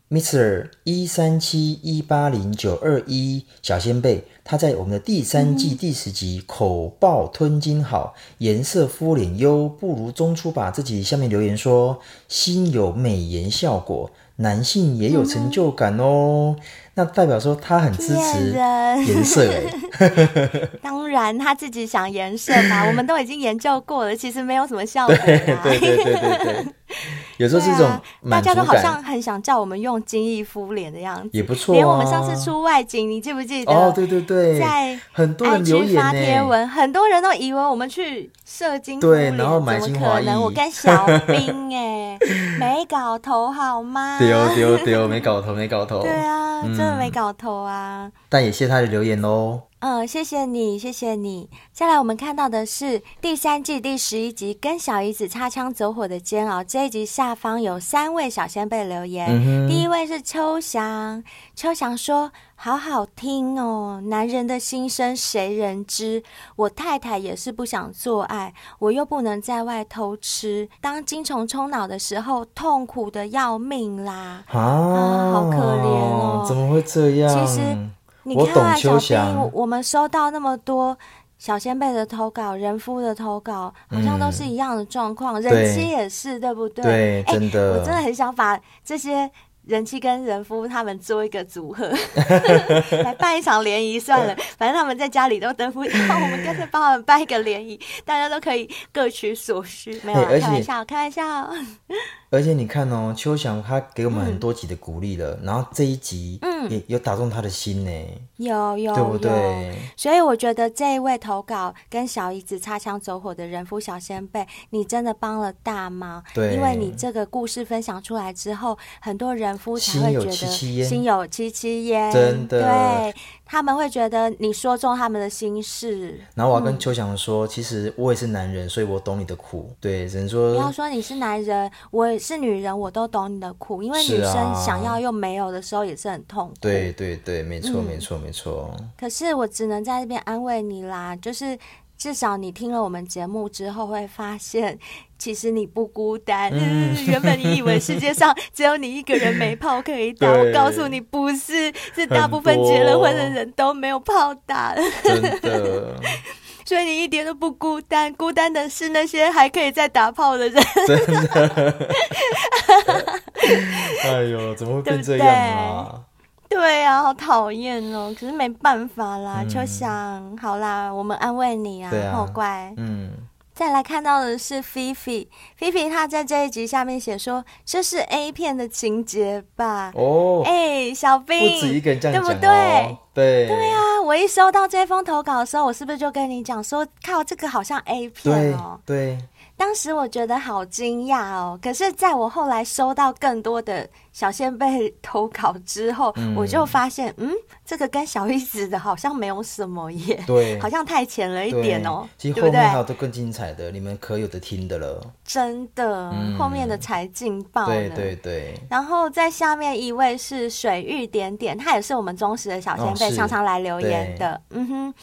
[SPEAKER 3] N Mr 一三七一八零九二一小先贝，他在我们的第三
[SPEAKER 2] 嗯
[SPEAKER 3] 季第十集、口爆吞金好，颜色敷脸优，不如中出吧。自己下面留言说，心有美颜效果，男性也有成就感哦。
[SPEAKER 2] 嗯
[SPEAKER 3] 那代表说他很支持
[SPEAKER 2] 骗人
[SPEAKER 3] 颜色哎诶。
[SPEAKER 2] 当然，他自己想延伸
[SPEAKER 3] [laughs]
[SPEAKER 2] 嘛，我们都已经研究过了，其实没有什么效果啦。
[SPEAKER 3] 对对对对对，有时候是一
[SPEAKER 2] 啊对
[SPEAKER 3] 种
[SPEAKER 2] 啊大
[SPEAKER 3] 满足
[SPEAKER 2] 家都好像
[SPEAKER 3] 感，
[SPEAKER 2] 很想叫我们用精益敷脸的样子。
[SPEAKER 3] 也不错、啊。
[SPEAKER 2] 连我们上次出外景，你记不记得？
[SPEAKER 3] 哦，对对对，
[SPEAKER 2] 在
[SPEAKER 3] 很多人留
[SPEAKER 2] IG
[SPEAKER 3] 言
[SPEAKER 2] 发贴
[SPEAKER 3] 呢，
[SPEAKER 2] 文，很多人都以为我们去射精敷
[SPEAKER 3] 对
[SPEAKER 2] 脸
[SPEAKER 3] 然后买
[SPEAKER 2] 怎么
[SPEAKER 3] 精华
[SPEAKER 2] 可能
[SPEAKER 3] 液
[SPEAKER 2] 我跟小兵哎、
[SPEAKER 3] [laughs]
[SPEAKER 2] 没搞头好吗？
[SPEAKER 3] 丢
[SPEAKER 2] [laughs]
[SPEAKER 3] 丢丢，没搞头，没搞头。
[SPEAKER 2] 啊
[SPEAKER 3] 嗯
[SPEAKER 2] 对啊，真的没搞头啊。
[SPEAKER 3] 但也谢谢他的留言喽。
[SPEAKER 2] 嗯，谢谢你，谢谢你。再来，我们看到的是第三季第十一集《跟小姨子擦枪走火的煎熬》这一集下方有三位小先辈留言，
[SPEAKER 3] 嗯哼
[SPEAKER 2] 第一位是秋翔，秋翔说：“好好听哦，男人的心声谁人知？我太太也是不想做爱，我又不能在外偷吃，当精虫充脑的时候，痛苦的要命啦。”
[SPEAKER 3] 啊，
[SPEAKER 2] 好可怜哦
[SPEAKER 3] 怎么会这样？
[SPEAKER 2] 其实你
[SPEAKER 3] 我
[SPEAKER 2] 看啊，
[SPEAKER 3] 懂秋
[SPEAKER 2] 小
[SPEAKER 3] 翔
[SPEAKER 2] 兵，我们收到那么多小先辈的投稿、人夫的投稿，好像都是一样的状况，人妻也是，对不对？
[SPEAKER 3] 嗯对
[SPEAKER 2] 哎
[SPEAKER 3] 真的
[SPEAKER 2] 我真的很想把这些。人妻跟人夫他们做一个组
[SPEAKER 3] [laughs]
[SPEAKER 2] 合，来办一场联谊算了。反正他们在家里都等不到，我们干脆帮他们办一个联谊，大家都可以各取所需。没有啦，
[SPEAKER 3] 哎而且
[SPEAKER 2] 开玩笑，开玩笑。
[SPEAKER 3] 而且你看哦，秋翔他给我们很多集的鼓励了，然后这一集
[SPEAKER 2] 嗯
[SPEAKER 3] 也有打动他的心呢，
[SPEAKER 2] 有有
[SPEAKER 3] 对不
[SPEAKER 2] 有
[SPEAKER 3] 对？
[SPEAKER 2] 所以我觉得这一位投稿跟小姨子擦枪走火的人夫小先辈，你真的帮了大忙。
[SPEAKER 3] 对
[SPEAKER 2] 因为你这个故事分享出来之后，很多人夫才
[SPEAKER 3] 心
[SPEAKER 2] 会
[SPEAKER 3] 有
[SPEAKER 2] 觉得
[SPEAKER 3] 戚戚焉
[SPEAKER 2] 心有戚戚焉，
[SPEAKER 3] 真的
[SPEAKER 2] 对他们会觉得你说中他们的心事。
[SPEAKER 3] 然后我要
[SPEAKER 2] 嗯
[SPEAKER 3] 跟秋翔说，其实我也是男人，所以我懂你的苦。对，只能
[SPEAKER 2] 不要
[SPEAKER 3] 说，
[SPEAKER 2] 说你是男人，我也是女人，我都懂你的苦，因为
[SPEAKER 3] 是
[SPEAKER 2] 女生
[SPEAKER 3] 啊
[SPEAKER 2] 想要又没有的时候也是很痛苦。嗯
[SPEAKER 3] 对对对，没错没错没错。
[SPEAKER 2] 可是我只能在这边安慰你啦，就是至少你听了我们节目之后，会发现其实你不孤单。嗯、 [laughs] 原本你以为世界上只有你一个人没炮可以打，我
[SPEAKER 3] 对
[SPEAKER 2] 告诉你不是，是大部分结了婚的人都没有炮打， [laughs]
[SPEAKER 3] 真的，
[SPEAKER 2] 所以你一点都不孤单。孤单的是那些还可以再打炮的人。 [laughs]
[SPEAKER 3] [laughs] 哎呦，怎么会变
[SPEAKER 2] 对
[SPEAKER 3] 这
[SPEAKER 2] 不
[SPEAKER 3] 样啊？
[SPEAKER 2] 对啊，好讨厌哦！可是没办法啦，
[SPEAKER 3] 嗯
[SPEAKER 2] 秋香，好啦，我们安慰你啊，
[SPEAKER 3] 对啊
[SPEAKER 2] 好乖。
[SPEAKER 3] 嗯，
[SPEAKER 2] 再来看到的是菲菲，菲菲她在这一集下面写说，这是 A 片的情节吧？
[SPEAKER 3] 哦，
[SPEAKER 2] 哎、小
[SPEAKER 3] 不止一
[SPEAKER 2] 兵，
[SPEAKER 3] 个人这
[SPEAKER 2] 对
[SPEAKER 3] 样讲
[SPEAKER 2] 不
[SPEAKER 3] 哦，对，对
[SPEAKER 2] 对啊，我一收到这封投稿的时候，我是不是就跟你讲说，靠，这个好像 A 片哦？
[SPEAKER 3] 对
[SPEAKER 2] 当时我觉得好惊讶哦，可是在我后来收到更多的小仙贝投稿之后，
[SPEAKER 3] 嗯
[SPEAKER 2] 我就发现，嗯，这个跟小玉子的好像没有什么耶，
[SPEAKER 3] 对，
[SPEAKER 2] 好像太浅了一
[SPEAKER 3] 对
[SPEAKER 2] 点哦，
[SPEAKER 3] 其实
[SPEAKER 2] 对不
[SPEAKER 3] 后面还有
[SPEAKER 2] 对？
[SPEAKER 3] 都更精彩的，你们可有的听的了。
[SPEAKER 2] 真的，
[SPEAKER 3] 嗯
[SPEAKER 2] 后面的才劲爆呢。
[SPEAKER 3] 对对对，
[SPEAKER 2] 然后在下面一位是水玉点点，他也是我们忠实的小先
[SPEAKER 3] 哦
[SPEAKER 2] 辈，
[SPEAKER 3] 是
[SPEAKER 2] 常常来留言的。嗯哼，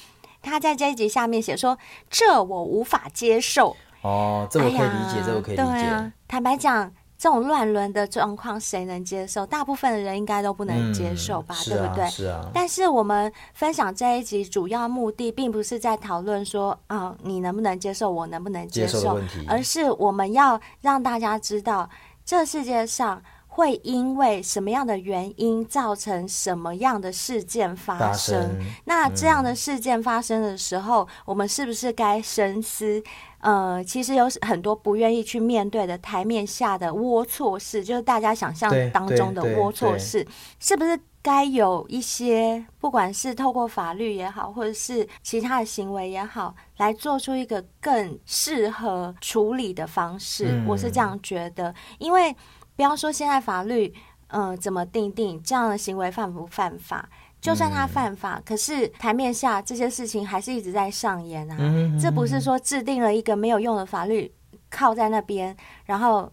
[SPEAKER 2] 他在这一集下面写说：“这我无法接受。
[SPEAKER 3] 哦，”这我可以理解，
[SPEAKER 2] 哎呀
[SPEAKER 3] 这我可以理
[SPEAKER 2] 对
[SPEAKER 3] 解嗯
[SPEAKER 2] 啊。，坦白讲，这种乱伦的状况谁能接受？大部分的人应该都不能接受吧，
[SPEAKER 3] 是
[SPEAKER 2] 对
[SPEAKER 3] 啊
[SPEAKER 2] 不对？
[SPEAKER 3] 是啊，
[SPEAKER 2] 但是我们分享这一集主要目的，并不是在讨论说啊、你能不能接受，我能不能接
[SPEAKER 3] 接受
[SPEAKER 2] 受，
[SPEAKER 3] 的问题
[SPEAKER 2] 而是我们要让大家知道，这世界上会因为什么样的原因造成什么样的事件发
[SPEAKER 3] 大
[SPEAKER 2] 生。
[SPEAKER 3] 声
[SPEAKER 2] 那
[SPEAKER 3] 嗯
[SPEAKER 2] 这样的事件发生的时候，我们是不是该深思？呃，其实有很多不愿意去面对的台面下的龌龊事，就是大家想象
[SPEAKER 3] 对
[SPEAKER 2] 当
[SPEAKER 3] 对
[SPEAKER 2] 中的
[SPEAKER 3] 对
[SPEAKER 2] 龌龊
[SPEAKER 3] 对
[SPEAKER 2] 事，是不是该有一些，不管是透过法律也好，或者是其他的行为也好，来做出一个更适合处理的方式？
[SPEAKER 3] 嗯
[SPEAKER 2] 我是这样觉得，因为不要说现在法律，嗯，怎么定定这样的行为犯不犯法？就算他犯法，可是台面下这些事情还是一直在上演啊。
[SPEAKER 3] 嗯
[SPEAKER 2] 这不是说制定了一个没有用的法律靠在那边，然后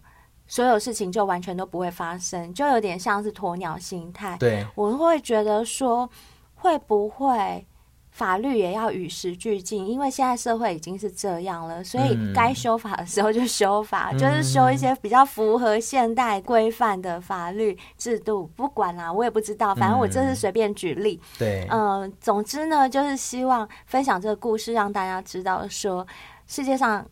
[SPEAKER 2] 所有事情就完全都不会发生，就有点像是鸵鸟心态。
[SPEAKER 3] 对
[SPEAKER 2] 我会觉得说，会不会法律也要与时俱进？因为现在社会已经是这样了，所以
[SPEAKER 3] 嗯
[SPEAKER 2] 该修法的时候就修法，就是修一些比较符合现代规范的法律制度。不管啦、我也不知道，反正我这是随便举例。
[SPEAKER 3] 对，
[SPEAKER 2] 嗯、总之呢，就是希望分享这个故事，让大家知道说，世界上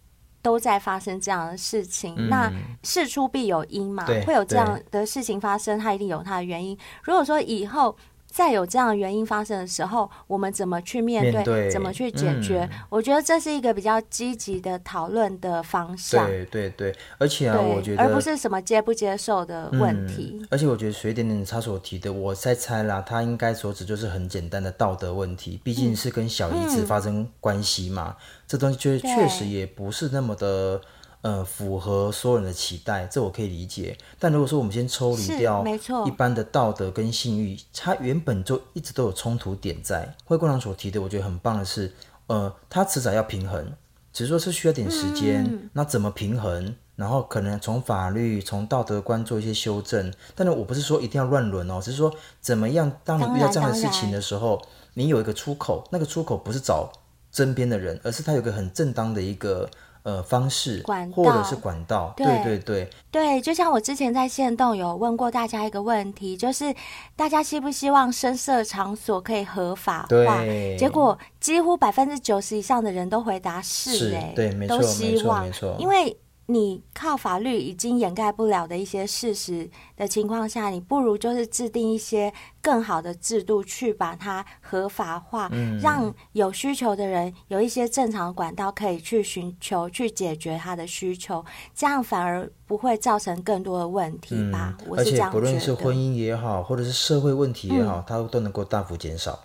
[SPEAKER 2] 都在发生这样的事情。
[SPEAKER 3] 嗯
[SPEAKER 2] 那事出必有因嘛
[SPEAKER 3] 对，
[SPEAKER 2] 会有这样的事情发生，它一定有它的原因。如果说以后再有这样的原因发生的时候，我们怎么去面对，
[SPEAKER 3] 面对
[SPEAKER 2] 怎么去解决？
[SPEAKER 3] 嗯
[SPEAKER 2] 我觉得这是一个比较积极的讨论的方向。
[SPEAKER 3] 对对对，而且啊，我
[SPEAKER 2] 对，
[SPEAKER 3] 觉得
[SPEAKER 2] 而不是什么接不接受的问题。
[SPEAKER 3] 嗯。而且我觉得水点点他所提的，我在猜啦，他应该所指就是很简单的道德问题，毕
[SPEAKER 2] 嗯
[SPEAKER 3] 竟是跟小姨子发生关系嘛，这东西确
[SPEAKER 2] 对
[SPEAKER 3] 确实也不是那么的。呃，符合所有人的期待，这我可以理解。但如果说我们先抽
[SPEAKER 2] 是
[SPEAKER 3] 离掉
[SPEAKER 2] 没错
[SPEAKER 3] 一般的道德跟性欲，它原本就一直都有冲突点在。灰姑娘所提的，我觉得很棒的是，呃，它迟早要平衡，只是说是需要点时间。
[SPEAKER 2] 嗯
[SPEAKER 3] 那怎么平衡？然后可能从法律、从道德观做一些修正。但是我不是说一定要乱伦哦，只是说怎么样，当你
[SPEAKER 2] 当
[SPEAKER 3] 遇到
[SPEAKER 2] 然
[SPEAKER 3] 这样的
[SPEAKER 2] 当
[SPEAKER 3] 事情
[SPEAKER 2] 然
[SPEAKER 3] 的时候，你有一个出口，那个出口不是找身边的人，而是他有一个很正当的一个呃方式，
[SPEAKER 2] 管
[SPEAKER 3] 或者是
[SPEAKER 2] 道
[SPEAKER 3] 管道。
[SPEAKER 2] 对
[SPEAKER 3] 对对对，
[SPEAKER 2] 对，就像我之前在线动有问过大家一个问题，就是大家希不希望声色场所可以合法化？
[SPEAKER 3] 对
[SPEAKER 2] 结果几乎百分之九十以上的人都回答是、
[SPEAKER 3] 是
[SPEAKER 2] 哎，
[SPEAKER 3] 对没
[SPEAKER 2] 都
[SPEAKER 3] 错没
[SPEAKER 2] 希
[SPEAKER 3] 错
[SPEAKER 2] 望
[SPEAKER 3] 没错，
[SPEAKER 2] 因为你靠法律已经掩盖不了的一些事实的情况下，你不如就是制定一些更好的制度去把它合法化，
[SPEAKER 3] 嗯
[SPEAKER 2] 让有需求的人有一些正常的管道可以去寻求、去解决他的需求，这样反而不会造成更多的问题吧？我
[SPEAKER 3] 嗯而
[SPEAKER 2] 是这
[SPEAKER 3] 且
[SPEAKER 2] 样
[SPEAKER 3] 不
[SPEAKER 2] 觉
[SPEAKER 3] 论是
[SPEAKER 2] 得。嗯
[SPEAKER 3] 婚姻也好，或者是社会问题也好，它都能够大幅减少，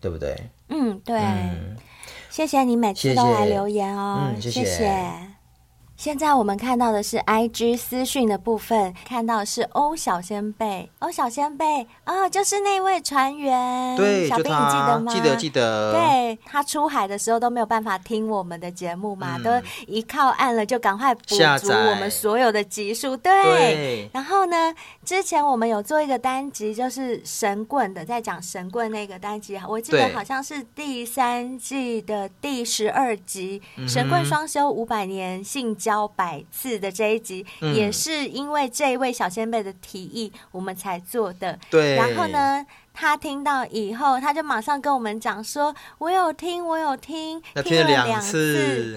[SPEAKER 3] 对不对？
[SPEAKER 2] 嗯，对。
[SPEAKER 3] 嗯，
[SPEAKER 2] 谢谢你每次
[SPEAKER 3] 谢
[SPEAKER 2] 都
[SPEAKER 3] 谢
[SPEAKER 2] 来留言哦，
[SPEAKER 3] 嗯谢
[SPEAKER 2] 谢
[SPEAKER 3] 谢
[SPEAKER 2] 现在我们看到的是 I G 私讯的部分，看到的是欧小仙贝，欧小仙贝哦，就是那位船员，
[SPEAKER 3] 对，
[SPEAKER 2] 嗯小
[SPEAKER 3] 就
[SPEAKER 2] 兵你记得
[SPEAKER 3] 他，
[SPEAKER 2] 吗？
[SPEAKER 3] 记得记得，，
[SPEAKER 2] 对他出海的时候都没有办法听我们的节目嘛，
[SPEAKER 3] 嗯
[SPEAKER 2] 都一靠岸了就赶快补
[SPEAKER 3] 下
[SPEAKER 2] 足
[SPEAKER 3] 载
[SPEAKER 2] 我们所有的集数。对，
[SPEAKER 3] 对
[SPEAKER 2] 然后呢，之前我们有做一个单集，就是神棍的，在讲神棍那个单集，啊我记得
[SPEAKER 3] 对
[SPEAKER 2] 好像是第三季的第十二集
[SPEAKER 3] 嗯
[SPEAKER 2] 《
[SPEAKER 3] 哼
[SPEAKER 2] 神棍双休五百年性交百次》的这一集，
[SPEAKER 3] 嗯
[SPEAKER 2] 也是因为这一位小先辈的提议，我们才做的。
[SPEAKER 3] 对
[SPEAKER 2] 然后呢，他听到以后，他就马上跟我们讲说：“我有听，我有听，
[SPEAKER 3] 那
[SPEAKER 2] 听
[SPEAKER 3] 听
[SPEAKER 2] 了
[SPEAKER 3] 了
[SPEAKER 2] 两
[SPEAKER 3] 两
[SPEAKER 2] 次，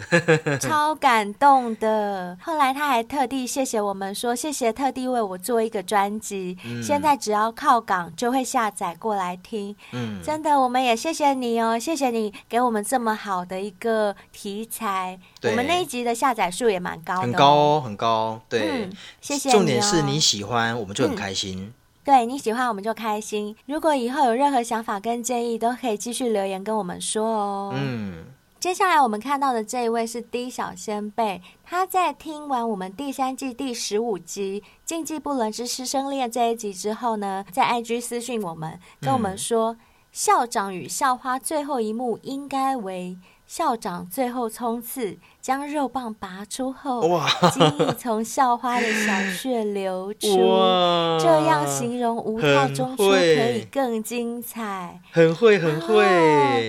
[SPEAKER 2] [laughs]
[SPEAKER 3] 次，[laughs]
[SPEAKER 2] 超感动的。”后来他还特地谢谢我们说：“谢谢特地为我做一个专辑，现在只要靠港就会下载过来听。”
[SPEAKER 3] 嗯，
[SPEAKER 2] 真的，我们也谢谢你哦，谢谢你给我们这么好的一个题材。我
[SPEAKER 3] 对
[SPEAKER 2] 们那一集的下载数也蛮高的、
[SPEAKER 3] 很高。哦，很高，对
[SPEAKER 2] 嗯，谢谢你哦嗯
[SPEAKER 3] 重点是你喜欢，我们就很开心。
[SPEAKER 2] 对你喜欢我们就开心。如果以后有任何想法跟建议，都可以继续留言跟我们说哦。
[SPEAKER 3] 嗯，
[SPEAKER 2] 接下来我们看到的这一位是 D 小先辈，他在听完我们第三季第十五集《竞技不伦之师生恋》这一集之后呢，在 IG 私讯我们，跟我们说、校长与校花最后一幕应该为校长最后冲刺，将肉棒拔出后，
[SPEAKER 3] 哇
[SPEAKER 2] 精液从校花的小穴流出。
[SPEAKER 3] [laughs] 哇，
[SPEAKER 2] 这样形容无套中出可以
[SPEAKER 3] 很会
[SPEAKER 2] 更精彩。
[SPEAKER 3] 很会很会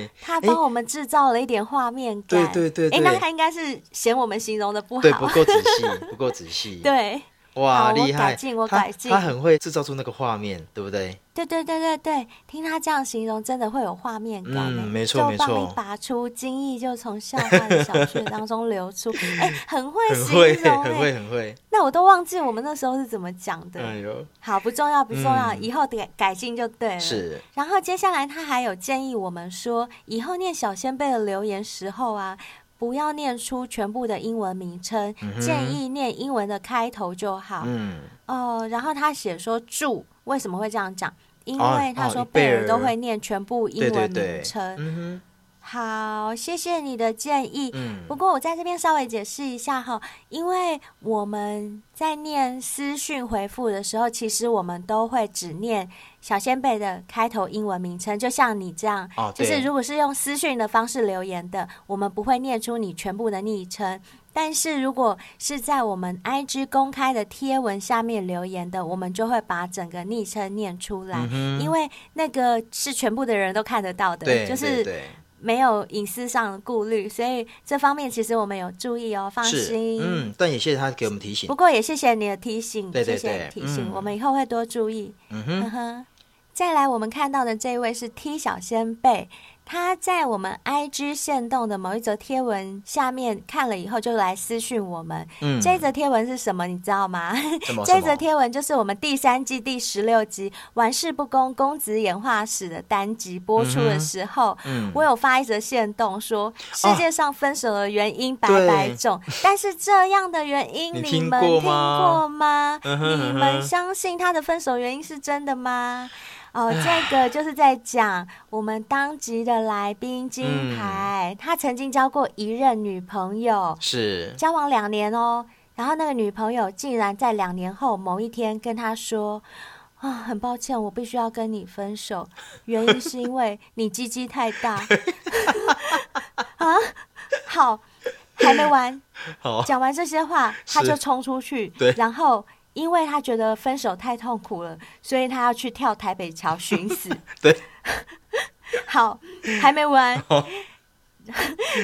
[SPEAKER 2] 哦，他
[SPEAKER 3] 诶
[SPEAKER 2] 帮我们制造了一点画面感。
[SPEAKER 3] 对对对
[SPEAKER 2] 哎，
[SPEAKER 3] 对
[SPEAKER 2] 那他应该是嫌我们形容的不好。
[SPEAKER 3] 对，不够仔细，不够仔细，，
[SPEAKER 2] [laughs] 对好
[SPEAKER 3] 哇，
[SPEAKER 2] 我
[SPEAKER 3] 厉害，
[SPEAKER 2] 改进我
[SPEAKER 3] 他
[SPEAKER 2] 改进
[SPEAKER 3] 他很会制造出那个画面，对不对？
[SPEAKER 2] 对对对对对听他这样形容，真的会有画面感诶。
[SPEAKER 3] 嗯没错
[SPEAKER 2] 肉棒
[SPEAKER 3] 没错
[SPEAKER 2] 一拔出，精液就从校花的小穴当中流
[SPEAKER 3] [laughs]
[SPEAKER 2] 出。哎，很会
[SPEAKER 3] 很会，
[SPEAKER 2] 形容
[SPEAKER 3] 很会，
[SPEAKER 2] 哎。
[SPEAKER 3] 很会，
[SPEAKER 2] 那我都忘记我们那时候是怎么讲的。
[SPEAKER 3] 哎呦，
[SPEAKER 2] 好，不重要，不重要，
[SPEAKER 3] 嗯
[SPEAKER 2] 以后改改进就对了。
[SPEAKER 3] 是，
[SPEAKER 2] 然后接下来他还有建议我们说，以后念小先辈的留言时候啊，不要念出全部的英文名称，
[SPEAKER 3] 嗯哼
[SPEAKER 2] 建议念英文的开头就好。
[SPEAKER 3] 嗯，
[SPEAKER 2] 哦，然后他写说注为什么会这样讲？因
[SPEAKER 3] 哦
[SPEAKER 2] 为他
[SPEAKER 3] 哦
[SPEAKER 2] 说贝
[SPEAKER 3] 贝
[SPEAKER 2] 尔
[SPEAKER 3] 尔
[SPEAKER 2] 都会念全部英
[SPEAKER 3] 对对
[SPEAKER 2] 文
[SPEAKER 3] 对
[SPEAKER 2] 名，称。
[SPEAKER 3] 嗯
[SPEAKER 2] 好，谢谢你的建议。
[SPEAKER 3] 嗯
[SPEAKER 2] 不过我在这边稍微解释一下哈，因为我们在念私讯回复的时候，其实我们都会只念小先辈的开头英文名称，就像你这样，
[SPEAKER 3] 哦
[SPEAKER 2] 就
[SPEAKER 3] 对
[SPEAKER 2] 是如果是用私讯的方式留言的，我们不会念出你全部的昵称。但是如果是在我们 IG 公开的贴文下面留言的，我们就会把整个昵称念出
[SPEAKER 3] 嗯
[SPEAKER 2] 来，因为那个是全部的人都看得到
[SPEAKER 3] 哼，
[SPEAKER 2] 的，
[SPEAKER 3] 对，
[SPEAKER 2] 就是
[SPEAKER 3] 对对
[SPEAKER 2] 没有隐私上的顾虑，所以这方面其实我们有注意哦，放
[SPEAKER 3] 是，
[SPEAKER 2] 心。
[SPEAKER 3] 嗯，但也谢谢他给我们提醒
[SPEAKER 2] 不，过也谢谢你的提醒，
[SPEAKER 3] 对对
[SPEAKER 2] 谢谢你
[SPEAKER 3] 对
[SPEAKER 2] 提醒，
[SPEAKER 3] 嗯
[SPEAKER 2] 我们以后会多注意。
[SPEAKER 3] 嗯
[SPEAKER 2] 嗯
[SPEAKER 3] 哼，
[SPEAKER 2] 哼。再来，我们看到的这一位是 T 小先贝，他在我们 IG 线动的某一则贴文下面看了以后，就来私讯我们。
[SPEAKER 3] 嗯，
[SPEAKER 2] 这一则贴文是什么？你知道吗？
[SPEAKER 3] 什
[SPEAKER 2] [laughs]
[SPEAKER 3] 么
[SPEAKER 2] 这
[SPEAKER 3] 什
[SPEAKER 2] 一则
[SPEAKER 3] 么？
[SPEAKER 2] 贴文就是我们第三季第十六集《玩世不恭公子演化史》的单集播出的时候，
[SPEAKER 3] 嗯哦
[SPEAKER 2] 我有发一则线动说，世界上分手的原因百
[SPEAKER 3] 对
[SPEAKER 2] 百种，但是这样的原因
[SPEAKER 3] 你
[SPEAKER 2] 你
[SPEAKER 3] 听
[SPEAKER 2] 们
[SPEAKER 3] 过
[SPEAKER 2] 听
[SPEAKER 3] 吗
[SPEAKER 2] 过吗？
[SPEAKER 3] 嗯哼
[SPEAKER 2] 你
[SPEAKER 3] 嗯
[SPEAKER 2] 们
[SPEAKER 3] 哼
[SPEAKER 2] 相信他的分手原因是真的吗？哦，这个就是在讲我们当集的来宾金
[SPEAKER 3] 嗯
[SPEAKER 2] 牌，他曾经交过一任女朋友，
[SPEAKER 3] 是，
[SPEAKER 2] 交往两年哦，然后那个女朋友竟然在两年后某一天跟他说：“啊，很抱歉，我必须要跟你分手，原因是因
[SPEAKER 3] [laughs]
[SPEAKER 2] 为你鸡鸡太大。”啊，好，还没完，
[SPEAKER 3] 好，
[SPEAKER 2] 讲完这些话，他就冲出去，
[SPEAKER 3] 哦对
[SPEAKER 2] 然后。因为他觉得分手太痛苦了，所以他要去跳台北桥寻死。
[SPEAKER 3] 对，
[SPEAKER 2] [laughs] 好，还没完，
[SPEAKER 3] 好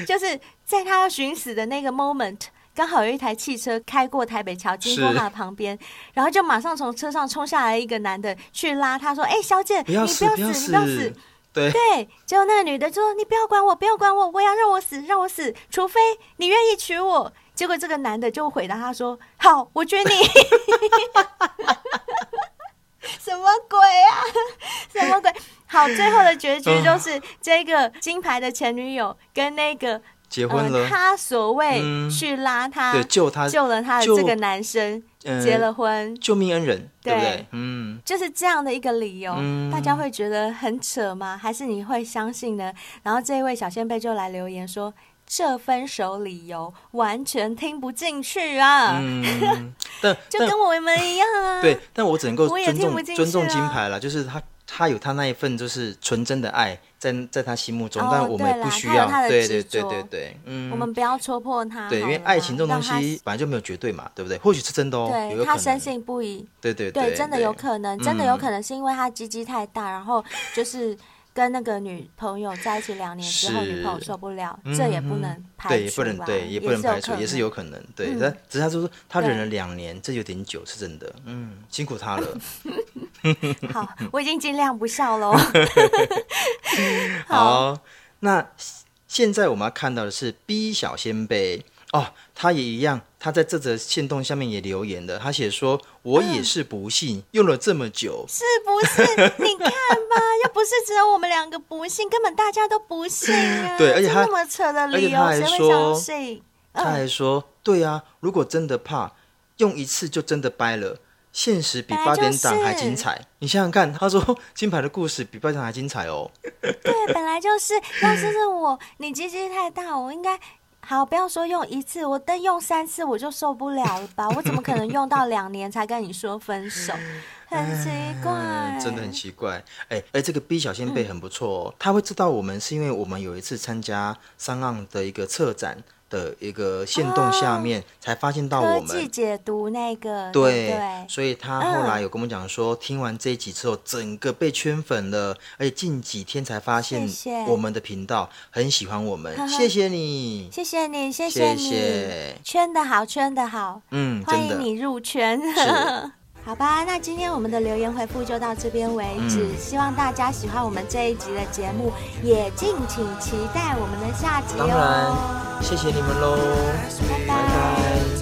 [SPEAKER 2] 就是在他要寻死的那个 moment，刚好有一台汽车开过台北桥，经过
[SPEAKER 3] 是
[SPEAKER 2] 他的旁边，然后就马上从车上冲下来一个男的去拉他，说：“哎、小姐，
[SPEAKER 3] 不
[SPEAKER 2] 你
[SPEAKER 3] 要
[SPEAKER 2] 不
[SPEAKER 3] 死，
[SPEAKER 2] 要
[SPEAKER 3] 不要
[SPEAKER 2] 你不要死
[SPEAKER 3] 死，。”对，
[SPEAKER 2] 对，结果那个女的就说：“你不要管我，不要管我，我要让我死，让我死，除非你愿意娶我。”结果这个男的就回答他说：“好，我娶你。” [laughs] 什么鬼啊？什么鬼？好，最后的结
[SPEAKER 3] 啊
[SPEAKER 2] 局就是这个金牌的前女友跟那个
[SPEAKER 3] 结婚
[SPEAKER 2] 呃
[SPEAKER 3] 了，
[SPEAKER 2] 他所谓
[SPEAKER 3] 嗯
[SPEAKER 2] 去拉他、
[SPEAKER 3] 对，救他，
[SPEAKER 2] 救了他的
[SPEAKER 3] 救
[SPEAKER 2] 这个男生、
[SPEAKER 3] 嗯
[SPEAKER 2] 结了婚，
[SPEAKER 3] 救命恩人，对不
[SPEAKER 2] 对
[SPEAKER 3] 对？嗯，
[SPEAKER 2] 就是这样的一个理由，
[SPEAKER 3] 嗯
[SPEAKER 2] 大家会觉得很扯吗？还是你会相信呢？然后这一位小先辈就来留言说。这分手理由完全听不进去啊，
[SPEAKER 3] 嗯，但
[SPEAKER 2] 就
[SPEAKER 3] 但
[SPEAKER 2] 跟我们一样啊。
[SPEAKER 3] 对，但我只能够
[SPEAKER 2] 我也
[SPEAKER 3] 尊
[SPEAKER 2] 听
[SPEAKER 3] 重、
[SPEAKER 2] 不进
[SPEAKER 3] 尊重
[SPEAKER 2] 去啊
[SPEAKER 3] 金牌啦，就是他他有他那一份就是纯真的爱在在他心目中，
[SPEAKER 2] 哦
[SPEAKER 3] 但我
[SPEAKER 2] 对
[SPEAKER 3] 们也
[SPEAKER 2] 啦
[SPEAKER 3] 不需
[SPEAKER 2] 他有
[SPEAKER 3] 要
[SPEAKER 2] 他，的
[SPEAKER 3] 对
[SPEAKER 2] 执
[SPEAKER 3] 对对
[SPEAKER 2] 着
[SPEAKER 3] 对对，嗯，
[SPEAKER 2] 我们不要戳破他好了啦。
[SPEAKER 3] 对，因为爱情这种东西本来就没有绝对嘛，对不对？或许是真的哦，
[SPEAKER 2] 让他，
[SPEAKER 3] 有有
[SPEAKER 2] 对
[SPEAKER 3] 可
[SPEAKER 2] 他
[SPEAKER 3] 能
[SPEAKER 2] 深，信不疑，
[SPEAKER 3] 对对
[SPEAKER 2] 对，真的有可能，真的有
[SPEAKER 3] 嗯
[SPEAKER 2] 可能是因为他鸡鸡太大，然后就是跟那个女朋友在一起两年之后，
[SPEAKER 3] 是嗯
[SPEAKER 2] 女朋友受不了，这也不能排
[SPEAKER 3] 对，也
[SPEAKER 2] 除
[SPEAKER 3] 不能
[SPEAKER 2] 吧
[SPEAKER 3] 对，也不
[SPEAKER 2] 是
[SPEAKER 3] 能
[SPEAKER 2] 可
[SPEAKER 3] 排除，也是
[SPEAKER 2] 能
[SPEAKER 3] 有可能。对
[SPEAKER 2] 嗯，
[SPEAKER 3] 但只是他就说他忍了
[SPEAKER 2] 对
[SPEAKER 3] 两年，这有点久，是真的。嗯，辛苦他
[SPEAKER 2] [laughs]
[SPEAKER 3] 了。
[SPEAKER 2] 好，
[SPEAKER 3] [laughs]
[SPEAKER 2] 我已经尽量不笑哦喽。好，
[SPEAKER 3] 好，那现在我们要看到的是 B 小先辈哦，他也一样，他在这则线动下面也留言的，他写说：“我
[SPEAKER 2] 嗯
[SPEAKER 3] 也是不信，用了这么久，
[SPEAKER 2] [laughs] 是不是？你看吧，又不是只有我们两个不信，根本大家都不信啊！
[SPEAKER 3] 对而且
[SPEAKER 2] 这
[SPEAKER 3] 他
[SPEAKER 2] 那么扯的
[SPEAKER 3] 而且
[SPEAKER 2] 理
[SPEAKER 3] 他
[SPEAKER 2] 由，
[SPEAKER 3] 还
[SPEAKER 2] 谁会
[SPEAKER 3] 说
[SPEAKER 2] 相信？
[SPEAKER 3] 他还说：“对啊，如果真的怕，用一次就真的掰了。”现实比
[SPEAKER 2] 本来
[SPEAKER 3] 八
[SPEAKER 2] 就
[SPEAKER 3] 点档还
[SPEAKER 2] 是
[SPEAKER 3] 精彩，你想想看，他说 [laughs] 金牌的故事比八点档还精彩哦。
[SPEAKER 2] 对，本来就是，要是是我，你鸡鸡太大，我应该。好，不要说用一次，我但用三次我就受不了了吧？我怎么可能用到两年才跟你说分手？很奇怪嗯
[SPEAKER 3] 嗯，，真的很奇怪。哎、哎，这个 B 小先辈很不错哦，他会知道我们是因为我们有一次参加商岸的一个策展的一个线动下面、才发现到
[SPEAKER 2] 哦科
[SPEAKER 3] 我
[SPEAKER 2] 技
[SPEAKER 3] 们。
[SPEAKER 2] 解读那个，对
[SPEAKER 3] 对，
[SPEAKER 2] 不对，嗯
[SPEAKER 3] 所以他后来有跟我讲说，听完这一集之后，整个被圈粉了，而且近几天才发现
[SPEAKER 2] 谢谢
[SPEAKER 3] 我们的频道很喜欢我们，
[SPEAKER 2] 呵呵
[SPEAKER 3] 谢谢你，
[SPEAKER 2] 谢谢你，谢
[SPEAKER 3] 谢
[SPEAKER 2] 你，
[SPEAKER 3] 谢
[SPEAKER 2] 圈的好，圈的好，
[SPEAKER 3] 嗯，
[SPEAKER 2] 欢
[SPEAKER 3] 真的
[SPEAKER 2] 迎你入圈。
[SPEAKER 3] 是
[SPEAKER 2] [laughs] 好吧，那今天我们的留言回复就到这边为止，
[SPEAKER 3] 嗯
[SPEAKER 2] 希望大家喜欢我们这一集的节目，也敬请期待我们的下集
[SPEAKER 3] 当然
[SPEAKER 2] 哦。
[SPEAKER 3] 谢谢你们喽，
[SPEAKER 2] 拜
[SPEAKER 3] 拜
[SPEAKER 2] 拜
[SPEAKER 3] 拜